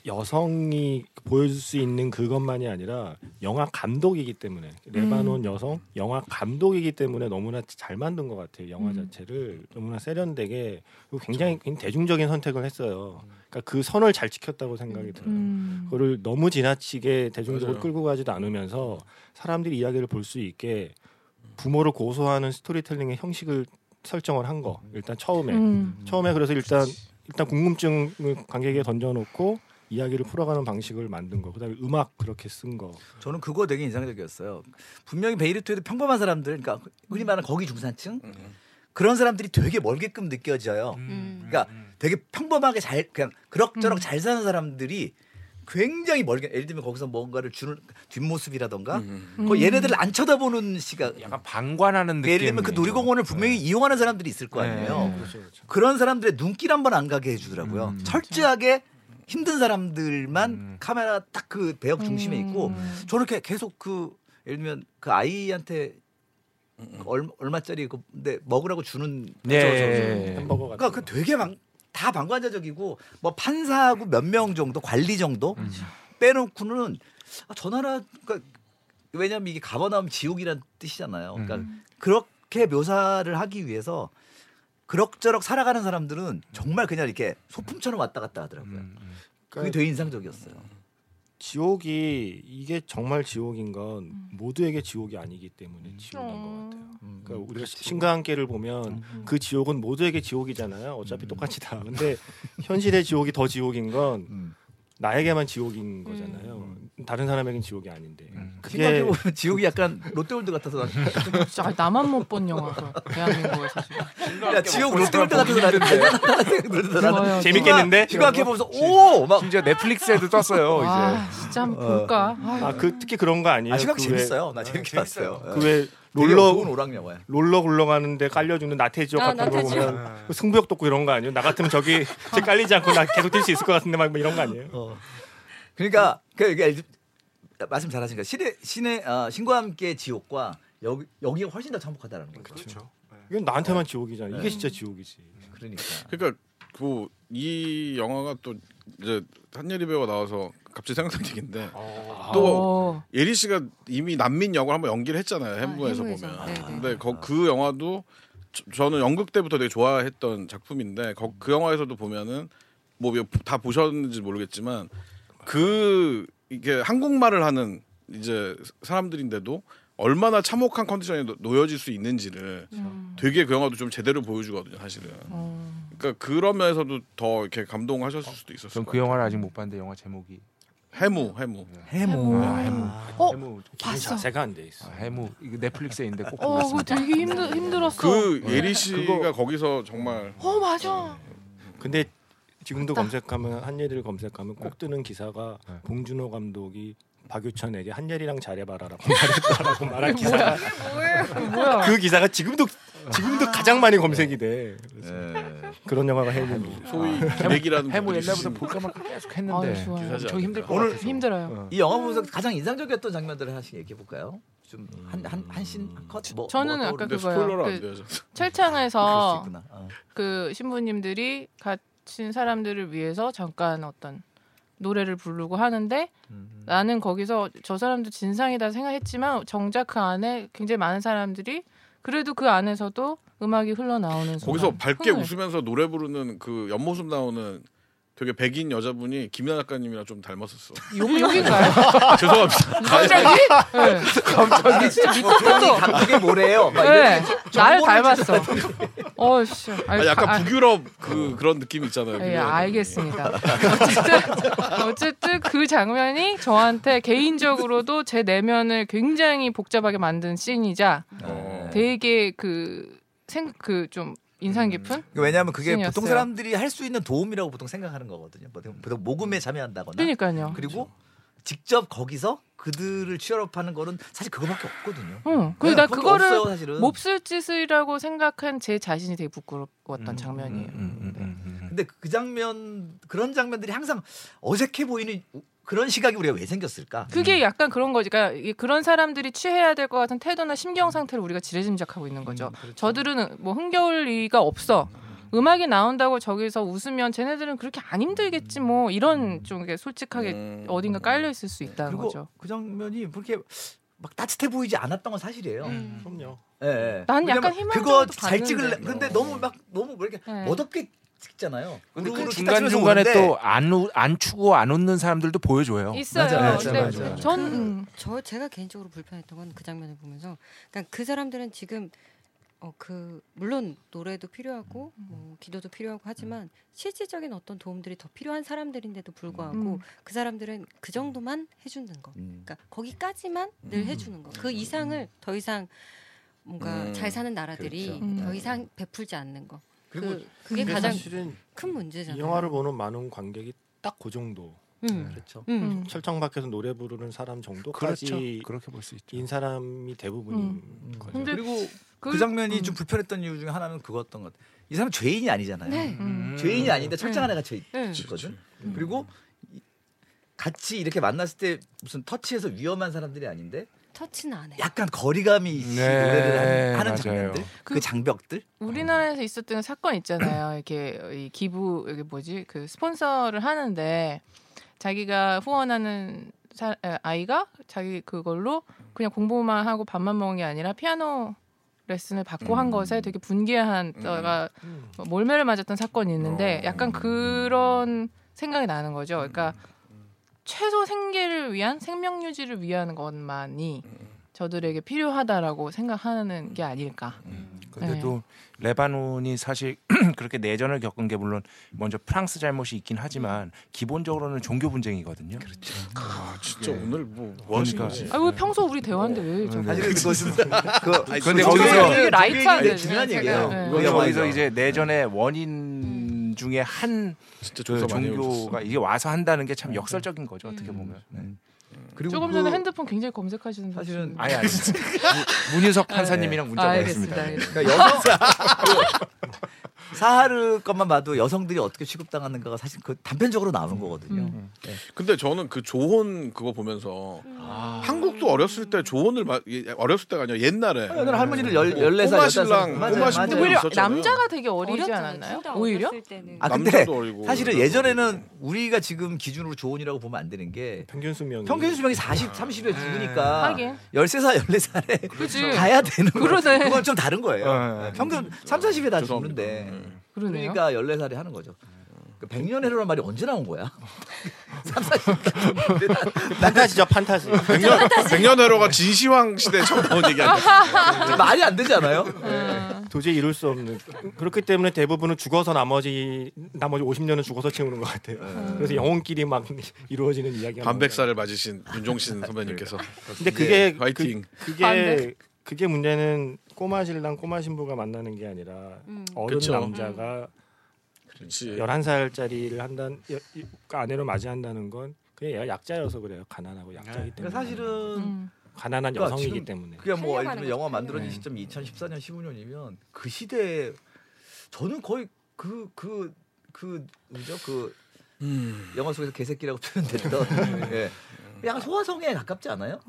Speaker 3: 여성이 보여줄 수 있는 그것만이 아니라 영화 감독이기 때문에
Speaker 5: 음.
Speaker 3: 레바논 여성 영화 감독이기 때문에 너무나 잘 만든 것 같아요 영화
Speaker 5: 음.
Speaker 3: 자체를 너무나 세련되게 그리고 굉장히 대중적인 선택을 했어요 그러니까 그 선을 잘 지켰다고 생각이 들어요
Speaker 5: 음.
Speaker 3: 그거를 너무 지나치게 대중적으로
Speaker 6: 맞아요.
Speaker 3: 끌고 가지도 않으면서 사람들이 이야기를 볼 수 있게 부모를 고소하는 스토리텔링의 형식을 설정을 한 거 일단 처음에
Speaker 5: 음.
Speaker 3: 처음에 그래서 일단 일단 궁금증을 관객에게 던져놓고 이야기를 풀어가는 방식을 만든 거 그다음에 음악 그렇게 쓴 거
Speaker 2: 저는 그거 되게 인상적이었어요. 분명히 베이루트에도 평범한 사람들, 그러니까 흔히 말하는 거기 중산층 그런 사람들이 되게 멀게끔 느껴져요.
Speaker 7: 음.
Speaker 2: 그러니까 되게 평범하게 잘 그냥 그럭저럭
Speaker 5: 음.
Speaker 2: 잘 사는 사람들이 굉장히 멀게 예를 들면 거기서 뭔가를 주는 뒷모습이라던가 그 얘네들을 안 쳐다보는 시각
Speaker 7: 음. 약간 네. 방관하는 느낌.
Speaker 2: 예를 들면 그 놀이공원을 분명히 이용하는 사람들이 있을 거 아니에요. 그런 사람들의 눈길 한 번 안 가게 해주더라고요.
Speaker 7: 네. 음.
Speaker 2: 철저하게 힘든 사람들만
Speaker 7: 음.
Speaker 2: 카메라 딱 그 배역 중심에 있고
Speaker 5: 음.
Speaker 2: 저렇게 계속 그 예를 들면 그 아이한테 그 얼마, 얼마짜리 그 근데 먹으라고 주는
Speaker 3: 네.
Speaker 7: 예.
Speaker 2: 저- 저- 저-
Speaker 3: 햄버거 같은
Speaker 2: 그러니까 그 되게 방, 다 방관자적이고 뭐 판사하고 몇 명 정도 관리 정도
Speaker 3: 음.
Speaker 2: 빼놓고는 아, 저 나라 그러니까 왜냐하면 이게 가버나움 지옥이란 뜻이잖아요. 그러니까
Speaker 3: 음.
Speaker 2: 그렇게 묘사를 하기 위해서 그럭저럭 살아가는 사람들은 정말 그냥 이렇게 소품처럼 왔다 갔다 하더라고요.
Speaker 3: 음.
Speaker 7: 음.
Speaker 2: 그게 되게 인상적이었어요.
Speaker 3: 지옥이 이게 정말 지옥인 건
Speaker 4: 음.
Speaker 3: 모두에게 지옥이 아니기 때문에 지옥인 것
Speaker 4: 어.
Speaker 3: 같아요.
Speaker 2: 음.
Speaker 3: 그러니까 우리가 신강계를 보면 그 지옥은 모두에게 지옥이잖아요.
Speaker 2: 음.
Speaker 3: 어차피 똑같이 다. 근데 현실의 지옥이 더 지옥인 건
Speaker 2: 음.
Speaker 3: 나에게만 지옥인 거잖아요.
Speaker 4: 음.
Speaker 3: 다른 사람에겐 지옥이 아닌데.
Speaker 2: 생각해
Speaker 3: 그게
Speaker 2: 보면 지옥이 약간 롯데월드 같아서 난-
Speaker 5: 진짜 나만 못 본 영화가 대한민국에서
Speaker 6: 어,
Speaker 5: 지금.
Speaker 2: 야, 지옥 롯데월드 같아서 나는 대단하다 생각들더라고.
Speaker 5: 좋아요,
Speaker 3: 재밌겠는데?
Speaker 2: 생각해 보면서 오막
Speaker 7: 심지어 넷플릭스에도 떴어요. 이제.
Speaker 5: 아 진짜 한번 볼까.
Speaker 6: 어.
Speaker 5: 아유.
Speaker 3: 아, 그 특히 그런 거 아니에요.
Speaker 2: 아, 시각
Speaker 3: 그
Speaker 2: 재밌어요. 나 재밌게 봤어요.
Speaker 3: 왜, 그왜
Speaker 2: 롤러
Speaker 3: 롤러 음.
Speaker 2: 오락 영화야.
Speaker 3: 롤러 굴러가는데 깔려주는 나태지역
Speaker 4: 아,
Speaker 3: 같은
Speaker 4: 나태지역.
Speaker 3: 거 보면 그 승부욕 돋고 이런 거 아니에요? 나 같으면 저기 제 깔리지 않고 나 계속 뛸 수 있을 것 같은데 막뭐 이런 거 아니에요?
Speaker 2: 그러니까 그 이게 알- 말씀 잘하시니까 신의 신의 어, 신과 함께 지옥과 여기 여기가 훨씬 더 참혹하다라는 거죠.
Speaker 8: 그렇죠.
Speaker 3: 이건 나한테만
Speaker 7: 네.
Speaker 3: 지옥이잖아. 이게 진짜 지옥이지.
Speaker 2: 그러니까
Speaker 6: 그러니까 그 이 영화가 또 이제 한예리 배우가 나와서 갑자기 생각난 얘기인데 또
Speaker 5: 어.
Speaker 6: 예리 씨가 이미 난민 역을 한번 연기를 했잖아요. 햄부에서
Speaker 4: 햄부에서.
Speaker 6: 보면.
Speaker 4: 네, 네.
Speaker 6: 근데 거- 그 영화도 저, 는 연극 때부터 되게 좋아했던 작품인데 거- 그 영화에서도 보면은 뭐 다 보셨는지 모르겠지만 그 이게 한국말을 하는 이제 사람들인데도 얼마나 참혹한 컨디션에 노- 놓여질 수 있는지를
Speaker 5: 음.
Speaker 6: 되게 그 영화도 좀 제대로 보여주거든요, 사실은.
Speaker 5: 어.
Speaker 6: 그러니까 그런 면에서도 더 이렇게 감동하셨을 수도 있었어요.
Speaker 7: 전 그 영화를 아직 못 봤는데 영화 제목이
Speaker 6: 해무, 해무.
Speaker 2: 해모.
Speaker 7: 아, 해무.
Speaker 5: 어?
Speaker 7: 해무.
Speaker 5: 봤어.
Speaker 3: 자세가 안 돼 있어.
Speaker 7: 아, 해무. 이거 넷플릭스에 있는데 꼭
Speaker 5: 어, 그거
Speaker 7: 보겠습니다.
Speaker 5: 되게 힘들 힘들었어.
Speaker 6: 그 예리 씨가 거기서 정말
Speaker 5: 어 맞아.
Speaker 3: 근데 지금도 검색하면 한예리를 검색하면
Speaker 7: 네.
Speaker 3: 꼭 뜨는 기사가 봉준호 감독이 박유천에게 한예리랑 잘해봐라라고 말했다라고 말한 기사.
Speaker 5: 뭐야?
Speaker 3: 그 기사가 지금도 지금도 가장 많이 검색이 돼.
Speaker 7: 네.
Speaker 3: 그래서 그런
Speaker 7: 아,
Speaker 3: 영화가 해보니.
Speaker 6: 소위 기맥이라는
Speaker 7: 해무
Speaker 6: 분들이
Speaker 7: 옛날부터
Speaker 6: 있으니.
Speaker 7: 볼까 말까 계속
Speaker 5: 아유,
Speaker 7: 했는데
Speaker 5: 좋아요.
Speaker 6: 기사지
Speaker 7: 엄청 힘들 것
Speaker 5: 오늘
Speaker 7: 같아서.
Speaker 5: 힘들어요.
Speaker 2: 이 영화 보면서 가장 인상적이었던 장면들을 하나씩 얘기해 볼까요? 좀 한 한한씬컷 뭐.
Speaker 5: 저는
Speaker 2: 뭐
Speaker 5: 아까
Speaker 6: 근데
Speaker 5: 그거요.
Speaker 6: 스포일러로 안
Speaker 5: 그-
Speaker 6: 돼요. 저.
Speaker 2: 그럴 수
Speaker 5: 철창에서
Speaker 2: 있구나. 어.
Speaker 5: 그 신부님들이 갇힌 사람들을 위해서 잠깐 어떤 노래를 부르고 하는데
Speaker 2: 음.
Speaker 5: 나는 거기서 저 사람도 진상이다 생각했지만 정작 그 안에 굉장히 많은 사람들이 그래도 그 안에서도 음악이 흘러나오는 순간
Speaker 6: 거기서 밝게
Speaker 5: 흥을.
Speaker 6: 웃으면서 노래 부르는 그 옆모습 나오는 되게 백인 여자분이 김연 작가님이랑 좀 닮았었어.
Speaker 5: 욕, 욕인가요?
Speaker 6: 죄송합니다.
Speaker 5: 갑자기? 네.
Speaker 2: 나는 아, 진짜 조용히 감독이 뭐래요? 막 이런
Speaker 5: 네. 나를
Speaker 2: 정보를
Speaker 5: 닮았어 어씨
Speaker 6: 아, 약간 북유럽 그 그런 느낌 있잖아요.
Speaker 5: 예,
Speaker 6: 김연아
Speaker 5: 알겠습니다. 어쨌든, 어쨌든 그 장면이 저한테 개인적으로도 제 내면을 굉장히 복잡하게 만든 씬이자
Speaker 2: 네.
Speaker 6: 어.
Speaker 5: 되게 그, 생, 그 좀
Speaker 2: 음.
Speaker 5: 인상 깊은?
Speaker 2: 그러니까 왜냐하면 그게 보통
Speaker 5: 씬이었어요.
Speaker 2: 사람들이 할 수 있는 도움이라고 보통 생각하는 거거든요. 보통, 보통
Speaker 7: 음.
Speaker 2: 모금에 참여한다거나
Speaker 5: 그러니까요.
Speaker 2: 그리고 직접 거기서 그들을 취업하는 거는 사실 그거밖에 없거든요.
Speaker 5: 응. 근데
Speaker 2: 네,
Speaker 5: 나
Speaker 2: 그거밖에
Speaker 5: 그거를
Speaker 2: 없어요, 사실은.
Speaker 5: 몹쓸 짓이라고 생각한 제 자신이 되게 부끄러웠던 장면이에요.
Speaker 7: 음, 음,
Speaker 5: 네.
Speaker 7: 음, 음.
Speaker 2: 근데 그 장면 그런 장면들이 항상 어색해 보이는 그런 시각이 우리가 왜 생겼을까?
Speaker 5: 그게 약간 그런 거지. 그러니까 이- 그런 사람들이 취해야 될 것 같은 태도나 심경 상태를 우리가 지레짐작하고 있는 거죠.
Speaker 7: 음, 그렇죠.
Speaker 5: 저들은 뭐 흥겨울 리가 없어. 음악이 나온다고 저기서 웃으면 쟤네들은 그렇게 안 힘들겠지 뭐 이런 좀 이렇게 솔직하게
Speaker 6: 음.
Speaker 5: 어딘가 깔려 있을 수 있다는
Speaker 2: 네. 그리고
Speaker 5: 거죠.
Speaker 2: 그 장면이 그렇게 막 따뜻해 보이지 않았던 건 사실이에요.
Speaker 4: 음.
Speaker 3: 그럼요.
Speaker 2: 예, 예.
Speaker 5: 음. 난
Speaker 2: 왜냐면
Speaker 5: 약간 희망적으로
Speaker 2: 그거 잘
Speaker 5: 봤는데.
Speaker 2: 찍을래. 근데 너무 막 너무 왜 이렇게
Speaker 5: 네.
Speaker 2: 멋없게 찍잖아요.
Speaker 7: 네. 근데 그
Speaker 2: 우르르
Speaker 7: 중간
Speaker 2: 치면서
Speaker 7: 중간에
Speaker 2: 오는데
Speaker 7: 또 안안 추고 안 웃는 사람들도 보여줘요.
Speaker 5: 있어요.
Speaker 2: 맞아요.
Speaker 5: 근데
Speaker 2: 맞아요. 맞아요.
Speaker 5: 전
Speaker 4: 그-
Speaker 5: 음,
Speaker 4: 저 제가 개인적으로 불편했던 건 그 장면을 보면서 그러니까 그 사람들은 지금 어 그 물론 노래도 필요하고
Speaker 5: 음.
Speaker 4: 뭐 기도도 필요하고 하지만 실질적인 어떤 도움들이 더 필요한 사람들인데도 불구하고
Speaker 5: 음.
Speaker 4: 그 사람들은 그 정도만 해주는 거
Speaker 2: 음.
Speaker 3: 음.
Speaker 4: 그러니까 거기까지만 늘 해주는 거 그 이상을 더 이상 뭔가
Speaker 6: 음,
Speaker 4: 잘 사는 나라들이
Speaker 2: 그렇죠.
Speaker 5: 음.
Speaker 4: 더 이상 베풀지 않는 거.
Speaker 2: 그리고
Speaker 4: 그, 그게
Speaker 3: 근데
Speaker 4: 가장
Speaker 3: 사실은
Speaker 4: 큰
Speaker 3: 이
Speaker 4: 문제잖아요.
Speaker 3: 영화를 보는 네. 많은 관객이 딱 그 정도.
Speaker 4: 음.
Speaker 2: 그렇죠.
Speaker 4: 음.
Speaker 5: 음.
Speaker 3: 철장 밖에서 노래 부르는 사람 정도까지
Speaker 7: 그렇죠. 그렇게 볼 수 있죠.
Speaker 3: 인 사람이 대부분인
Speaker 2: 음.
Speaker 3: 거죠.
Speaker 5: 근데
Speaker 2: 그리고
Speaker 5: 그-
Speaker 2: 그 장면이
Speaker 5: 음.
Speaker 2: 좀 불편했던 이유 중에 하나는 그거였던 것 같아요. 이 사람 죄인이 아니잖아요.
Speaker 4: 네.
Speaker 7: 음.
Speaker 2: 죄인이 아닌데 철장
Speaker 4: 네.
Speaker 2: 안에 갇혀
Speaker 4: 네.
Speaker 5: 그렇죠.
Speaker 2: 있거든.
Speaker 5: 음.
Speaker 2: 그리고 이- 같이 이렇게 만났을 때 무슨 터치해서 위험한 사람들이 아닌데
Speaker 4: 터치는 안 해.
Speaker 2: 약간 거리감이 있이
Speaker 7: 네,
Speaker 2: 노래를 하는, 하는
Speaker 7: 맞아요.
Speaker 2: 장면들, 그,
Speaker 5: 그-
Speaker 2: 장벽들.
Speaker 5: 우리나라에서 있었던 사건 있잖아요. 이렇게 이 기부 이게 뭐지 그 스폰서를 하는데 자기가 후원하는 사- 에, 아이가 자기 그걸로 그냥 공부만 하고 밥만 먹은 게 아니라 피아노 레슨을 받고 한
Speaker 6: 음.
Speaker 5: 것에 되게 분개한 떠가
Speaker 3: 음.
Speaker 5: 뭐 몰매를 맞았던 사건이 있는데
Speaker 6: 어.
Speaker 5: 약간 그런 생각이 나는 거죠. 그러니까 최소 생계를 위한 생명 유지를 위한 것만이 저들에게 필요하다라고 생각하는 게 아닐까.
Speaker 7: 근데도
Speaker 5: 네.
Speaker 7: 레바논이 사실 그렇게 내전을 겪은 게 물론 먼저 프랑스 잘못이 있긴 하지만 기본적으로는 종교 분쟁이거든요. 그렇죠.
Speaker 6: 아 진짜
Speaker 7: 예.
Speaker 6: 오늘 뭐
Speaker 7: 그러니까.
Speaker 6: 원인가?
Speaker 5: 아, 왜 평소 우리 대화인데 왜
Speaker 7: 네.
Speaker 5: 저
Speaker 2: 사실은 그것은 그
Speaker 7: 근데 거기서-
Speaker 5: 되게 라이트한
Speaker 2: 되게
Speaker 5: 거죠,
Speaker 2: 중요한
Speaker 5: 제가.
Speaker 2: 얘기예요.
Speaker 5: 네.
Speaker 2: 그거
Speaker 7: 거기서
Speaker 2: 맞아.
Speaker 7: 이제 내전의 원인 중에 한
Speaker 6: 진짜
Speaker 7: 그
Speaker 6: 조사 많이
Speaker 7: 종교가
Speaker 6: 해오셨어.
Speaker 7: 이게 와서 한다는 게 참 역설적인 거죠 어떻게
Speaker 5: 음.
Speaker 7: 보면.
Speaker 2: 네. 그리고
Speaker 5: 조금
Speaker 2: 그-
Speaker 5: 전에 핸드폰 굉장히 검색하시는
Speaker 2: 사실은
Speaker 5: 분.
Speaker 7: 아니 아니 문- 문희석 판사님이랑 문자가
Speaker 5: 네. 아, 알겠습니다.
Speaker 7: 있습니다.
Speaker 5: 알겠습니다.
Speaker 2: 그러니까 여성 그 사하르 것만 봐도 여성들이 어떻게 취급당하는가가 사실 그 단편적으로 나오는 거거든요.
Speaker 5: 음.
Speaker 6: 근데 저는 그 조혼 그거 보면서
Speaker 2: 아.
Speaker 6: 한국도 어렸을 때 조혼을 마- 예, 어렸을 때가 아니라 옛날에
Speaker 2: 아, 옛날에 할머니들 열 열네 살 열다섯
Speaker 6: 음. 꼬마
Speaker 2: 살.
Speaker 6: 신랑,
Speaker 2: 맞아요,
Speaker 6: 꼬마
Speaker 2: 맞아요.
Speaker 6: 신부들.
Speaker 5: 근데 오히려
Speaker 6: 있었잖아요.
Speaker 5: 남자가 되게 어리지
Speaker 8: 어렸잖아요.
Speaker 5: 않았나요?
Speaker 8: 둘다
Speaker 5: 오히려?
Speaker 8: 어렸을 때는.
Speaker 2: 아 근데
Speaker 6: 남자도 어리고
Speaker 2: 사실은
Speaker 6: 여자도
Speaker 2: 예전에는
Speaker 6: 어리고.
Speaker 2: 우리가 지금 기준으로 조언이라고 보면 안 되는 게
Speaker 3: 평균 수명이
Speaker 2: 평균 수명이 40,
Speaker 6: 음.
Speaker 2: 30에 죽으니까
Speaker 6: 네.
Speaker 5: 하긴.
Speaker 2: 13살, 14살에
Speaker 5: 그지.
Speaker 2: 가야 되는 거
Speaker 5: 그러네.
Speaker 2: 그건 좀 다른 거예요.
Speaker 7: 네.
Speaker 2: 평균 3, 40에 다
Speaker 6: 죄송합니다.
Speaker 2: 죽는데
Speaker 6: 예.
Speaker 5: 그러네요.
Speaker 2: 그러니까 14살에 하는 거죠. 그 100년 해로란 말이 언제 나온 거야? 3, 40.
Speaker 3: 판타지죠 판타지.
Speaker 6: 백년 백년해로가 진시황 시대 처음 나온 얘기 아니야?
Speaker 2: 말이 안 되지 않아요?
Speaker 6: 음.
Speaker 3: 도저히 이룰 수 없는. 그렇기 때문에 대부분은 죽어서 나머지 나머지 50년은 죽어서 채우는 것 같아요.
Speaker 2: 네.
Speaker 3: 그래서 영혼끼리 막 이루어지는 이야기가.
Speaker 6: 반백살을 맞으신 윤종신 선배님께서
Speaker 3: 나오는 거예요. 근데 그게 그-
Speaker 6: 화이팅.
Speaker 3: 그게
Speaker 5: 반백.
Speaker 3: 그게 문제는 꼬마 신랑 꼬마 신부가 만나는 게 아니라
Speaker 4: 음.
Speaker 3: 어른
Speaker 6: 그쵸. 음. 예.
Speaker 3: 남자가
Speaker 6: 그렇지.
Speaker 3: 11살짜리를 한단 여- 이- 그 아내로 맞이한다는 건 그냥 얘가 약자여서 그래요. 가난하고
Speaker 6: 네.
Speaker 3: 약자이기 때문에.
Speaker 2: 그러니까 사실은
Speaker 5: 음.
Speaker 3: 가난한
Speaker 2: 그러니까
Speaker 3: 여성이기
Speaker 2: 지금
Speaker 3: 때문에.
Speaker 2: 그게 뭐 예를
Speaker 8: 살려가는
Speaker 2: 들면
Speaker 8: 거죠,
Speaker 2: 영화
Speaker 8: 살려가는
Speaker 2: 만들어진 시점이 2014년 15년이면 그 시대에 저는 거의 그 그 그 뭐죠 그
Speaker 6: 음.
Speaker 2: 영화 속에서 개새끼라고 표현됐던 예. 약간 소화성에 가깝지 않아요?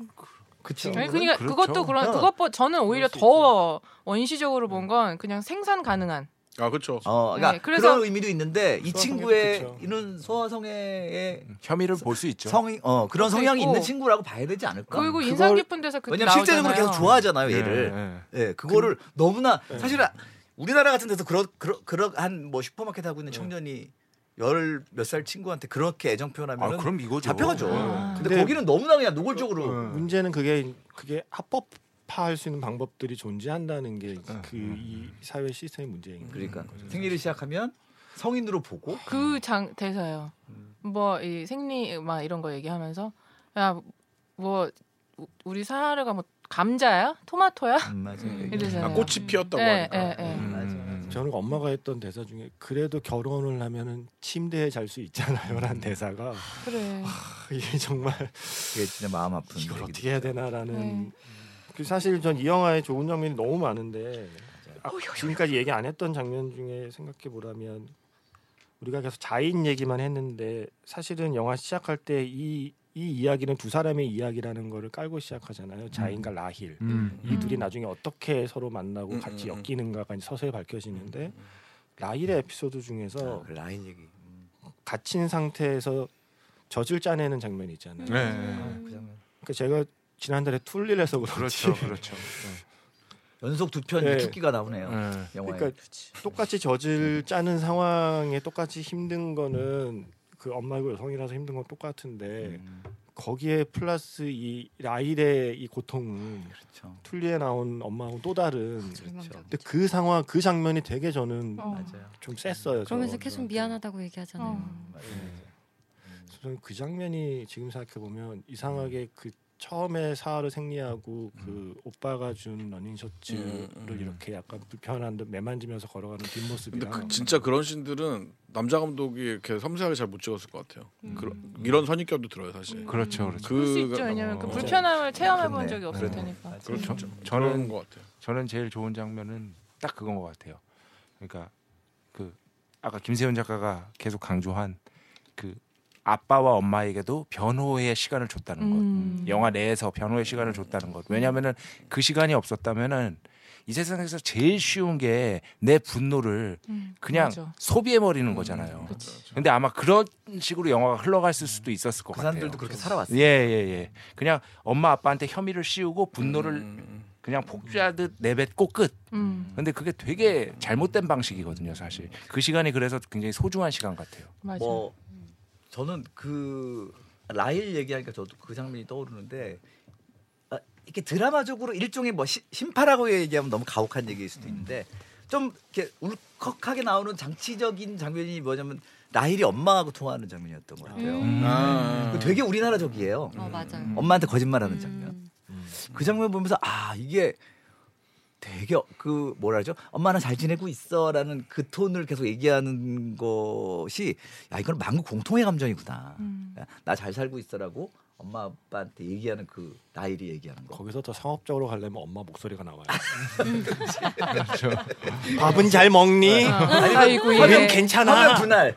Speaker 2: 그 친구
Speaker 5: 아니, 그러니까
Speaker 7: 그렇죠.
Speaker 5: 그것도 그런
Speaker 2: 어.
Speaker 5: 그것보 저는 오히려
Speaker 2: 그럴 수
Speaker 5: 더 원시적으로 본 건 그냥 생산 가능한
Speaker 6: 아 그렇죠.
Speaker 2: 어, 그러니까
Speaker 5: 네, 그래서-
Speaker 2: 그런 의미도 있는데 이
Speaker 3: 소화성애도
Speaker 2: 친구의
Speaker 3: 그렇죠.
Speaker 2: 이는 소화성애의
Speaker 5: 네.
Speaker 7: 혐의를 볼 수 있죠.
Speaker 2: 성이 어 그런
Speaker 5: 그것도
Speaker 2: 성향이
Speaker 5: 있고.
Speaker 2: 있는 친구라고 봐야 되지 않을까?
Speaker 5: 그리고
Speaker 3: 그걸-
Speaker 5: 인상 깊은 데서 그렇게
Speaker 2: 그러니까 왜냐면 실제적으로
Speaker 5: 나오잖아요.
Speaker 2: 계속 좋아하잖아요 얘를.
Speaker 7: 예, 예.
Speaker 2: 예, 그거를 너무나 사실은 우리나라 같은 데서 그러 그러 그러한 뭐 슈퍼마켓 하고 있는 청년이 열 몇 살 친구한테 그렇게 애정 표현하면
Speaker 7: 아 그럼 이거죠.
Speaker 2: 잡혀가죠.
Speaker 7: 예.
Speaker 2: 근데,
Speaker 3: 근데- 예.
Speaker 2: 거기는 너무나 그냥 노골적으로
Speaker 7: 음.
Speaker 3: 문제는 그게 그게 합법화할 수 있는 방법들이 존재한다는 게 그 이 사회 시스템의 문제인 거죠.
Speaker 2: 어. 음. 그러니까 생리를 시작하면 성인으로 보고
Speaker 5: 그 장 대사요. 뭐 이 생리 막 이런 거 얘기하면서 야 뭐 우리 사하르가 뭐 감자야? 토마토야?
Speaker 2: 맞아.
Speaker 5: 음, 이러잖아요.
Speaker 6: 아, 꽃이 피었다고
Speaker 5: 예,
Speaker 6: 하니까.
Speaker 5: 예, 예.
Speaker 7: 음.
Speaker 3: 저는 엄마가 했던 대사 중에 그래도 결혼을 하면은 침대에 잘 수 있잖아요라는
Speaker 2: 음.
Speaker 3: 대사가
Speaker 5: 그래.
Speaker 3: 아, 이게 정말
Speaker 2: 그게 진짜 마음 아픈
Speaker 3: 이걸
Speaker 2: 얘기들.
Speaker 3: 어떻게 해야 되나라는
Speaker 5: 네.
Speaker 3: 그 사실 전 이 영화에 좋은 장면이 너무 많은데 아,
Speaker 5: 어,
Speaker 3: 지금까지 얘기 안 했던 장면 중에 생각해 보라면 우리가 계속 자인 얘기만 했는데 사실은 영화 시작할 때 이 이 이야기는 두 사람의 이야기라는 거를 깔고 시작하잖아요. 자인과 라힐.
Speaker 7: 음.
Speaker 3: 이
Speaker 5: 음.
Speaker 3: 둘이 나중에 어떻게 서로 만나고
Speaker 6: 음,
Speaker 3: 같이
Speaker 6: 음, 음.
Speaker 3: 엮이는가가 이제 서서히 밝혀지는데 라일의 에피소드 중에서
Speaker 2: 음, 아, 그 라인 얘기.
Speaker 3: 갇힌 상태에서 젖을 짜내는 장면이 있잖아요.
Speaker 7: 예, 예.
Speaker 2: 그 장면.
Speaker 3: 그러니까 제가 지난달에 툴리해서 그렇지.
Speaker 7: 그렇죠, 그렇죠.
Speaker 2: 연속 두편
Speaker 3: 네.
Speaker 2: 축기가 나오네요.
Speaker 7: 예.
Speaker 2: 영화에.
Speaker 3: 그러니까 똑같이 젖을 짜는 상황에 똑같이 힘든 거는 그 엄마이고 여성이라서 힘든 건 똑같은데
Speaker 6: 음.
Speaker 2: 음,
Speaker 3: 거기에 플러스 이 라일의 이 고통은
Speaker 2: 그렇죠.
Speaker 3: 툴리에 나온 엄마하고 또 다른
Speaker 4: 절망적이죠.
Speaker 3: 근데 그 상황 그 장면이 되게 저는
Speaker 5: 어.
Speaker 2: 맞아요. 음.
Speaker 3: 좀 셌어요.
Speaker 4: 그러면서
Speaker 3: 저는.
Speaker 4: 계속 미안하다고 얘기하잖아요.
Speaker 5: 어.
Speaker 2: 맞아요.
Speaker 6: 음.
Speaker 3: 저는 그 장면이 지금 생각해 보면 이상하게 그 처음에 사하를 생리하고 그 오빠가 준 러닝 셔츠를
Speaker 6: 음, 음.
Speaker 3: 이렇게 약간 불편한 듯 매만지면서 걸어가는
Speaker 6: 근데
Speaker 3: 뒷모습이랑
Speaker 6: 그 진짜 그런 신들은 남자 감독이 이렇게 섬세하게 잘 못 찍었을 것 같아요. 그런 이런 선입견도 들어요 사실.
Speaker 7: 그렇죠, 그렇죠.
Speaker 6: 그-
Speaker 5: 음. 그럴 수 있죠. 왜냐면 그
Speaker 6: 어.
Speaker 5: 불편함을 체험해 본
Speaker 2: 그렇네.
Speaker 5: 적이 없을
Speaker 2: 그렇네.
Speaker 5: 테니까.
Speaker 2: 맞아.
Speaker 6: 그렇죠.
Speaker 7: 저는-
Speaker 6: 저는 것 같아요.
Speaker 7: 저는 제일 좋은 장면은 딱 그건 것 같아요. 그러니까 그 아까 김세현 작가가 계속 강조한 그 아빠와 엄마에게도 변호의 시간을 줬다는 것.
Speaker 5: 음.
Speaker 7: 영화 내에서 변호의 시간을 줬다는 것. 왜냐하면은 그 시간이 없었다면은 이 세상에서 제일 쉬운 게 내 분노를
Speaker 5: 음,
Speaker 7: 그냥
Speaker 5: 맞아. 음, 그렇죠.
Speaker 7: 소비해 버리는 거잖아요.
Speaker 5: 그치.
Speaker 7: 근데 아마 그런 식으로 영화가 흘러갔을 수도 있었을 것
Speaker 2: 그
Speaker 7: 같아요.
Speaker 2: 사람들도 그렇게 살아왔어요.
Speaker 7: 예예예. 그냥 엄마 아빠한테 혐의를 씌우고 분노를
Speaker 6: 음,
Speaker 7: 그냥 폭주하듯 내뱉고 끝.
Speaker 5: 음,
Speaker 7: 근데 그게 되게 잘못된 방식이거든요, 사실. 그 시간이 그래서 굉장히 소중한 시간 같아요.
Speaker 5: 맞아.
Speaker 2: 뭐 저는 그 라일 얘기하니까 저도 그 장면이 떠오르는데 아, 이렇게 드라마적으로 일종의 뭐 시- 심파라고 얘기하면 너무 가혹한 얘기일 수도 있는데 좀 이렇게 울컥하게 나오는 장치적인 장면이 뭐냐면 라일이 엄마하고 통화하는 장면이었던 것 같아요.
Speaker 5: 음.
Speaker 6: 아,
Speaker 2: 그 되게 우리나라적이에요.
Speaker 4: 어 맞아요.
Speaker 2: 엄마한테 거짓말하는
Speaker 4: 음.
Speaker 2: 장면. 그 장면 보면서 아 이게 되게 어- 그 뭐라죠? 엄마는 잘 지내고 있어라는 그 톤을 계속 얘기하는 것이 야 이건 만국 공통의 감정이구나.
Speaker 5: 음.
Speaker 2: 나 잘 살고 있어라고 엄마 아빠한테 얘기하는 그 나일이 얘기하는 거.
Speaker 3: 거기서 더 상업적으로 가려면 엄마 목소리가 나와요. 밥은 잘 먹니?
Speaker 5: 아이고
Speaker 3: 밥은
Speaker 5: 예.
Speaker 2: 화면
Speaker 3: 괜찮아.
Speaker 2: 분할.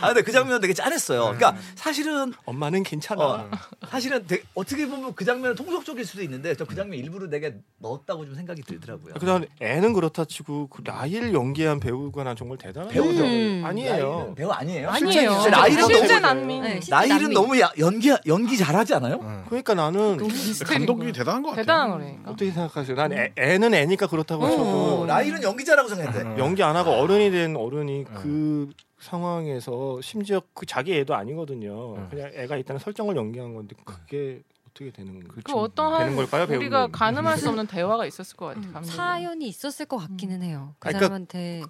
Speaker 2: 아 근데 그 장면 되게
Speaker 3: 음.
Speaker 2: 짠했어요. 그러니까 사실은
Speaker 3: 엄마는 괜찮아.
Speaker 2: 어, 사실은 되게- 어떻게 보면 그 장면은 통속적일 수도 있는데 저 그 장면 일부러 내가 넣었다고 좀 생각이 들더라고요.
Speaker 3: 그다음 애는 그렇다 치고 그 라일 연기한 배우가 난 정말 대단한
Speaker 2: 배우죠.
Speaker 4: 음.
Speaker 3: 아니에요.
Speaker 2: 나일은 네. 배우 아니에요?
Speaker 5: 아니에요.
Speaker 2: 실제 나일은
Speaker 5: 실제
Speaker 2: 너무
Speaker 5: 난민.
Speaker 4: 네, 실제
Speaker 2: 나일은
Speaker 4: 남미.
Speaker 2: 너무 야- 연기 연기 잘하지 않아요?
Speaker 3: 그러니까 나는
Speaker 5: 너무 미스테리.
Speaker 6: 감독이 대단한 것 같아요.
Speaker 5: 대단한 거라니까.
Speaker 3: 어떻게 생각하세요? 난 애, 애는 애니까 그렇다고
Speaker 2: 어,
Speaker 3: 쳐도
Speaker 2: 네. 나일은 연기자라고 생각했는데.
Speaker 3: 연기 안 하고 어른이 된 어른이 그 상황에서 심지어 그 자기 애도 아니거든요.
Speaker 7: 음.
Speaker 3: 그냥 애가 일단 설정을 연기한 건데 그게 어떻게 되는 거예요?
Speaker 7: 그렇죠.
Speaker 5: 그 어떠한
Speaker 3: 되는 걸까요, 배우는?
Speaker 5: 우리가 가늠할 수 없는 대화가 있었을 것 같아.
Speaker 4: 음,
Speaker 5: 감독이.
Speaker 4: 사연이 있었을 것 같기는 해요. 그
Speaker 3: 아니, 그러니까
Speaker 4: 사람한테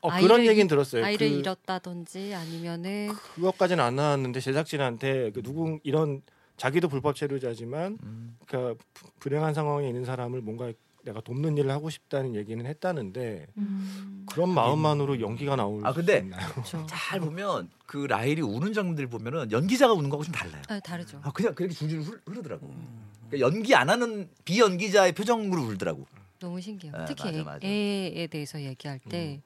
Speaker 3: 어,
Speaker 4: 아이를
Speaker 3: 그런
Speaker 4: 잃-
Speaker 3: 얘기는 들었어요.
Speaker 4: 아이를
Speaker 3: 그,
Speaker 4: 잃었다든지 아니면은
Speaker 3: 그것까지는 안 나왔는데 제작진한테 그 누군 이런 자기도 불법 체류자지만 그러니까 부- 불행한 상황에 있는 사람을 뭔가 내가 돕는 일을 하고 싶다는 얘기는 했다는데
Speaker 5: 음.
Speaker 3: 그런 마음만으로 연기가 나올
Speaker 2: 아, 근데
Speaker 3: 수 있나요?
Speaker 4: 그렇죠.
Speaker 2: 잘 보면 그 라일이 우는 장면들 보면은 연기자가 우는 거하고 좀 달라요.
Speaker 4: 아, 다르죠.
Speaker 2: 아 그냥 그렇게 줄줄 흘- 흐르더라고. 그러니까 연기 안 하는 비연기자의 표정으로 울더라고.
Speaker 4: 너무 신기해요.
Speaker 2: 네,
Speaker 4: 특히
Speaker 2: 맞아,
Speaker 4: 애,
Speaker 2: 맞아.
Speaker 4: 애에 대해서 얘기할 때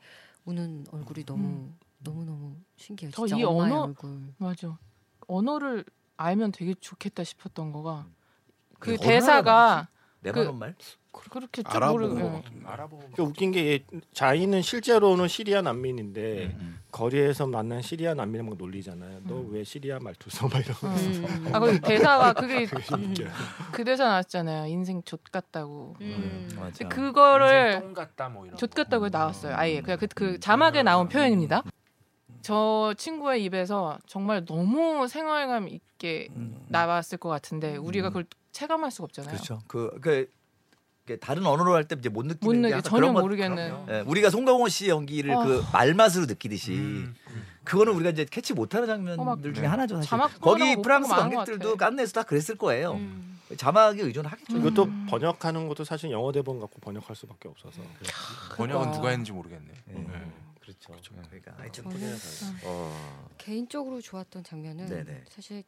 Speaker 4: 우는 얼굴이 너무 너무 너무 신기해요.
Speaker 5: 저
Speaker 4: 진짜
Speaker 5: 이
Speaker 4: 엄마의
Speaker 5: 언어- 음.
Speaker 4: 얼굴.
Speaker 5: 맞아. 언어를 알면 되게 좋겠다 싶었던 거가 그
Speaker 2: 언어라는
Speaker 5: 대사가
Speaker 2: 내만
Speaker 5: 그-
Speaker 2: 한 말?
Speaker 5: 그렇게 쭉
Speaker 6: 알아보는 것
Speaker 5: 모르고
Speaker 6: 같은데.
Speaker 7: 알아보고
Speaker 3: 그러니까 웃긴 게 얘- 자이는 실제로는 시리아
Speaker 2: 예.
Speaker 3: 난민인데
Speaker 2: 음.
Speaker 3: 거리에서 만난 시리아 난민을 막 놀리잖아요. 너 왜 시리아 말투 써? 막 이러고
Speaker 4: 음.
Speaker 5: 아, 그 대사가 그게
Speaker 3: 이렇게.
Speaker 5: 그 대사 나왔잖아요. 인생 좆 같다고.
Speaker 4: 음.
Speaker 2: 음, 맞아.
Speaker 5: 근데 그거를
Speaker 7: 똥 같다 뭐 이런.
Speaker 5: 좆
Speaker 7: 거.
Speaker 5: 같다고 나왔어요. 아예 그냥 그, 그 자막에 나온 표현입니다. 저 친구의 입에서 정말 너무 생활감 있게 나왔을 것 같은데 우리가 그걸 체감할 수가 없잖아요.
Speaker 2: 그렇죠. 그, 그, 그 다른 언어로 할 때 이제 못
Speaker 5: 못
Speaker 2: 느끼는 게
Speaker 5: 느끼
Speaker 2: 약간
Speaker 5: 전혀
Speaker 2: 그런 것-
Speaker 5: 모르겠는.
Speaker 2: 예, 우리가 송강호 씨 연기를
Speaker 5: 어.
Speaker 2: 그 말맛으로 느끼듯이
Speaker 7: 음.
Speaker 2: 그거는 우리가 이제 캐치 못하는
Speaker 5: 어, 막
Speaker 2: 장면들 중에
Speaker 7: 네.
Speaker 2: 하나죠. 사실.
Speaker 5: 자막
Speaker 2: 거기
Speaker 5: 보느라고 못
Speaker 2: 프랑스
Speaker 5: 보고 많은 것
Speaker 2: 관객들도
Speaker 5: 같아.
Speaker 2: 깐네에서 다 그랬을 거예요.
Speaker 4: 음.
Speaker 2: 자막에 의존하겠죠.
Speaker 3: 이것도 번역하는 것도 사실 영어 대본 갖고 번역할 수밖에 없어서
Speaker 2: 음.
Speaker 7: 번역은 누가 했는지 모르겠네요. 음.
Speaker 2: 예. 그렇죠. 그러니까
Speaker 4: 아,
Speaker 2: 하여튼
Speaker 4: 저는
Speaker 2: 어.
Speaker 4: 개인적으로 좋았던 장면은
Speaker 2: 네네.
Speaker 4: 사실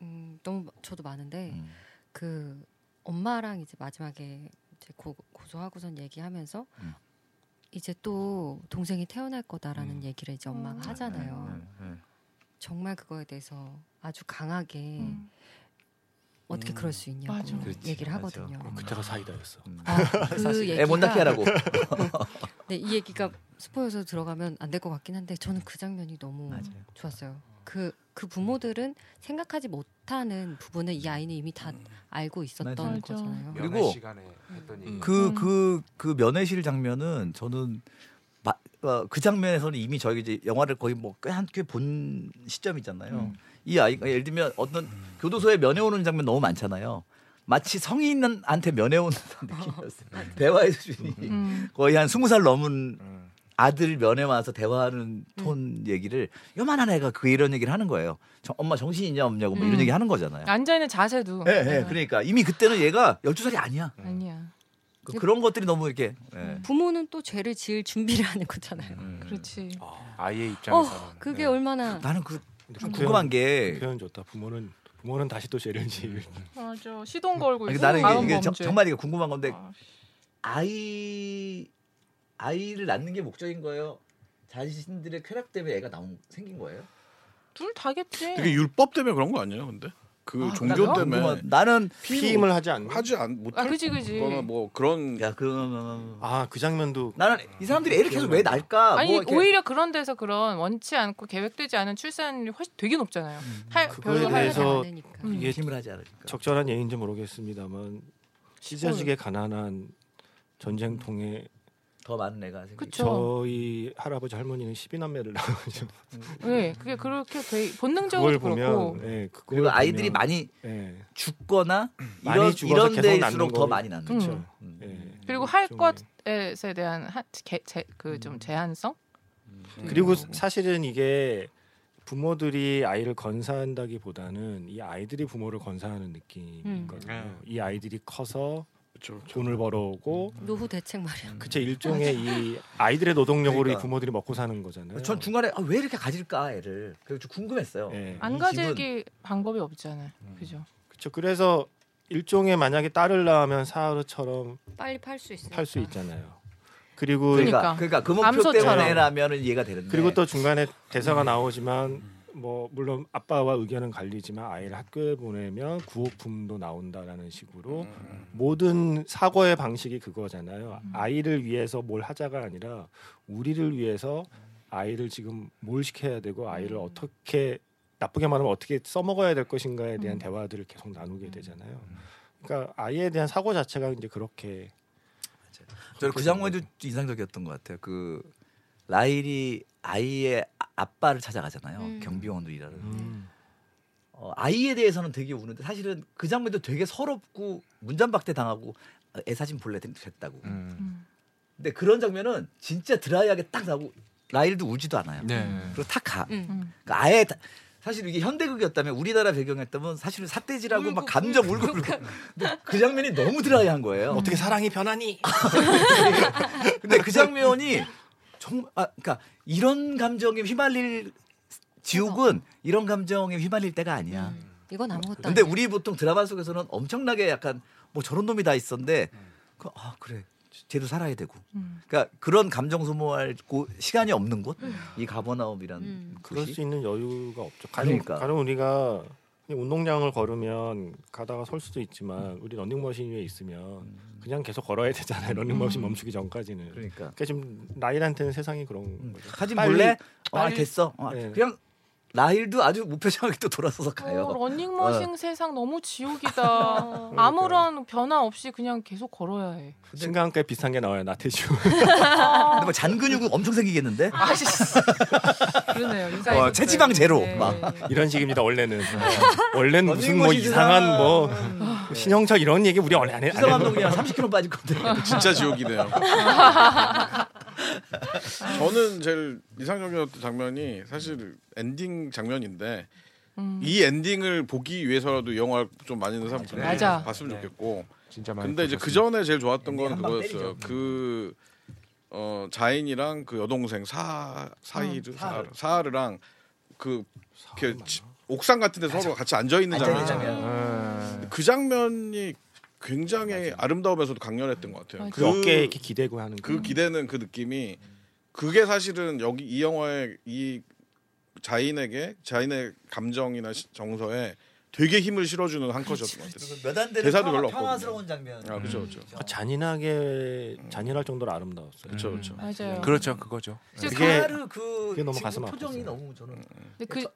Speaker 4: 음, 너무 저도 많은데
Speaker 2: 음.
Speaker 4: 그 엄마랑 이제 마지막에 이제 고, 고소하고선 얘기하면서
Speaker 2: 음.
Speaker 4: 이제 또 동생이 태어날 거다라는
Speaker 7: 음.
Speaker 4: 얘기를 이제 엄마가
Speaker 5: 음.
Speaker 4: 하잖아요.
Speaker 2: 예, 예, 예.
Speaker 4: 정말 그거에 대해서 아주 강하게
Speaker 5: 음.
Speaker 4: 어떻게 그럴 수 있냐고
Speaker 5: 맞아.
Speaker 2: 그렇지,
Speaker 4: 얘기를
Speaker 2: 맞아.
Speaker 4: 하거든요.
Speaker 3: 그때가 사이다였어.
Speaker 2: 음.
Speaker 4: 아, 그
Speaker 2: 사실
Speaker 4: 얘기가
Speaker 2: 애못 낳게 하라고.
Speaker 4: 네, 이 얘기가 스포여서 들어가면 안 될 것 같긴 한데 저는 그 장면이 너무
Speaker 2: 맞아요.
Speaker 4: 좋았어요. 그, 그 부모들은 생각하지 못하는 부분을 이 아이는 이미 다 알고 있었던
Speaker 2: 맞아요.
Speaker 4: 거잖아요.
Speaker 2: 그리고-
Speaker 7: 연애 시간에 했던 얘기.
Speaker 2: 그 그
Speaker 5: 음.
Speaker 2: 그 면회실 장면은 저는 마, 어, 그 장면에서는 이미 저희가 이제 영화를 거의 뭐 뭐꽤한꽤본 시점이잖아요. 이 아이가 예를 들면 어떤 교도소에 면회 오는 장면 너무 많잖아요. 마치
Speaker 4: 음.
Speaker 2: 성인한테 면회 오는 듯한 느낌이었어요. 대화의 수준이
Speaker 5: 음.
Speaker 2: 거의 한 스무 살 넘은
Speaker 7: 음.
Speaker 2: 아들 면회 와서 대화하는 톤 얘기를 요만한 애가 그 이런 얘기를 하는 거예요. 저, 엄마 정신이냐 없냐고 뭐
Speaker 5: 음.
Speaker 2: 이런 얘기 하는 거잖아요.
Speaker 5: 앉아 있는 자세도 음.
Speaker 2: 예, 예. 그러니까 이미 그때는 얘가 12살이 아니야.
Speaker 5: 아니야.
Speaker 2: 그, 그런 것들이 너무 이렇게 예.
Speaker 4: 부모는 또 죄를 지을 준비를 하는 거잖아요.
Speaker 5: 음.
Speaker 2: 음.
Speaker 5: 그렇지.
Speaker 7: 음. 아이의
Speaker 4: 어,
Speaker 7: 입장에서
Speaker 4: 그게 얼마나
Speaker 2: 나는 그
Speaker 5: 음.
Speaker 2: 좀
Speaker 3: 그
Speaker 2: 궁금한 게 음.
Speaker 3: 표현 좋다. 부모는 부모는 다시 또 죄를지.
Speaker 5: 맞아. 시동 걸고
Speaker 2: 아니,
Speaker 5: 있고
Speaker 2: 나는 이게,
Speaker 5: 다음
Speaker 2: 이게 저-
Speaker 5: 범죄.
Speaker 2: 정말 이게 궁금한 건데
Speaker 5: 아,
Speaker 2: 아이 아이를 낳는 게 목적인 거예요. 자신들의 쾌락 때문에 애가 나온 생긴 거예요.
Speaker 5: 둘 다겠지.
Speaker 6: 되게 율법 때문에 그런 거 아니에요? 근데 그
Speaker 5: 아,
Speaker 6: 종교
Speaker 5: 그래요?
Speaker 6: 때문에
Speaker 2: 궁금하- 나는
Speaker 3: 피임을 하지 않는.
Speaker 6: 하지 안
Speaker 5: 아,
Speaker 6: 못할
Speaker 5: 그지 그지.
Speaker 6: 거나 뭐 그런
Speaker 2: 야 그러면
Speaker 3: 아그 장면도
Speaker 2: 나는 이 사람들이 애를 계속 왜 낳을까?
Speaker 5: 아니
Speaker 2: 뭐 이렇게
Speaker 5: 오히려 그런 데서 그런 원치 않고 계획되지 않은 출산율이 훨씬 되게 높잖아요. 할
Speaker 3: 그거에
Speaker 5: 별로 할
Speaker 3: 대해서
Speaker 4: 많으니까.
Speaker 5: 음.
Speaker 3: 이게
Speaker 2: 힘을 하지 않을까?
Speaker 3: 적절한 예인지 모르겠습니다만 찢어지게 가난한 전쟁통에
Speaker 2: 더 많은 애가 생기.
Speaker 5: 그쵸.
Speaker 3: 저희 할아버지 할머니는 12남매를 낳았죠.
Speaker 5: 네, 그게 그렇게 돼-
Speaker 3: 그걸
Speaker 5: 본능적으로 그렇고
Speaker 3: 보면 예, 그걸
Speaker 2: 그리고 아이들이
Speaker 3: 보면,
Speaker 2: 많이
Speaker 3: 예,
Speaker 2: 죽거나
Speaker 3: 많이
Speaker 2: 이런
Speaker 3: 죽어서
Speaker 2: 이런
Speaker 3: 계속
Speaker 2: 데일수록
Speaker 3: 낳는
Speaker 2: 더
Speaker 3: 거.
Speaker 2: 많이 낳는
Speaker 5: 음.
Speaker 2: 거죠.
Speaker 3: 그렇죠.
Speaker 2: 음.
Speaker 3: 예.
Speaker 5: 그리고 할
Speaker 3: 좀, 음.
Speaker 5: 것에 대한 그 좀 제한성.
Speaker 3: 예. 그리고 사실은 이게 부모들이 아이를 건사한다기보다는 이 아이들이 부모를 건사하는 느낌이거든요.
Speaker 7: 음.
Speaker 3: 이 아이들이 커서
Speaker 6: 그렇죠.
Speaker 3: 돈을 벌어오고
Speaker 4: 노후 대책 마련.
Speaker 3: 그체 일종의 이 아이들의 노동력으로
Speaker 2: 음. 그러니까.
Speaker 3: 이 부모들이 먹고 사는 거잖아요.
Speaker 2: 전 중간에 아, 왜 이렇게 가질까 애를 그래서 좀 궁금했어요.
Speaker 3: 예.
Speaker 5: 안
Speaker 2: 이 집은-
Speaker 5: 가질기 방법이 없잖아요. 그죠?
Speaker 3: 그렇죠. 그래서 일종의 만약에 딸을 낳으면 사흘처럼
Speaker 4: 빨리 팔 수 있어요.
Speaker 3: 팔 수 있잖아요. 그리고
Speaker 2: 그러니까
Speaker 5: 그러니까.
Speaker 2: 그러니까 그 목표
Speaker 5: 암소처럼.
Speaker 2: 때문에라면은 이해가 되는데
Speaker 3: 그리고 또 중간에 대사가 나오지만 뭐 물론 아빠와 의견은 갈리지만 아이를 학교에 보내면 구호품도 나온다라는 식으로 모든 사고의 방식이 그거잖아요. 아이를 위해서 뭘 하자가 아니라 우리를 위해서 아이를 지금 뭘 시켜야 되고 아이를 어떻게 나쁘게 말하면 어떻게 써먹어야 될 것인가에 대한 대화들을 계속 나누게 되잖아요. 그러니까 아이에 대한 사고 자체가 이제 그렇게
Speaker 2: 저는 그 장면도 인상적이었던 것 같아요. 그 라일이 아이의 아- 아빠를 찾아가잖아요.
Speaker 4: 음.
Speaker 2: 경비원도 일하는. 어, 아이에 대해서는 되게 우는데 사실은 그 장면도 되게 서럽고 문전박대 당하고 애 사진 볼래 됐다고.
Speaker 3: 음.
Speaker 7: 음.
Speaker 2: 근데 그런 장면은 진짜 드라이하게 딱 나고 라일도 울지도 않아요.
Speaker 7: 네.
Speaker 2: 그리고 탁 가.
Speaker 4: 음.
Speaker 5: 음.
Speaker 2: 그러니까 아예 다- 사실 이게 현대극이었다면 우리나라 배경이었다면 사실은 삿대질하고
Speaker 4: 울고,
Speaker 2: 막 감정 울고 울고. 근데 그 장면이 너무 드라이한 거예요.
Speaker 3: 어떻게 사랑이 변하니?
Speaker 2: 근데 그 장면이 정말 아 그러니까 이런 감정에 휘말릴 지옥은 이런 감정에 휘말릴 때가 아니야.
Speaker 4: 이건 아무것도
Speaker 2: 근데
Speaker 4: 아니야.
Speaker 2: 우리 보통 드라마 속에서는 엄청나게 약간 뭐 저런 놈이 다 있었는데 그, 아 그래 쟤도 살아야 되고
Speaker 5: 음.
Speaker 2: 그러니까 그런 감정 소모할 곳, 시간이 없는 곳 이 가버나움이라는
Speaker 4: 음.
Speaker 2: 곳이
Speaker 3: 그럴 수 있는 여유가 없죠. 가령,
Speaker 2: 그러니까.
Speaker 3: 가령 우리가 그냥 운동장을 걸으면 가다가 설 수도 있지만 우리 러닝머신 위에 있으면 그냥 계속 걸어야 되잖아요. 러닝머신 멈추기 전까지는. 그러니까
Speaker 2: 음. 그러니까
Speaker 3: 지금 나일한테는 세상이 그런
Speaker 2: 음.
Speaker 3: 거죠.
Speaker 2: 하지
Speaker 3: 빨리-
Speaker 2: 몰래 아
Speaker 3: 빨리-
Speaker 2: 됐어 어,
Speaker 3: 네.
Speaker 2: 그냥 라일도 아주 무표정하게 또 돌아서서 가요.
Speaker 5: 어, 러닝머신 세상 너무 지옥이다. 아무런 변화 없이 그냥 계속 걸어야 해.
Speaker 3: 신강가에 비슷한 게 나와요. 나태주.
Speaker 2: 근데 뭐 잔근육은 엄청 생기겠는데?
Speaker 5: 아씨. 그러네요. 인사해
Speaker 2: 어,
Speaker 5: 줬어요.
Speaker 2: 체지방 제로,
Speaker 5: 네.
Speaker 2: 막.
Speaker 3: 이런 식입니다. 원래는. 원래는 무슨 뭐
Speaker 2: 음. 러닝머신
Speaker 3: 이상한 뭐
Speaker 2: 세상은
Speaker 3: 신영철 이런 얘기 우리 원래 안 해. 안
Speaker 2: 주성
Speaker 3: 해요.
Speaker 2: 음. 감독이랑 30kg 빠질 건데.
Speaker 3: 아,
Speaker 6: 진짜 지옥이네요. 저는 제일 이상적이었던 장면이 사실 엔딩 장면인데
Speaker 5: 음.
Speaker 6: 이 엔딩을 보기 위해서라도 이 영화를 좀 많이 있는 사람들이
Speaker 5: 맞아.
Speaker 6: 봤으면
Speaker 7: 네.
Speaker 6: 좋겠고
Speaker 7: 진짜 많이
Speaker 6: 근데 이제 그
Speaker 7: 보셨습니다.
Speaker 6: 전에 제일 좋았던 건
Speaker 2: 한방
Speaker 6: 그거였어요.
Speaker 2: 때리죠.
Speaker 6: 그 어, 자인이랑 그 여동생 사 사이르 사르. 사르랑 그 이렇게 지- 옥상 같은 데 서로 같이 앉아
Speaker 3: 그렇죠.
Speaker 6: 있는
Speaker 2: 앉아 있는
Speaker 6: 장면이잖아요.
Speaker 2: 장면.
Speaker 7: 예.
Speaker 6: 그 장면이 굉장히 아름다우면서도 강렬했던 것 같아요.
Speaker 5: 맞아요.
Speaker 3: 그 어깨에 이렇게 기대고 하는
Speaker 6: 그
Speaker 3: 거.
Speaker 6: 기대는 그 느낌이 그게 사실은 여기 이 영화의 이 자인에게 자인의 감정이나 시- 정서에 되게 힘을 실어주는 한 컷이었던 것 같아요.
Speaker 2: 몇안 되는
Speaker 6: 대사도
Speaker 2: 평-
Speaker 6: 별로 없거든요.
Speaker 2: 평화스러운 장면.
Speaker 6: 아 그렇죠, 그렇죠,
Speaker 3: 아, 잔인하게
Speaker 2: 음.
Speaker 3: 잔인할 정도로 아름다웠어요.
Speaker 6: 그렇죠, 그렇죠.
Speaker 5: 맞아요.
Speaker 7: 그렇죠 그거죠.
Speaker 5: 진짜
Speaker 3: 음. 그게-
Speaker 2: 사르 그
Speaker 3: 그게 너무
Speaker 2: 지금
Speaker 3: 가슴 음.
Speaker 2: 표정이
Speaker 3: 아팠어요.
Speaker 2: 너무 저는 음.
Speaker 5: 근데 그,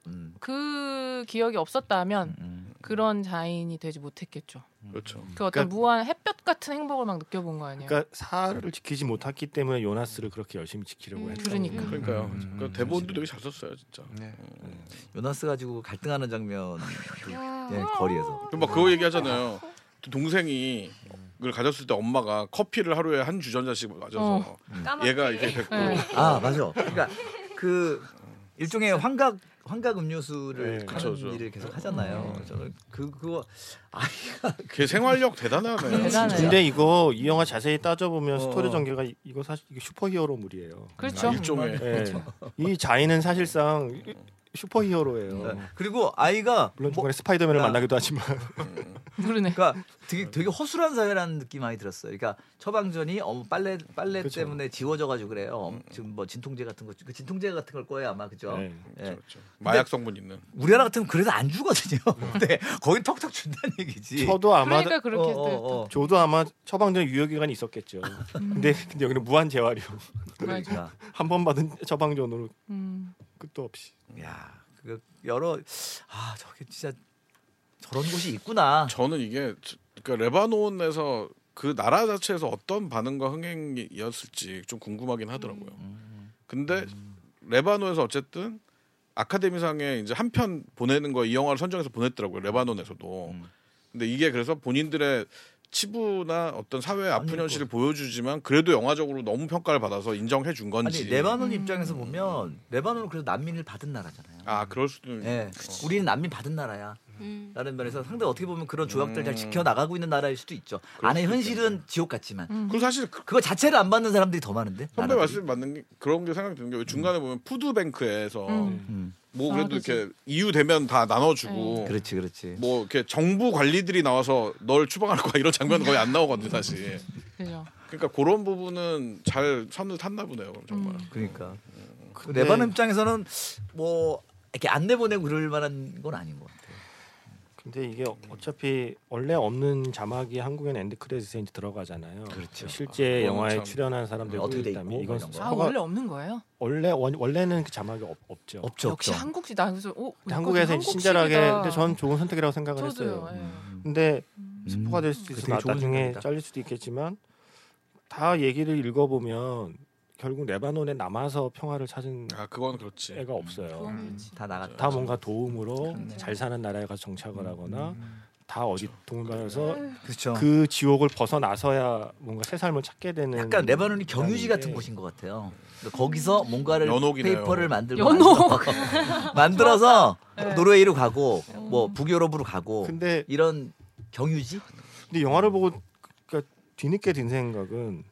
Speaker 5: 그 기억이 없었다면 그런 자인이 되지 못했겠죠.
Speaker 7: 음.
Speaker 6: 그렇죠.
Speaker 5: 그 어떤
Speaker 3: 그러니까-
Speaker 5: 무한 햇볕 같은 행복을 막 느껴본 거 아니에요.
Speaker 3: 그러니까 사를 지키지 못했기 때문에 요나스를 그렇게 열심히 지키려고
Speaker 4: 음,
Speaker 3: 했던
Speaker 5: 그러니까.
Speaker 3: 거예요.
Speaker 6: 그러니까요.
Speaker 7: 음,
Speaker 6: 그 대본도 되게 잘 썼어요, 진짜.
Speaker 7: 네.
Speaker 2: 요나스 가지고 갈등하는 장면 예,
Speaker 4: 야.
Speaker 2: 거리에서
Speaker 6: 그막 그거 얘기하잖아요. 동생이 가졌을 때 엄마가 커피를 하루에 한 주전자씩 마셔서
Speaker 5: 어.
Speaker 6: 얘가 이렇게 됐고
Speaker 5: 네.
Speaker 2: 아 맞아. 그러니까 그 일종의 환각 환각 음료수를
Speaker 3: 네,
Speaker 2: 하는
Speaker 6: 그쵸, 저.
Speaker 2: 일을 계속 하잖아요. 저는 그 그거
Speaker 6: 걔 생활력 대단하네.
Speaker 5: 대단해.
Speaker 2: 진짜.
Speaker 3: 근데 이거 이 영화 자세히 따져보면
Speaker 2: 어.
Speaker 3: 스토리 전개가 이- 이거 사실 이게 슈퍼히어로물이에요.
Speaker 5: 그렇죠.
Speaker 6: 아, 일종의
Speaker 3: 예. 이 자인은 사실상 슈퍼히어로예요.
Speaker 2: 그리고 아이가
Speaker 3: 물론
Speaker 2: 네. 뭐,
Speaker 3: 중간에 스파이더맨을
Speaker 2: 야.
Speaker 3: 만나기도 하지만
Speaker 5: 그러네.
Speaker 2: 그러니까 되게 되게 허술한 사회라는 느낌 많이 들었어요. 그러니까 처방전이 어머 빨래 빨래
Speaker 3: 그쵸.
Speaker 2: 때문에 지워져가지고 그래요. 음, 지금 뭐 진통제 같은 거 그 진통제 같은 걸 거예요 아마 그죠.
Speaker 3: 네.
Speaker 2: 예.
Speaker 6: 그렇죠, 그렇죠. 마약 성분 있는.
Speaker 2: 우리나라 같으면 그래도 안 주거든요. 근데 거긴 턱턱 준다는 얘기지.
Speaker 3: 저도 아마
Speaker 5: 그러니까 그렇게
Speaker 2: 어, 어, 어.
Speaker 3: 저도 아마 처방전 유효 기간이 있었겠죠.
Speaker 5: 음.
Speaker 3: 근데 근데 여기는 무한 재활용.
Speaker 5: 맞아.
Speaker 2: 그러니까.
Speaker 3: 한 번 받은 처방전으로
Speaker 5: 음.
Speaker 3: 끝도 없이.
Speaker 2: 야, 그 여러 아 저게 진짜 저런 곳이 있구나.
Speaker 6: 저는 이게 저- 그러니까 레바논에서 그 나라 자체에서 어떤 반응과 흥행이었을지 좀 궁금하긴
Speaker 2: 음,
Speaker 6: 하더라고요. 근데 레바논에서 어쨌든 아카데미상에 이제 한 편 보내는 거 이 영화를 선정해서 보냈더라고요. 레바논에서도.
Speaker 2: 음.
Speaker 6: 근데 이게 그래서 본인들의 치부나 어떤 사회의 아픈
Speaker 2: 아니,
Speaker 6: 현실을 보여주지만 그래도 영화적으로 너무 평가를 받아서 인정해 준 건지.
Speaker 2: 아니 레바논 입장에서 보면 레바논은 그래도 난민을 받은 나라잖아요.
Speaker 6: 아 그럴 수도.
Speaker 2: 예, 우리는 난민 받은 나라야.
Speaker 4: 음.
Speaker 2: 라는 면에서 상당히 어떻게 보면 그런 조약들 을잘
Speaker 6: 음.
Speaker 2: 지켜 나가고 있는 나라일 수도 있죠.
Speaker 6: 그럴
Speaker 2: 안에
Speaker 6: 수도
Speaker 2: 현실은 지옥 같지만
Speaker 6: 그 사실 그-
Speaker 2: 그거 자체를 안 받는 사람들이 더 많은데.
Speaker 6: 선배
Speaker 2: 나라들이.
Speaker 6: 말씀 맞는 게 그런 게 생각이 드는 게 왜 중간에 보면 푸드뱅크에서
Speaker 5: 음.
Speaker 2: 음,
Speaker 6: 뭐
Speaker 5: 아,
Speaker 6: 그래도
Speaker 5: 그치.
Speaker 6: 이렇게 이유 되면 다 나눠주고
Speaker 2: 그렇지, 그렇지.
Speaker 6: 뭐 이렇게 정부 관리들이 나와서 널 추방할 거야 이런 장면 거의 안 나오거든요 사실.
Speaker 5: 그죠.
Speaker 6: 그러니까 그런 부분은 잘 선을 탔나 보네요 그럼 정말.
Speaker 5: 음.
Speaker 2: 그러니까 그 레바논 입장에서는 뭐 이렇게 안 내보내고 그럴 만한 건 아닌 것 같아요.
Speaker 3: 근데 이게 어차피 원래 없는 자막이 한국엔 엔드 크레딧에 이제 들어가잖아요.
Speaker 2: 그렇죠.
Speaker 3: 실제
Speaker 6: 아,
Speaker 3: 영화에
Speaker 6: 참.
Speaker 3: 출연한 사람들
Speaker 2: 어떻게 돼
Speaker 3: 있다면
Speaker 2: 있고
Speaker 3: 이건
Speaker 2: 이런 거.
Speaker 5: 아
Speaker 3: 서가-
Speaker 5: 원래 없는 거예요?
Speaker 3: 원래 원, 원래는 그 자막이 없, 없죠.
Speaker 2: 없죠,
Speaker 5: 역시
Speaker 2: 없죠.
Speaker 5: 한국식 나 그래서 어 이거
Speaker 3: 한국에서
Speaker 5: 한국식이다.
Speaker 3: 친절하게 근데 전 좋은 선택이라고 생각을
Speaker 5: 저도요.
Speaker 3: 했어요.
Speaker 5: 예.
Speaker 3: 근데
Speaker 5: 음.
Speaker 3: 스포가 될 수도
Speaker 2: 그
Speaker 3: 있어
Speaker 2: 되게
Speaker 3: 나,
Speaker 2: 좋은
Speaker 3: 나중에
Speaker 2: 생각이다.
Speaker 3: 잘릴 수도 있겠지만 다 얘기를 읽어보면 결국 레바논에 남아서 평화를 찾은
Speaker 6: 아 그건
Speaker 2: 네.
Speaker 6: 그렇지.
Speaker 3: 애가 없어요.
Speaker 5: 그건
Speaker 6: 음.
Speaker 5: 그렇지.
Speaker 2: 다 나갔다.
Speaker 3: 다 뭔가 도움으로
Speaker 5: 그렇죠.
Speaker 3: 잘 사는 나라에 가서 정착을 하거나
Speaker 5: 음.
Speaker 3: 다 어디 도움을 받아서
Speaker 5: 네.
Speaker 2: 그렇죠.
Speaker 3: 그 지옥을 벗어나서야 뭔가 새 삶을 찾게 되는
Speaker 2: 약간 레바논이 경유지 같은 곳인 것 같아요. 그러니까 거기서 뭔가를
Speaker 6: 연옥이네요.
Speaker 2: 페이퍼를 만들고
Speaker 5: 연옥.
Speaker 2: 만들어서- 만들어서
Speaker 5: 네. 음.
Speaker 2: 노르웨이로 가고 뭐 북유럽으로 가고
Speaker 3: 근데
Speaker 2: 이런 경유지?
Speaker 3: 근데 영화를 보고 그러니까 뒤늦게 든 생각은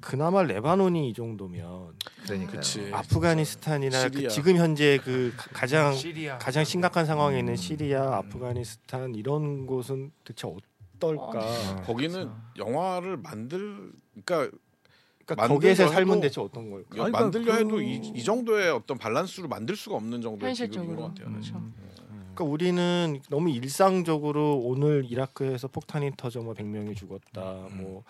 Speaker 3: 그나마 레바논이 이 정도면
Speaker 2: 그러니까
Speaker 6: 그치.
Speaker 3: 아프가니스탄이나 그
Speaker 6: 예. 시리아.
Speaker 3: 지금 현재 그 가- 가장
Speaker 7: 시리아
Speaker 3: 가장 심각한 상황에 있는 시리아, 아프가니스탄 이런 곳은 대체
Speaker 2: 아,
Speaker 3: 어떨까?
Speaker 2: 네.
Speaker 6: 거기는 영화를 만들 그러니까
Speaker 3: 그러니까
Speaker 6: 만든
Speaker 3: 거기에서의
Speaker 6: 걸
Speaker 3: 삶은
Speaker 6: 해도-
Speaker 3: 대체 어떤 걸까?
Speaker 2: 아니, 그러니까
Speaker 6: 만들려 해도
Speaker 2: 그-
Speaker 6: 이, 이 정도의 어떤 밸런스로 만들 수가 없는 정도의 비극인 것
Speaker 5: 현실적으로.
Speaker 6: 같아요.
Speaker 2: 음.
Speaker 6: 사실.
Speaker 5: 그렇죠.
Speaker 3: 그러니까 우리는 너무 일상적으로 오늘 이라크에서 폭탄이 터져 뭐 100명이 죽었다. 뭐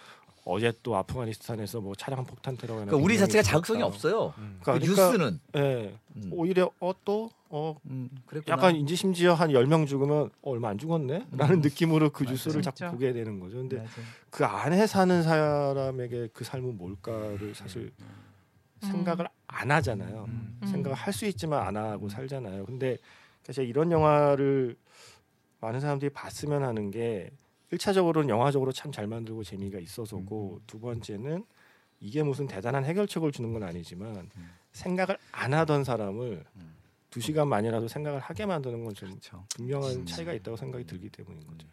Speaker 3: 어제 또 아프가니스탄에서 뭐 차량 폭탄 테러가
Speaker 2: 그러니까 우리 자체가 자극성이 없어요. 그
Speaker 3: 그러니까, 그러니까
Speaker 2: 뉴스는
Speaker 3: 예.
Speaker 2: 음.
Speaker 3: 오히려 어또어
Speaker 2: 음, 그랬구나.
Speaker 3: 약간 이제 심지어 한 10명 죽으면 어, 얼마 안 죽었네?
Speaker 2: 음.
Speaker 3: 라는 느낌으로 그
Speaker 2: 맞아요.
Speaker 3: 뉴스를 자꾸
Speaker 5: 진짜.
Speaker 3: 보게 되는 거죠. 근데
Speaker 2: 맞아.
Speaker 3: 그 안에 사는 사람에게 그 삶은 뭘까를 사실 생각을 안 하잖아요.
Speaker 5: 음.
Speaker 3: 생각을 할 수 있지만 안 하고 살잖아요. 근데 사실 이런 영화를 많은 사람들이 봤으면 하는 게 1차적으로는 영화적으로 참 잘 만들고 재미가 있어서고 두 번째는 이게 무슨 대단한 해결책을 주는 건 아니지만 생각을 안 하던 사람을 두 시간만이라도 생각을 하게 만드는 건 좀
Speaker 2: 그렇죠.
Speaker 3: 분명한 차이가 있다고 생각이 들기 때문인 거죠.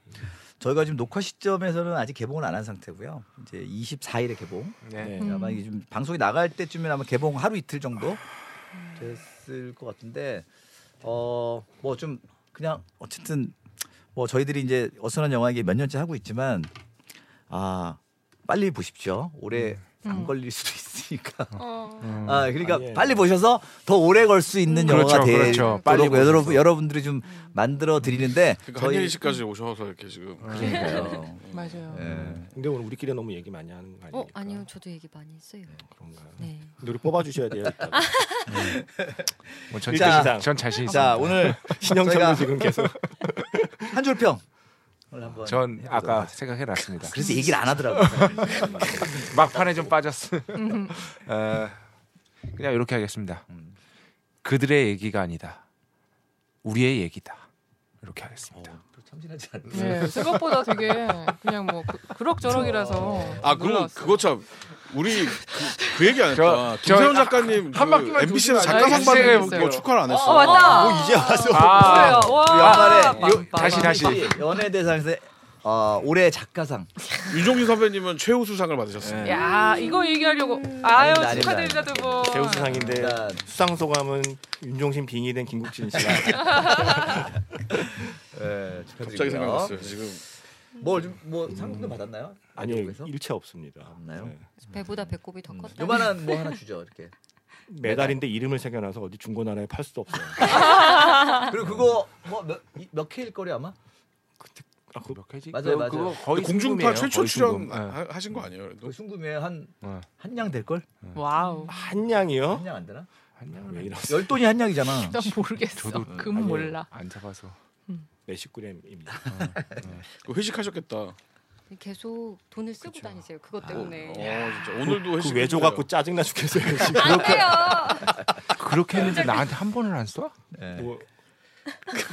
Speaker 2: 저희가 지금 녹화 시점에서는 아직 개봉은 안 한 상태고요. 이제 24일에 개봉.
Speaker 7: 네.
Speaker 2: 네, 아마 이게
Speaker 5: 음.
Speaker 2: 좀 방송이 나갈 때쯤이면 아마 개봉 하루 이틀 정도 됐을 것 같은데 어 뭐 좀 그냥 어쨌든 뭐 저희들이 이제 어선한 영화 이게 몇 년째 하고 있지만 아 빨리 보십시오. 오래 안
Speaker 5: 음.
Speaker 2: 걸릴 수도 있으니까.
Speaker 5: 어.
Speaker 2: 아 그러니까
Speaker 3: 아, 예.
Speaker 2: 빨리 보셔서 더 오래 걸 수 있는
Speaker 5: 음.
Speaker 2: 영화가
Speaker 7: 음. 그렇죠, 그렇죠.
Speaker 2: 되도록
Speaker 7: 빨리
Speaker 2: 여러분
Speaker 7: 보셔서.
Speaker 2: 여러분들이 좀 만들어 드리는데
Speaker 6: 그러니까
Speaker 2: 저희
Speaker 6: 한예리 씨까지 오셔서 이렇게 지금
Speaker 2: 그러니까요.
Speaker 5: 맞아요.
Speaker 2: 예.
Speaker 3: 근데 오늘 우리끼리 너무 얘기 많이 하는 거 아니에요?
Speaker 4: 어 아니요 저도 얘기 많이 했어요.
Speaker 3: 그런가요?
Speaker 4: 네.
Speaker 3: 근데 우리 뽑아 주셔야 돼요. 이따가.
Speaker 7: 뭐 전,
Speaker 2: 자.
Speaker 7: 자신, 전 자신
Speaker 2: 자
Speaker 7: 있습니다.
Speaker 5: 아,
Speaker 2: 오늘
Speaker 3: 신영철도
Speaker 2: 저희가-
Speaker 3: 지금 계속
Speaker 2: 한 줄평. 한번
Speaker 7: 전
Speaker 2: 해보도록
Speaker 7: 아까
Speaker 2: 하죠.
Speaker 7: 생각해놨습니다.
Speaker 2: 그래서 얘기를 안 하더라고요.
Speaker 7: 막판에 좀 빠졌어. 어, 그냥 이렇게 하겠습니다. 그들의 얘기가 아니다. 우리의 얘기다. 이렇게 하겠습니다.
Speaker 2: 참신하지 않네.
Speaker 5: 네, 생각보다 되게 그냥 뭐 그- 그럭저럭이라서.
Speaker 6: 아 그럼
Speaker 5: 놀라웠어요.
Speaker 6: 그거 참 우리 그, 그 얘기 안 했다.
Speaker 7: 저- 저-
Speaker 6: 김세훈 작가님
Speaker 7: 한
Speaker 6: 그
Speaker 7: 바퀴만
Speaker 6: MBC는
Speaker 7: 조심하세요. 네,
Speaker 6: 작가상
Speaker 5: 알겠어요.
Speaker 6: 받는 거 축하를 안 했어.
Speaker 5: 어, 맞다.
Speaker 2: 뭐 이제 와서
Speaker 7: 아,
Speaker 5: 뭐예요? 와,
Speaker 2: 연말에
Speaker 5: 막,
Speaker 7: 요-
Speaker 5: 막,
Speaker 7: 다시,
Speaker 5: 막.
Speaker 7: 다시.
Speaker 2: 아, 연예 대상에서 어, 올해 작가상
Speaker 6: 유종신 선배님은 최우수상을 받으셨어요.
Speaker 3: 예.
Speaker 5: 야, 이거 얘기하려고. 아유,
Speaker 2: 아닙니다, 아닙니다. 네.
Speaker 5: 축하드립니다, 두 분.
Speaker 6: 네.
Speaker 3: 배우수상인데
Speaker 2: 일단
Speaker 3: 수상 소감은 윤종신 빙의된 김국진
Speaker 2: 네.
Speaker 3: 씨가
Speaker 2: 예, 축하드리고요.
Speaker 6: 갑자기 생각났어요.
Speaker 7: 네.
Speaker 6: 음. 지금
Speaker 2: 뭘좀뭐 상품도 받았나요?
Speaker 3: 아니요
Speaker 2: 이쪽에서?
Speaker 3: 일체 없습니다.
Speaker 2: 없나요? 음.
Speaker 3: 네.
Speaker 4: 배보다 배꼽이 더 컸다.
Speaker 2: 요만한 뭐 하나 주죠 이렇게.
Speaker 3: 메달인데 이름을 새겨놔서 어디 중고나라에 팔 수도 없어요.
Speaker 2: 그리고 그거 뭐몇몇 케일 거리 아마?
Speaker 3: 아, 그-
Speaker 7: 몇 개지?
Speaker 2: 맞아요, 맞아요.
Speaker 7: 거의 순금이에요,
Speaker 6: 공중파 최초
Speaker 7: 거의
Speaker 6: 출연
Speaker 7: 순금.
Speaker 5: 음,
Speaker 7: 예.
Speaker 6: 하- 하신 거 아니에요? 그래도?
Speaker 2: 그 순금에
Speaker 7: 네.
Speaker 2: 한한 양 될 걸?
Speaker 5: 와우.
Speaker 3: 한
Speaker 6: 어?
Speaker 3: 양이요?
Speaker 2: 한 양 안 되나?
Speaker 7: 아니요,
Speaker 3: 왜 이런
Speaker 2: 열 돈이 한 양이잖아.
Speaker 5: 난 모르겠어.
Speaker 7: 저도
Speaker 5: 금
Speaker 3: 아니에요.
Speaker 5: 몰라.
Speaker 7: 안 잡아서.
Speaker 3: 몇십 그램입니다.
Speaker 6: 그거 회식하셨겠다.
Speaker 4: 계속 돈을 쓰고 다니세요. 그것 때문에.
Speaker 6: 어, 진짜 오늘도 회식.
Speaker 3: 그 외조 갖고 짜증나 죽겠어요.
Speaker 2: 아,
Speaker 3: 지금.
Speaker 7: 그렇게 했는데 나한테 한 번을 안 쏴?
Speaker 2: 예.
Speaker 3: 뭐,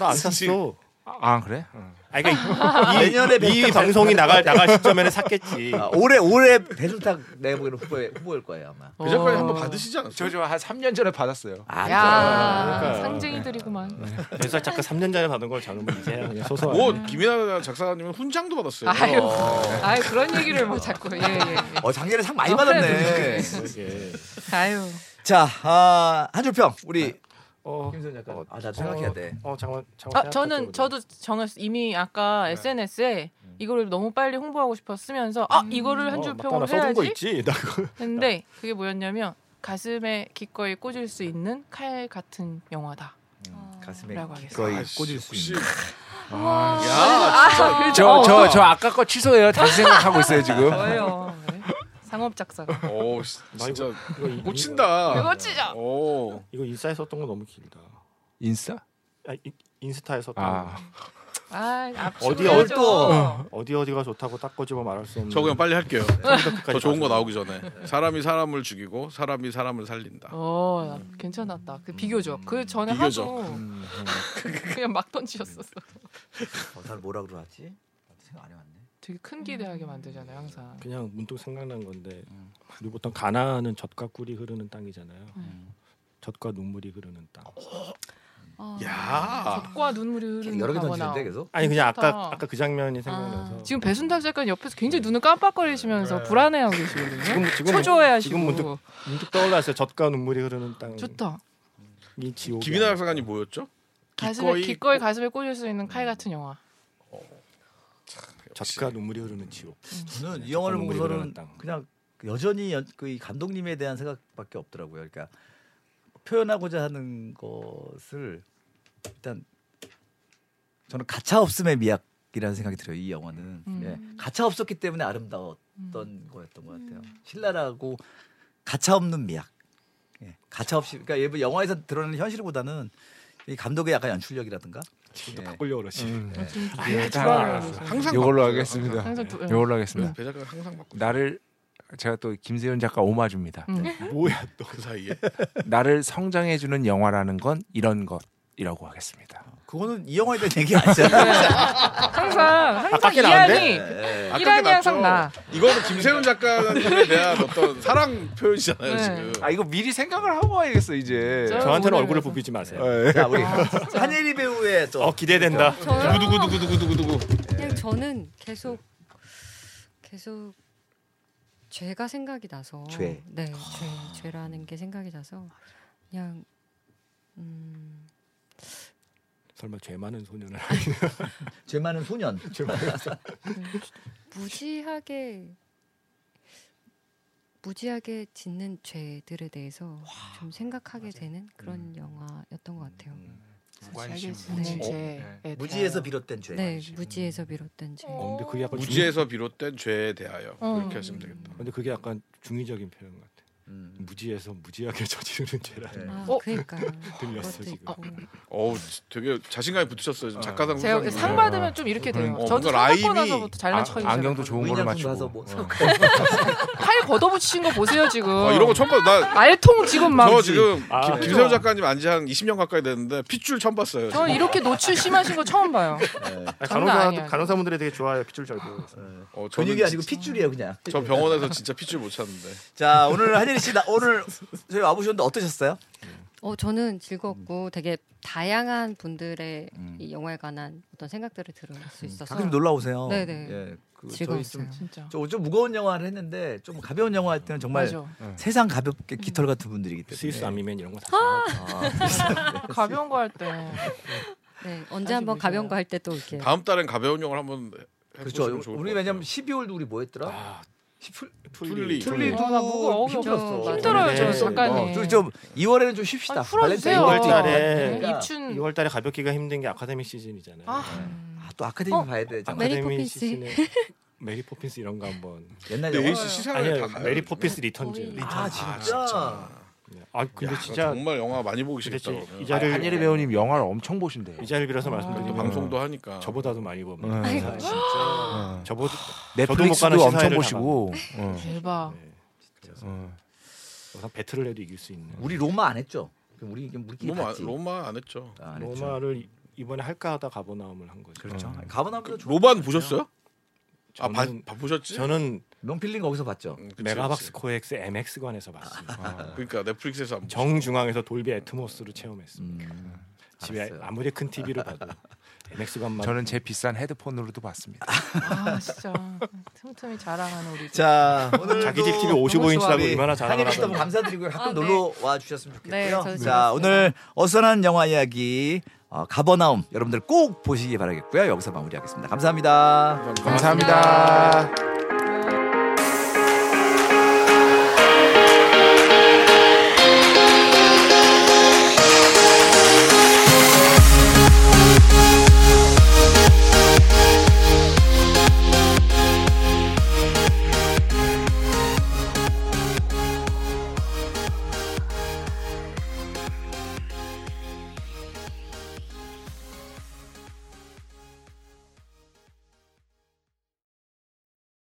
Speaker 3: 나안 샀어.
Speaker 7: 아, 그래? 어.
Speaker 3: 아, 그러니까 이,
Speaker 2: 내년에
Speaker 3: 이
Speaker 2: 백탁
Speaker 3: 방송이 나갈 나갈 시점에는 샀겠지.
Speaker 2: 아, 올해 올해 배순탁 내가 보기에는 후보에 후보일 거예요 아마.
Speaker 6: 그 작가님 한번 받으시지 않았어요?
Speaker 7: 저저한 3년 전에 받았어요.
Speaker 2: 아,
Speaker 5: 야,
Speaker 3: 그러니까요.
Speaker 5: 상징이들이구만.
Speaker 3: 그래서 잠깐 3년 전에 받은 걸 저는 뭐 이제 그냥 소소한.
Speaker 6: 뭐 김이나 작사님은 훈장도 네. 받았어요.
Speaker 5: 아유, 아유 그런 얘기를 뭐 자꾸. 예, 예. 예.
Speaker 2: 어 작년에 상 많이
Speaker 5: 아,
Speaker 2: 받았네.
Speaker 3: 예.
Speaker 5: 아유.
Speaker 2: 자, 아, 한줄평 우리
Speaker 3: 어,
Speaker 6: 네.
Speaker 2: 김선 작가.
Speaker 3: 어,
Speaker 2: 아, 나도 생각해야 돼.
Speaker 3: 어, 잠깐 잠깐.
Speaker 5: 아, 저는 저도 정했 이미 아까 SNS에 이거를 너무 빨리 홍보하고 싶어 쓰면서 아 이거를 한 줄 평을
Speaker 3: 써둔 거
Speaker 5: 해야지.
Speaker 3: 어, 있지. 나 그거.
Speaker 5: 근데 그게 뭐였냐면 가슴에 기꺼이 꽂을 수 있는 칼 같은 영화다.
Speaker 2: 가슴에
Speaker 5: 어, 라고 하겠습니다.
Speaker 2: 거의
Speaker 6: 아이씨,
Speaker 2: 꽂을 수
Speaker 6: 혹시- 어,
Speaker 2: 있는.
Speaker 6: 야,
Speaker 5: 아, 어,
Speaker 7: 저 저 저 아까 거 취소해요. 다시 생각하고 있어요, 지금.
Speaker 5: 저예요. 네. 상업 작사가.
Speaker 7: 아,
Speaker 6: 오, 씨,
Speaker 3: 나 이거-
Speaker 6: 진짜
Speaker 3: 이거 이-
Speaker 6: 꽂힌다. 어.
Speaker 5: 이거 진짜.
Speaker 6: 오,
Speaker 3: 이거 인스타에 썼던 거 너무 길다.
Speaker 7: 인스타?
Speaker 3: 아, 이, 인스타에 썼던
Speaker 7: 아.
Speaker 3: 거.
Speaker 5: 아, 앞치고
Speaker 3: 어디,
Speaker 5: 해야죠.
Speaker 2: 어디 또?
Speaker 3: 어디 어디가 좋다고 딱 꼬집어 말할 수 없는.
Speaker 6: 저 그냥 빨리 할게요.
Speaker 5: 네.
Speaker 3: 끝까지
Speaker 6: 더 좋은 거
Speaker 3: 봐서.
Speaker 6: 나오기 전에 사람이 사람을 죽이고 사람이 사람을 살린다.
Speaker 5: 어, 나 괜찮았다. 그 비교적. 그 전에
Speaker 6: 비교적.
Speaker 5: 하도 그냥 막 던지셨었어.
Speaker 2: 어, 난 뭐라 그러지? 나도 생각 안 해봤네.
Speaker 5: 되게 큰 기대하게 만들잖아요, 항상.
Speaker 3: 그냥 문득 생각난 건데
Speaker 6: 음.
Speaker 3: 우리 보통 가나안은 젖과 꿀이 흐르는 땅이잖아요.
Speaker 5: 음.
Speaker 3: 젖과 눈물이 흐르는 땅.
Speaker 4: 어.
Speaker 6: 야,
Speaker 5: 젖과 눈물이 흐르는
Speaker 2: 여러 개
Speaker 5: 음, 가거나.
Speaker 2: 던지는데 계속.
Speaker 3: 아니 그냥
Speaker 5: 좋다.
Speaker 3: 아까 아까 그 장면이 생각나서
Speaker 5: 아, 지금 배순탁 작가는 옆에서 굉장히 눈을 깜빡거리시면서 불안해하고 계시거든요.
Speaker 3: 지금- 지금
Speaker 5: 초조해하시고. 음.
Speaker 3: 지금 문득- 문득 떠올랐어요. 젖과 눈물이 흐르는 땅.
Speaker 5: 좋다.
Speaker 3: 이 지옥.
Speaker 6: 김이나 작사님 뭐였죠?
Speaker 5: 가슴에 기꺼이, 가슴에 꽂을 수 있는 칼 같은 영화.
Speaker 3: 젖과 눈물이 흐르는 지옥.
Speaker 2: 저는 이 영화를
Speaker 3: 눈물이
Speaker 2: 보고서는
Speaker 3: 흐르는 땅.
Speaker 2: 네, 그냥 여전히 연- 그이 감독님에 대한 생각밖에 없더라고요. 그러니까 표현하고자 하는 것을 일단 저는 가차 없음의 미학이라는 생각이 들어요. 이 영화는
Speaker 5: 음.
Speaker 2: 예. 가차 없었기 때문에 아름다웠던 거였던 것 같아요.
Speaker 5: 음.
Speaker 2: 신랄하고 가차 없는 미학. 예. 가차 없이 그러니까 일부 영화에서 드러내는 현실보다는 이 감독의 약간 연출력이라든가 예.
Speaker 3: 끌려 그러지.
Speaker 2: 아,
Speaker 7: 예, 다 알았어.
Speaker 6: 항상
Speaker 7: 요걸로
Speaker 6: 바꿔요.
Speaker 7: 하겠습니다.
Speaker 5: 아, 항상 두- 음.
Speaker 7: 요걸로 하겠습니다.
Speaker 6: 배 작가 항상 바꿔.
Speaker 7: 네, 나를 제가 또 김세윤 작가 오마주입니다. 네.
Speaker 6: 뭐야 또 그 사이에?
Speaker 7: 나를 성장해 주는 영화라는 건 이런 것이라고 하겠습니다.
Speaker 2: 그거는 이 영화에 대한 얘기 아니잖아요.
Speaker 5: 항상 항상
Speaker 3: 깎이
Speaker 5: 이안이
Speaker 2: 예.
Speaker 6: 아깝게 낫죠.
Speaker 5: 이란이
Speaker 6: 네,
Speaker 5: 항상 나.
Speaker 6: 이거는 김세훈 작가님에 대한 어떤 사랑 표현이잖아요
Speaker 5: 네.
Speaker 6: 지금.
Speaker 7: 아 이거 미리 생각을 하고 와야겠어 이제.
Speaker 5: 저-
Speaker 3: 저한테는
Speaker 5: 오늘
Speaker 3: 얼굴을
Speaker 5: 네, 그래서.
Speaker 3: 부비지 마세요.
Speaker 6: 네.
Speaker 7: 예.
Speaker 2: 자 우리 한예리 배우의 또
Speaker 3: 어 기대된다.
Speaker 4: 저요?
Speaker 6: 두구두구두구두구두구.
Speaker 4: 그냥 저는 계속 계속 죄가 생각이 나서
Speaker 2: 죄.
Speaker 4: 네, 죄, 죄라는 게 생각이 나서 그냥 음,
Speaker 3: 설마 죄 많은 소년을
Speaker 2: 죄 많은 소년.
Speaker 4: 무지하게 무지하게 짓는 죄들에 대해서 좀 생각하게 되는 그런 영화였던 것 같아요.
Speaker 5: 무관심,
Speaker 4: 무지.
Speaker 7: 어? 네.
Speaker 5: 죄에 대하여.
Speaker 2: 무지에서 비롯된 죄.
Speaker 4: 네, 무지에서 비롯된 죄.
Speaker 5: 어.
Speaker 3: 근데 그게 약간 중-
Speaker 6: 무지에서 비롯된 죄에 대하여
Speaker 5: 어.
Speaker 6: 이렇게 하시면 되겠다.
Speaker 3: 근데 그게 약간 중의적인 표현 같아.
Speaker 2: 음.
Speaker 3: 무지해서 무지하게 저지르는 죄라는
Speaker 2: 네.
Speaker 4: 아,
Speaker 5: 어?
Speaker 4: 그러니까요.
Speaker 3: 들렸어
Speaker 4: 그것도
Speaker 3: 지금.
Speaker 4: 있고.
Speaker 6: 어우 진짜 되게 자신감이 붙으셨어요 지금
Speaker 3: 아.
Speaker 6: 작가상
Speaker 5: 제가
Speaker 6: 수상이에요.
Speaker 5: 상 받으면 좀 이렇게 돼요.
Speaker 6: 그러니까.
Speaker 5: 저도
Speaker 6: 뭔가
Speaker 5: 상 받고
Speaker 6: 라임이-
Speaker 5: 나서부터 잘난
Speaker 7: 아,
Speaker 5: 척하기
Speaker 7: 안경도
Speaker 5: 시작해가지고.
Speaker 7: 좋은 걸로
Speaker 2: 의장품
Speaker 7: 맞추고
Speaker 2: 가서 뭐
Speaker 7: 어.
Speaker 5: 팔 걷어붙이신 거 보세요 지금.
Speaker 6: 아, 이런 거 처음 봤어 나저
Speaker 5: 알통 지금 막.
Speaker 6: 지금
Speaker 3: 아.
Speaker 6: 김, 김세훈 작가님 안지 한 20년 가까이 됐는데 핏줄 처음 봤어요
Speaker 5: 저는 이렇게 노출 심하신 거 처음 봐요.
Speaker 3: 아,
Speaker 5: 장난 어? 네. 아니야.
Speaker 3: 간호사 간호사분들이 되게 좋아요 핏줄 절고.
Speaker 6: 어, 저는
Speaker 2: 근육이 그 아니고
Speaker 6: 진-
Speaker 2: 핏줄이에요 그냥.
Speaker 6: 저 병원에서 진짜 핏줄 못 찾는데
Speaker 2: 자 오늘 한예리 씨 나 오늘 저희 와보셨는데 어떠셨어요?
Speaker 4: 어, 저는 즐겁고 되게 다양한 분들의 이 영화에 관한 어떤 생각들을 들을 수 있어서
Speaker 2: 가끔 놀라 오세요.
Speaker 5: 네네.
Speaker 2: 예, 그 저희
Speaker 4: 즐거웠어요.
Speaker 2: 좀,
Speaker 5: 진짜.
Speaker 2: 저, 좀 무거운 영화를 했는데 좀 가벼운 영화 할 때는 정말
Speaker 5: 맞아.
Speaker 2: 세상 가볍게 깃털 같은 분들이기 때문에.
Speaker 6: 네.
Speaker 2: 네.
Speaker 3: 스위스 아미맨 이런 거다
Speaker 5: 아, 가벼운 거 할 때.
Speaker 4: 네, 언제 한번 가벼운 거 할 때 또 올게요.
Speaker 6: 다음 달엔 가벼운 영화를 한번
Speaker 2: 그렇죠.
Speaker 6: 해보시면 좋을
Speaker 2: 우리
Speaker 6: 것
Speaker 2: 왜냐면
Speaker 6: 같아요.
Speaker 2: 12월도 우리 뭐했더라?
Speaker 6: 풀리.
Speaker 2: 둘리도
Speaker 5: 아, 나 무거워.
Speaker 2: 힘들었어.
Speaker 5: 힘들어요,
Speaker 3: 저
Speaker 5: 작가님.
Speaker 2: 어, 좀 2월에는 좀 쉽시다.
Speaker 5: 아, 풀어주세요.
Speaker 2: 발렌타인
Speaker 3: 이월 달에.
Speaker 5: 네,
Speaker 2: 그러니까
Speaker 6: 음.
Speaker 5: 입춘.
Speaker 3: 2월달에 가볍기가 힘든 게 아카데미 시즌이잖아요.
Speaker 5: 아,
Speaker 2: 아, 또 아카데미
Speaker 4: 어?
Speaker 2: 봐야 되잖아.
Speaker 4: 메리
Speaker 3: 아카데미
Speaker 4: 포핀스.
Speaker 3: 시즌에 메리 포핀스 이런 거 한번.
Speaker 2: 옛날
Speaker 6: 근데
Speaker 2: 영화.
Speaker 6: 에이씨 네, 시상을
Speaker 3: 아니요
Speaker 6: 다 가요.
Speaker 3: 메리 포핀스 리턴즈.
Speaker 4: 거의.
Speaker 2: 아
Speaker 6: 아,
Speaker 2: 진짜.
Speaker 3: 네. 아 근데
Speaker 6: 야,
Speaker 3: 진짜
Speaker 6: 정말 영화 많이 보기
Speaker 3: 근데
Speaker 6: 싫다.
Speaker 3: 진-
Speaker 6: 그러면. 아,
Speaker 3: 이
Speaker 7: 아,
Speaker 3: 자리-
Speaker 7: 한예리 배우님 영화를 엄청 보신대요.
Speaker 3: 이자를 빌어서 말씀드리면
Speaker 6: 또 방송도 하니까.
Speaker 3: 음, 저보다도 많이 봅니다.
Speaker 7: 네.
Speaker 3: 아, 진짜 저보다 저도
Speaker 7: 넷플릭스도
Speaker 3: 못 가는
Speaker 7: 엄청
Speaker 3: 시사회를
Speaker 7: 보시고.
Speaker 3: 네.
Speaker 7: 어.
Speaker 5: 대박.
Speaker 7: 어.
Speaker 3: 항상 배틀을 해도 이길 수 있는.
Speaker 2: 우리 로마 안 했죠? 그럼 우리 이게 우리끼리
Speaker 6: 로마
Speaker 2: 갔지.
Speaker 6: 로마 안 했죠.
Speaker 2: 아, 안 했죠.
Speaker 3: 로마를 음. 이번에 할까 하다 가보나움을 한 거죠.
Speaker 2: 그렇죠. 가버나움도 좋.
Speaker 6: 로반 보셨어요? 아, 바,
Speaker 3: 저는-
Speaker 6: 바- 보셨지?
Speaker 3: 저는
Speaker 2: 명필링 거기서 봤죠.
Speaker 6: 음, 그치,
Speaker 3: 메가박스
Speaker 6: 그치.
Speaker 3: 코엑스 MX관에서 봤습니다.
Speaker 2: 아.
Speaker 6: 그러니까 넷플릭스에서 안 정...
Speaker 3: 정중앙에서 돌비 애트모스로 체험했습니다.
Speaker 2: 음.
Speaker 3: 집에
Speaker 2: 알았어요.
Speaker 3: 아무리 큰 TV를 봐도 MX관만
Speaker 7: 저는 제 비싼 헤드폰으로도 봤습니다.
Speaker 5: 아, 진짜. 틈틈이 자랑하는 우리.
Speaker 2: 자 오늘
Speaker 3: 자기 집 TV 55인치라고 얼마나
Speaker 2: 한예리 씨 너무
Speaker 3: 자랑하던지.
Speaker 2: 감사드리고요. 가끔
Speaker 4: 아, 네.
Speaker 2: 놀러 와 주셨으면 좋겠고요.
Speaker 4: 네, 저도
Speaker 2: 자
Speaker 4: 즐거웠어요.
Speaker 2: 오늘 어선한 영화 이야기 어, 가버나움 여러분들 꼭 보시기 바라겠고요. 여기서 마무리하겠습니다. 감사합니다.
Speaker 7: 감사합니다.